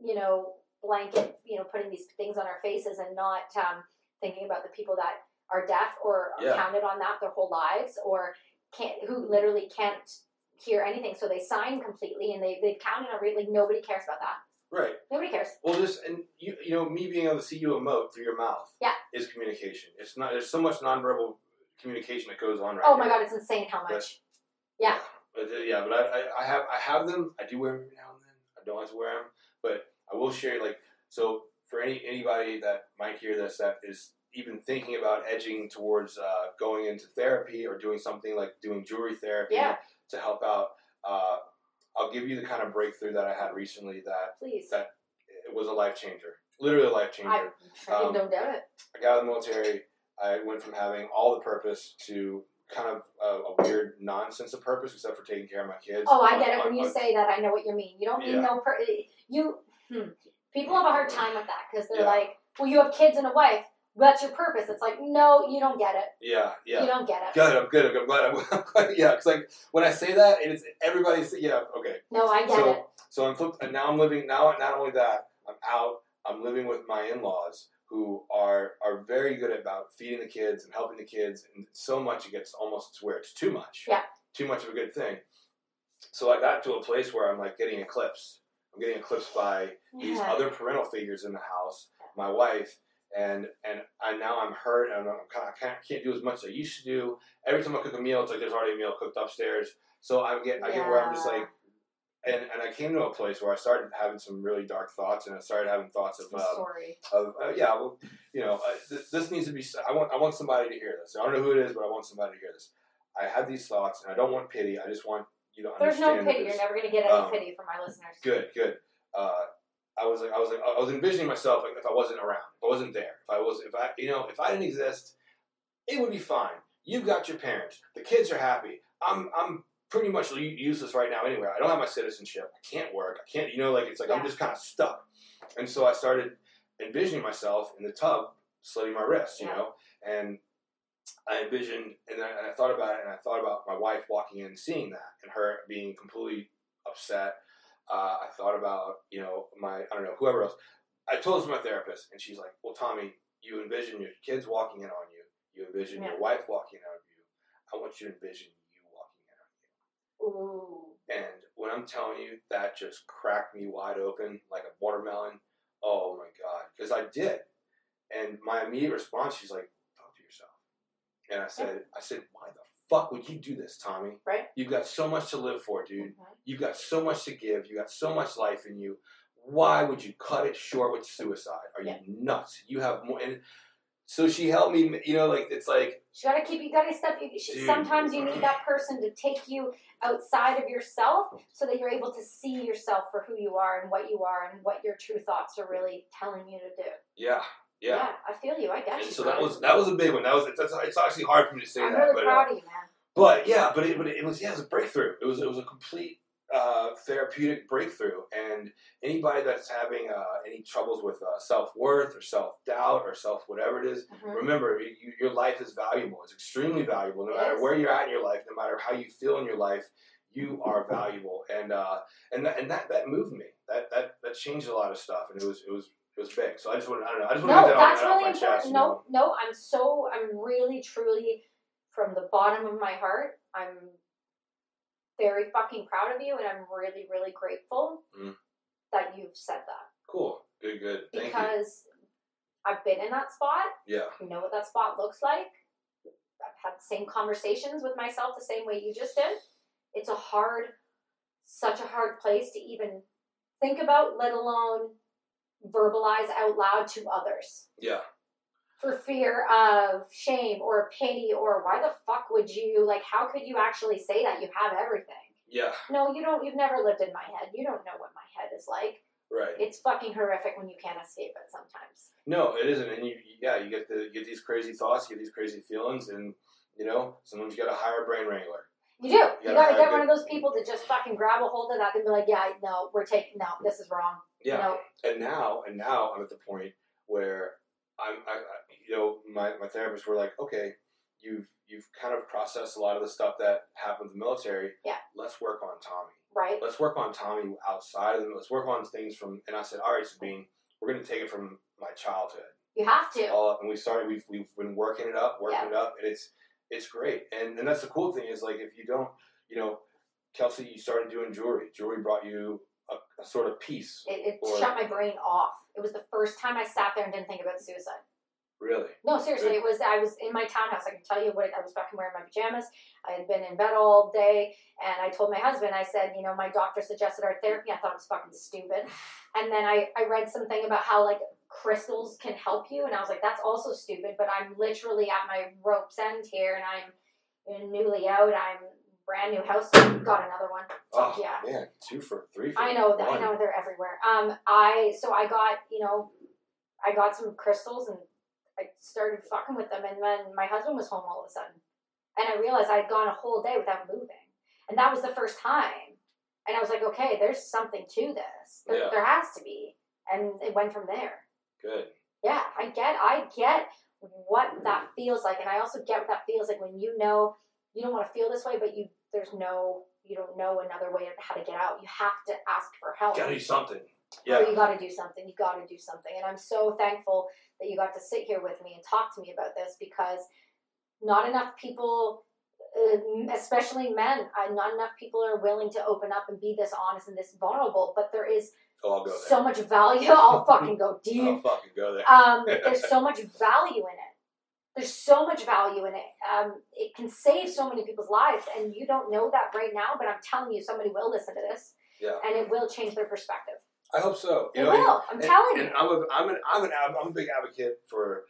[SPEAKER 1] you know, blanket, you know, putting these things on our faces and not um, thinking about the people that are deaf or are
[SPEAKER 2] Yeah.
[SPEAKER 1] counted on that their whole lives or can't, who literally can't hear anything. So they sign completely and they, they counted on, re- like, nobody cares about that.
[SPEAKER 2] Right.
[SPEAKER 1] Nobody cares.
[SPEAKER 2] Well, just and you you know me being able to see you emote through your mouth.
[SPEAKER 1] Yeah.
[SPEAKER 2] Is communication. It's not. There's so much nonverbal communication that goes on right.
[SPEAKER 1] Oh my
[SPEAKER 2] here.
[SPEAKER 1] God, it's insane how much.
[SPEAKER 2] Yes.
[SPEAKER 1] Yeah.
[SPEAKER 2] But uh, yeah, but I, I, I have I have them. I do wear them every now and then. I don't like to wear them, but I will share like so for any anybody that might hear this that is even thinking about edging towards uh, going into therapy or doing something like doing jewelry therapy
[SPEAKER 1] Yeah.
[SPEAKER 2] to help out. Uh, I'll give you the kind of breakthrough that I had recently that
[SPEAKER 1] Please.
[SPEAKER 2] That- it was a life changer, literally a life changer.
[SPEAKER 1] I, I
[SPEAKER 2] Um,
[SPEAKER 1] don't doubt it.
[SPEAKER 2] I got out of the military. I went from having all the purpose to kind of a, a weird nonsense of purpose, except for taking care of my kids.
[SPEAKER 1] Oh, I get it.
[SPEAKER 2] On-
[SPEAKER 1] When you
[SPEAKER 2] on-
[SPEAKER 1] say that, I know what you mean. You don't mean
[SPEAKER 2] Yeah.
[SPEAKER 1] no per. You hmm. people have a hard time with that because they're
[SPEAKER 2] Yeah.
[SPEAKER 1] like, well, you have kids and a wife. That's your purpose. It's like, no, you don't get it.
[SPEAKER 2] yeah,
[SPEAKER 1] You
[SPEAKER 2] yeah.
[SPEAKER 1] don't get it.
[SPEAKER 2] Good. I'm good. I'm glad. [LAUGHS] I'm, I'm glad. Yeah, because like when I say that, it's everybody's. Yeah, okay.
[SPEAKER 1] No, I get
[SPEAKER 2] so,
[SPEAKER 1] it.
[SPEAKER 2] So I'm flipped, and now I'm living. Now, not only that, I'm out. I'm living with my in-laws, who are are very good about feeding the kids and helping the kids, and so much it gets almost to where it's too much.
[SPEAKER 1] Yeah.
[SPEAKER 2] Too much of a good thing. So I got to a place where I'm like getting eclipsed. I'm getting eclipsed by these
[SPEAKER 1] Yeah.
[SPEAKER 2] other parental figures in the house, my wife, and and I now I'm hurt and I'm kind of, I can't, can't do as much as I used to do. Every time I cook a meal, it's like there's already a meal cooked upstairs. So I get I get where I'm just
[SPEAKER 1] Yeah.
[SPEAKER 2] like, and and I came to a place where I started having some really dark thoughts, and I started having thoughts of
[SPEAKER 1] I'm
[SPEAKER 2] um,
[SPEAKER 1] sorry.
[SPEAKER 2] of uh, yeah, well, you know, uh, th- this needs to be. I want I want somebody to hear this. I don't know who it is, but I want somebody to hear this. I have these thoughts, and I don't want pity. I just want you to
[SPEAKER 1] There's no
[SPEAKER 2] understand. that
[SPEAKER 1] pity. You're
[SPEAKER 2] there's-
[SPEAKER 1] never going to get any
[SPEAKER 2] um,
[SPEAKER 1] pity from my listeners.
[SPEAKER 2] Good, good. Uh, I was like, I was like, I was envisioning myself like if I wasn't around, if I wasn't there, if I was, if I, you know, if I didn't exist, it would be fine. You've got your parents. The kids are happy. I'm, I'm pretty much u- useless right now anyway. I don't have my citizenship. I can't work. I can't, you know, like it's like I'm
[SPEAKER 1] Yeah.
[SPEAKER 2] just kind of stuck. And so I started envisioning myself in the tub, slitting my wrists, you
[SPEAKER 1] Yeah.
[SPEAKER 2] know, and I envisioned, and I, and I thought about it, and I thought about my wife walking in, and seeing that, and her being completely upset. Uh, I thought about, you know, my, I don't know, whoever else. I told this to my therapist, and she's like, "Well, Tommy, you envision your kids walking in on you. You envision
[SPEAKER 1] Yeah.
[SPEAKER 2] your wife walking in on you. I want you to envision you walking in on you."
[SPEAKER 1] Ooh.
[SPEAKER 2] And when I'm telling you, that just cracked me wide open like a watermelon. Oh my God. Because I did. And my immediate response, she's like, talk to yourself. And I said, I said, why the fuck would you do this, Tommy?
[SPEAKER 1] Right.
[SPEAKER 2] You've got so much to live for, dude.
[SPEAKER 1] Mhm.
[SPEAKER 2] You've got so much to give. You've got so much life in you. Why would you cut it short with suicide? Are
[SPEAKER 1] Yeah.
[SPEAKER 2] you nuts? You have more. And so she helped me, you know, like, it's like,
[SPEAKER 1] You gotta keep. You gotta step. You, she,
[SPEAKER 2] Dude.
[SPEAKER 1] sometimes you need that person to take you outside of yourself, so that you're able to see yourself for who you are and what you are and what your true thoughts are really telling you to do.
[SPEAKER 2] yeah, yeah.
[SPEAKER 1] I feel you. I got
[SPEAKER 2] And
[SPEAKER 1] you.
[SPEAKER 2] so that
[SPEAKER 1] bro.
[SPEAKER 2] was that was a big one. That was it's, it's actually hard for me to say
[SPEAKER 1] I'm
[SPEAKER 2] that,
[SPEAKER 1] really
[SPEAKER 2] but uh,
[SPEAKER 1] proud of you, man.
[SPEAKER 2] But yeah, but it, but it was yeah, it was a breakthrough. It was it was a complete uh, therapeutic breakthrough. And anybody that's having uh, any troubles with uh, self worth or self doubt or self whatever it is,
[SPEAKER 1] Mhm.
[SPEAKER 2] remember you, you- your life is valuable. It's extremely valuable. No
[SPEAKER 1] It
[SPEAKER 2] matter
[SPEAKER 1] is.
[SPEAKER 2] where you're at in your life, no matter how you feel in your life, you are valuable. And uh, and that and that, that moved me. That that that changed a lot of stuff. And it was it was it was big. So I just want I don't know. I just want
[SPEAKER 1] No,
[SPEAKER 2] to get that
[SPEAKER 1] that's
[SPEAKER 2] off
[SPEAKER 1] really
[SPEAKER 2] my
[SPEAKER 1] important.
[SPEAKER 2] chest. you know?
[SPEAKER 1] no, no, I'm so I'm really truly from the bottom of my heart. I'm very fucking proud of you, and I'm really really grateful
[SPEAKER 2] Mm.
[SPEAKER 1] that you've said that
[SPEAKER 2] Cool. Good. Good. Thank you.
[SPEAKER 1] because I've been in that spot.
[SPEAKER 2] Yeah.
[SPEAKER 1] I know what that spot looks like. I've had the same conversations with myself the same way you just did. It's a hard, such a hard place to even think about, let alone verbalize out loud to others
[SPEAKER 2] Yeah.
[SPEAKER 1] for fear of shame or pity or why the fuck would you like how could you actually say that you have everything
[SPEAKER 2] Yeah.
[SPEAKER 1] no you don't you've never lived in my head you don't know what my head is like
[SPEAKER 2] Right.
[SPEAKER 1] it's fucking horrific when you can't escape it sometimes
[SPEAKER 2] No, it isn't. And you, yeah, you get the you get these crazy thoughts, you get these crazy feelings, and you know, sometimes you got to hire a brain wrangler.
[SPEAKER 1] you do you,
[SPEAKER 2] gotta
[SPEAKER 1] gotta
[SPEAKER 2] have
[SPEAKER 1] get
[SPEAKER 2] it.
[SPEAKER 1] one of those people to just fucking grab a hold of that and be like yeah no we're taking no this is wrong
[SPEAKER 2] Yeah.
[SPEAKER 1] no
[SPEAKER 2] And now, and now I'm at the point where I'm, I, I- you know, my my therapist were like, okay, you've you've kind of processed a lot of the stuff that happened in the military.
[SPEAKER 1] Yeah.
[SPEAKER 2] Let's work on Tommy.
[SPEAKER 1] right
[SPEAKER 2] Let's work on Tommy outside of them. Let's work on things from. And I said, all right, Sabine, we're gonna take it from my childhood.
[SPEAKER 1] you have to
[SPEAKER 2] all up and we started we've, we've been working it up working
[SPEAKER 1] Yeah.
[SPEAKER 2] it up and it's it's great and and that's the cool thing is like if you don't you know kelsey you started doing jewelry jewelry brought you a, a sort of peace
[SPEAKER 1] it,
[SPEAKER 2] Or-
[SPEAKER 1] it shut my brain off it was the first time i sat there and didn't think about suicide
[SPEAKER 2] really
[SPEAKER 1] No, seriously, it was. I was in my townhouse. I can tell you what I was fucking wearing my pajamas. I had been in bed all day, and I told my husband. I said, you know, my doctor suggested art therapy. I thought it was fucking stupid. And then I I read something about how like crystals can help you, and I was like, that's also stupid. But I'm literally at my rope's end here, and I'm you know, newly out. I'm brand new house. Got another one.
[SPEAKER 2] oh
[SPEAKER 1] Yeah.
[SPEAKER 2] man two for three for
[SPEAKER 1] I know that I
[SPEAKER 2] one.
[SPEAKER 1] know they're everywhere. Um, I so I got you know, I got some crystals and I started fucking with them, and then my husband was home all of a sudden, and I realized I'd gone a whole day without moving, and that was the first time, and I was like, okay, there's something to this. There,
[SPEAKER 2] Yeah.
[SPEAKER 1] there has to be, and it went from there.
[SPEAKER 2] good
[SPEAKER 1] Yeah, I get I get what that feels like, and I also get what that feels like when you know you don't want to feel this way, but you there's no you don't know another way of how to get out. You have to ask for help.
[SPEAKER 2] gotta do something
[SPEAKER 1] Oh,
[SPEAKER 2] yeah
[SPEAKER 1] you got to do something. You got to do something. And I'm so thankful that you got to sit here with me and talk to me about this because not enough people, um, especially men, uh, not enough people are willing to open up and be this honest and this vulnerable. But there is
[SPEAKER 2] oh i'll go there
[SPEAKER 1] so much value. [LAUGHS] I'll fucking go
[SPEAKER 2] i'll
[SPEAKER 1] deep.
[SPEAKER 2] fucking go there [LAUGHS]
[SPEAKER 1] Um, there's so much value in it. There's so much value in it. Um, it can save so many people's lives, and you don't know that right now. But I'm telling you, somebody will listen to this,
[SPEAKER 2] yeah
[SPEAKER 1] and it will change their perspective.
[SPEAKER 2] i hope so you
[SPEAKER 1] It
[SPEAKER 2] know,
[SPEAKER 1] will. I'm
[SPEAKER 2] and,
[SPEAKER 1] telling you.
[SPEAKER 2] and I'm a, I'm an I'm an I'm a big advocate for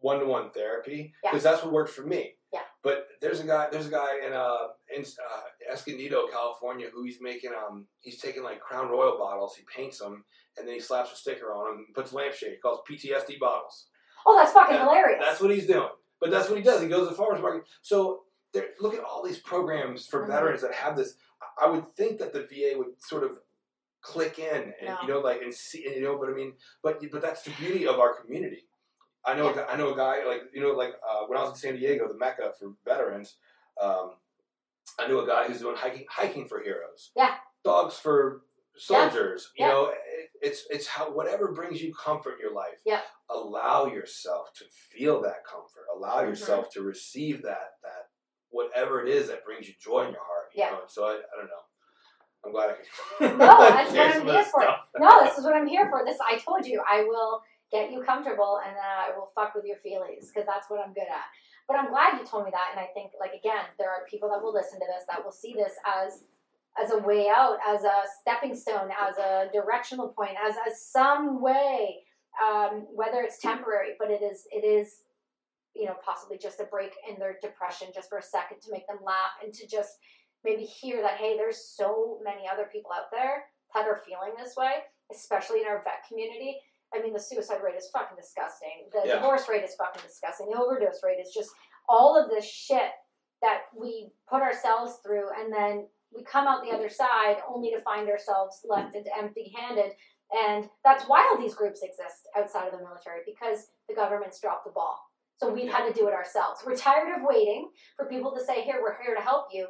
[SPEAKER 2] one to one therapy
[SPEAKER 1] Yeah.
[SPEAKER 2] because that's what worked for me.
[SPEAKER 1] Yeah.
[SPEAKER 2] But there's a guy, there's a guy in uh in uh, Escondido, California, who he's making um he's taking like Crown Royal bottles, he paints them, and then he slaps a sticker on them, and puts lampshade, he calls PTSD bottles.
[SPEAKER 1] Oh, that's fucking
[SPEAKER 2] That-
[SPEAKER 1] hilarious.
[SPEAKER 2] That's what he's doing. But that's what he does. He goes to the farmers market. So there, look at all these programs for
[SPEAKER 1] Mhm.
[SPEAKER 2] veterans that have this. I- I would think that the VA would sort of click in and you know like and see and, you know but I mean but but that's the beauty of our community. I know a guy- I know a guy like you know like uh, when I was in San Diego, the mecca for veterans. Um, I knew a guy who's doing hiking hiking for heroes.
[SPEAKER 1] Yeah.
[SPEAKER 2] Dogs for soldiers.
[SPEAKER 1] Yeah.
[SPEAKER 2] You know, it, it's it's how whatever brings you comfort in your life allow yourself to feel that comfort allow
[SPEAKER 1] Mhm.
[SPEAKER 2] yourself to receive that that whatever it is that brings you joy in your heart you
[SPEAKER 1] Yeah.
[SPEAKER 2] know? so I, I don't know i'm glad i could [LAUGHS]
[SPEAKER 1] No, that's what
[SPEAKER 2] share
[SPEAKER 1] I'm
[SPEAKER 2] some of
[SPEAKER 1] here
[SPEAKER 2] this
[SPEAKER 1] for.
[SPEAKER 2] stuff.
[SPEAKER 1] no, this is what I'm here for. This I told you, I will get you comfortable and then I will fuck with your feelings because that's what I'm good at. But I'm glad you told me that, and I think like again, there are people that will listen to this that will see this as as a way out, as a stepping stone, as a directional point, as as some way, um, whether it's temporary, but it is it is you know possibly just a break in their depression just for a second to make them laugh and to just maybe hear that hey there's so many other people out there that are feeling this way especially in our vet community i mean the suicide rate is fucking disgusting the
[SPEAKER 2] Yeah.
[SPEAKER 1] divorce rate is fucking disgusting the overdose rate is just all of this shit that we put ourselves through and then we come out the other side only to find ourselves left and empty handed and that's why all these groups exist outside of the military because the government's dropped the ball so we've had to do it ourselves we're tired of waiting for people to say, "Here, we're here to help you."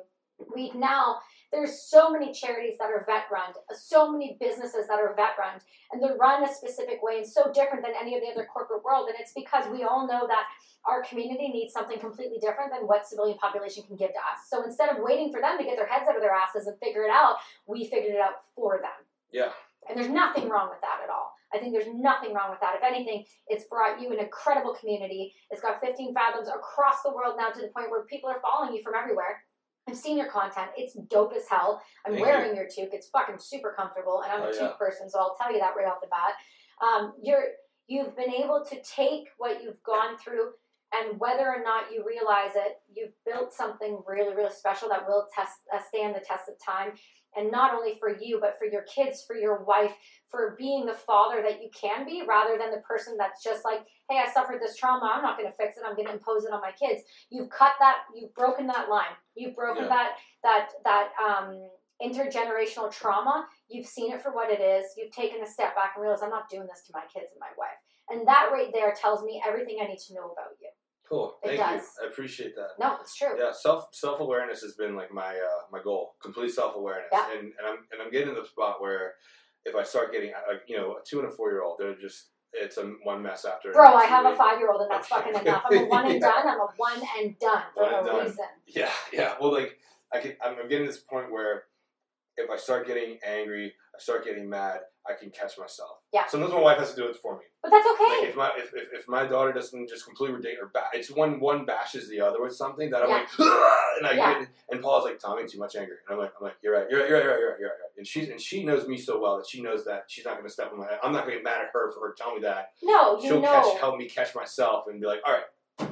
[SPEAKER 1] We now there's so many charities that are vet run, so many businesses that are vet run, and they're run a specific way and so different than any of the other corporate world. And it's because we all know that our community needs something completely different than what civilian population can give to us. So instead of waiting for them to get their heads out of their asses and figure it out, we figured it out for them.
[SPEAKER 2] yeah
[SPEAKER 1] And there's nothing wrong with that at all. I think there's nothing wrong with that. If anything, it's brought you an incredible community. It's got 15 fathoms across the world now to the point where people are following you from everywhere. I've seen your content. It's dope as hell. I'm
[SPEAKER 2] Thank
[SPEAKER 1] wearing your toque. It's fucking super comfortable, and I'm
[SPEAKER 2] Oh,
[SPEAKER 1] a
[SPEAKER 2] yeah.
[SPEAKER 1] toque person, so I'll tell you that right off the bat. Um, you're you've been able to take what you've gone through, and whether or not you realize it, you've built something really, really special that will test uh, stand the test of time and not only for you but for your kids for your wife for being the father that you can be rather than the person that's just like hey i suffered this trauma i'm not going to fix it i'm going to impose it on my kids you've cut that you've broken that line you've broken
[SPEAKER 2] Yeah.
[SPEAKER 1] that that that um intergenerational trauma you've seen it for what it is you've taken a step back and realized i'm not doing this to my kids and my wife and that right there tells me everything i need to know about you
[SPEAKER 2] cool
[SPEAKER 1] It
[SPEAKER 2] thank
[SPEAKER 1] does.
[SPEAKER 2] you i appreciate that
[SPEAKER 1] no it's true
[SPEAKER 2] yeah self self-awareness has been like my uh, my goal complete self-awareness
[SPEAKER 1] Yeah.
[SPEAKER 2] and, and i'm and i'm getting to the spot where if i start getting uh, you know a two and a four year old they're just it's a one mess after
[SPEAKER 1] Bro, I
[SPEAKER 2] another.
[SPEAKER 1] have a five year old and that's fucking enough. I'm a one
[SPEAKER 2] [LAUGHS] Yeah.
[SPEAKER 1] and done. I'm a one and done for
[SPEAKER 2] One and
[SPEAKER 1] no
[SPEAKER 2] done.
[SPEAKER 1] reason.
[SPEAKER 2] Yeah, yeah. Well, like I can, I'm, I'm getting to this point where if I start getting angry, I start getting mad, I can catch myself.
[SPEAKER 1] Yeah.
[SPEAKER 2] Sometimes my wife has to do it for me.
[SPEAKER 1] But that's
[SPEAKER 2] Like
[SPEAKER 1] okay.
[SPEAKER 2] if my if, if, if my daughter doesn't just completely ridiculous, or ba- it's when one bashes the other with something that I'm
[SPEAKER 1] Yeah.
[SPEAKER 2] like, "Ugh," and I
[SPEAKER 1] Yeah.
[SPEAKER 2] get and Paul's like, Tommy, too much anger, and I'm like, I'm like, you're right, you're right, you're right, you're right, you're right, you're right. And she's and she knows me so well that she knows that she's not going to step on my. I'm not going to get mad at her for her telling me that.
[SPEAKER 1] No, you
[SPEAKER 2] She'll
[SPEAKER 1] know.
[SPEAKER 2] catch, help me catch myself and be like, all right,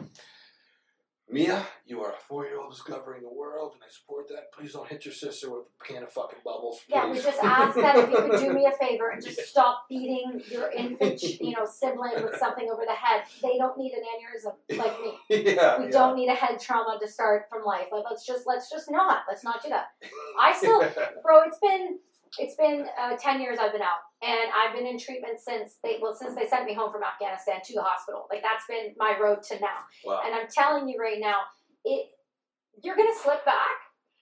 [SPEAKER 2] Mia, you are a four year old discovering the world, and I support that. Please don't hit your sister with a can of fucking bubbles.
[SPEAKER 1] Yeah, we
[SPEAKER 2] please."
[SPEAKER 1] just asked that if you
[SPEAKER 2] [LAUGHS]
[SPEAKER 1] could do me a favor and just stop beating your infant, you know, sibling with something over the head. They don't need an aneurysm like me.
[SPEAKER 2] yeah,
[SPEAKER 1] We
[SPEAKER 2] yeah.
[SPEAKER 1] don't need a head trauma to start from life. Like let's just let's just not let's not do that. I still bro it's been it's been uh, 10 years i've been out and i've been in treatment since they well since they sent me home from afghanistan to the hospital like that's been my road to now
[SPEAKER 2] [LAUGHS] wow.
[SPEAKER 1] and i'm telling you right now it you're gonna slip back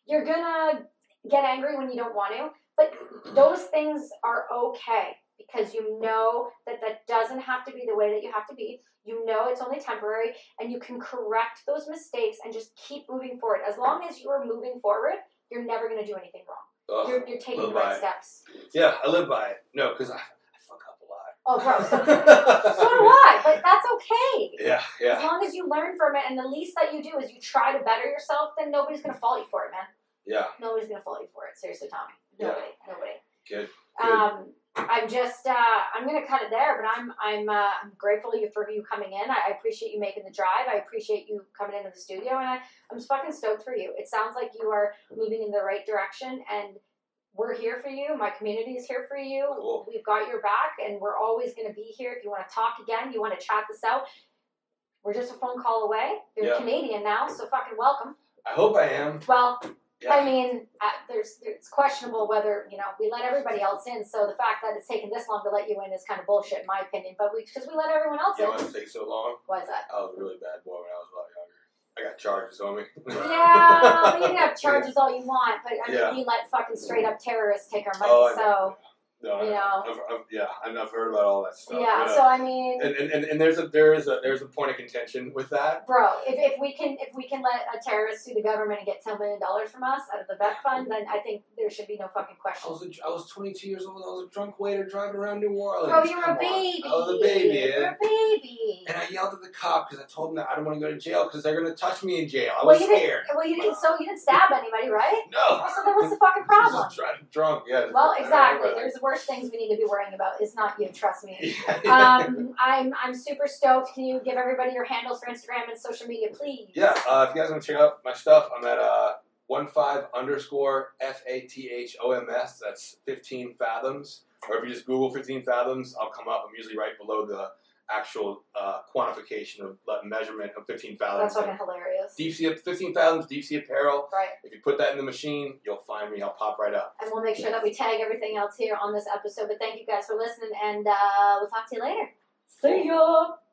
[SPEAKER 1] you're gonna get angry when you don't want to but those things are okay because you know that that doesn't have to be the way that you have to be you know it's only temporary and you can correct those mistakes and just keep moving forward as long as you are moving forward you're never going to do anything wrong
[SPEAKER 2] Ugh.
[SPEAKER 1] you're, you're taking
[SPEAKER 2] live
[SPEAKER 1] the right
[SPEAKER 2] by it.
[SPEAKER 1] steps.
[SPEAKER 2] yeah, I live by it. No, because I, I fuck up a lot.
[SPEAKER 1] Oh,
[SPEAKER 2] [LAUGHS]
[SPEAKER 1] bro. [LAUGHS] So, so do I, but that's okay.
[SPEAKER 2] Yeah,
[SPEAKER 1] As
[SPEAKER 2] yeah,
[SPEAKER 1] long as you learn from it, and the least that you do is you try to better yourself, then nobody's going to fault you for it, man.
[SPEAKER 2] yeah.
[SPEAKER 1] Nobody's going to fault you for it. Seriously, Tommy. Nobody. Nobody.
[SPEAKER 2] Good,
[SPEAKER 1] Um, I'm just uh, I'm gonna cut it there, but I'm I'm uh, I'm grateful you for you coming in. I, I appreciate you making the drive. I appreciate you coming into the studio, and I, I'm fucking stoked for you. It sounds like you are moving in the right direction, and we're here for you. My community is here for you.
[SPEAKER 2] Cool.
[SPEAKER 1] We've got your back, and we're always gonna be here. If you want to talk again, you want to chat this out. We're just a phone call away. You're
[SPEAKER 2] Yeah.
[SPEAKER 1] Canadian now, so fucking welcome.
[SPEAKER 2] I hope I am.
[SPEAKER 1] Well,
[SPEAKER 2] Yeah.
[SPEAKER 1] I mean, uh, there's it's questionable whether you know we let everybody else in. So the fact that it's taken this long to let you in is kind of bullshit, in my opinion. But we because we let everyone else
[SPEAKER 2] you know
[SPEAKER 1] in,
[SPEAKER 2] why it takes so long?
[SPEAKER 1] why
[SPEAKER 2] [LAUGHS]
[SPEAKER 1] is that?
[SPEAKER 2] I was a really bad boy when I was a lot younger. I got charges on me.
[SPEAKER 1] Yeah,
[SPEAKER 2] [LAUGHS]
[SPEAKER 1] but you can have charges all you want, but I mean,
[SPEAKER 2] Yeah.
[SPEAKER 1] we let fucking straight up terrorists take our money.
[SPEAKER 2] Oh, I
[SPEAKER 1] so
[SPEAKER 2] know. No,
[SPEAKER 1] you
[SPEAKER 2] I-
[SPEAKER 1] know.
[SPEAKER 2] I've, I've, yeah, I've, I've heard about all that stuff.
[SPEAKER 1] yeah,
[SPEAKER 2] but, uh,
[SPEAKER 1] so I mean,
[SPEAKER 2] and, and, and, and there's a there is a there's a point of contention with that.
[SPEAKER 1] bro, if, if we can if we can let a terrorist sue the government and get ten million dollars from us out of the vet fund, then I think there should be no fucking
[SPEAKER 2] I
[SPEAKER 1] question.
[SPEAKER 2] was, a, I was 22 years old. I was a drunk waiter driving around New Orleans.
[SPEAKER 1] Bro, you're
[SPEAKER 2] Oh, Come
[SPEAKER 1] a
[SPEAKER 2] on.
[SPEAKER 1] baby.
[SPEAKER 2] I was a baby.
[SPEAKER 1] You're
[SPEAKER 2] And,
[SPEAKER 1] a baby.
[SPEAKER 2] and I yelled at the cop because I told him that I don't want to go to jail because they're going to touch me in jail. I
[SPEAKER 1] Well,
[SPEAKER 2] was
[SPEAKER 1] you didn't-
[SPEAKER 2] scared.
[SPEAKER 1] Well, you didn't. So you didn't stab anybody, right?
[SPEAKER 2] No.
[SPEAKER 1] So then what's the
[SPEAKER 2] [LAUGHS]
[SPEAKER 1] fucking problem?
[SPEAKER 2] Just driving drunk. Yeah.
[SPEAKER 1] Well,
[SPEAKER 2] I don't
[SPEAKER 1] exactly.
[SPEAKER 2] know, but-
[SPEAKER 1] There's the worst things we need to be worrying about. It's not you, trust me.
[SPEAKER 2] [LAUGHS] Yeah.
[SPEAKER 1] Um, I'm I'm super stoked. Can you give everybody your handles for Instagram and social media, please?
[SPEAKER 2] Yeah, uh, if you guys want to check out my stuff, I'm at uh, one five underscore f a t h o m s. That's fifteen fathoms. Or if you just Google fifteen fathoms, I'll come up. I'm usually right below the actual uh, quantification of like, measurement of fifteen fathoms.
[SPEAKER 1] That's fucking hilarious.
[SPEAKER 2] deep sea, fifteen fathoms, deep sea apparel.
[SPEAKER 1] Right.
[SPEAKER 2] If you put that in the machine, you'll find me. I'll pop right up.
[SPEAKER 1] And we'll make sure that we tag everything else here on this episode. But thank you guys for listening, and uh, we'll talk to you later. See ya.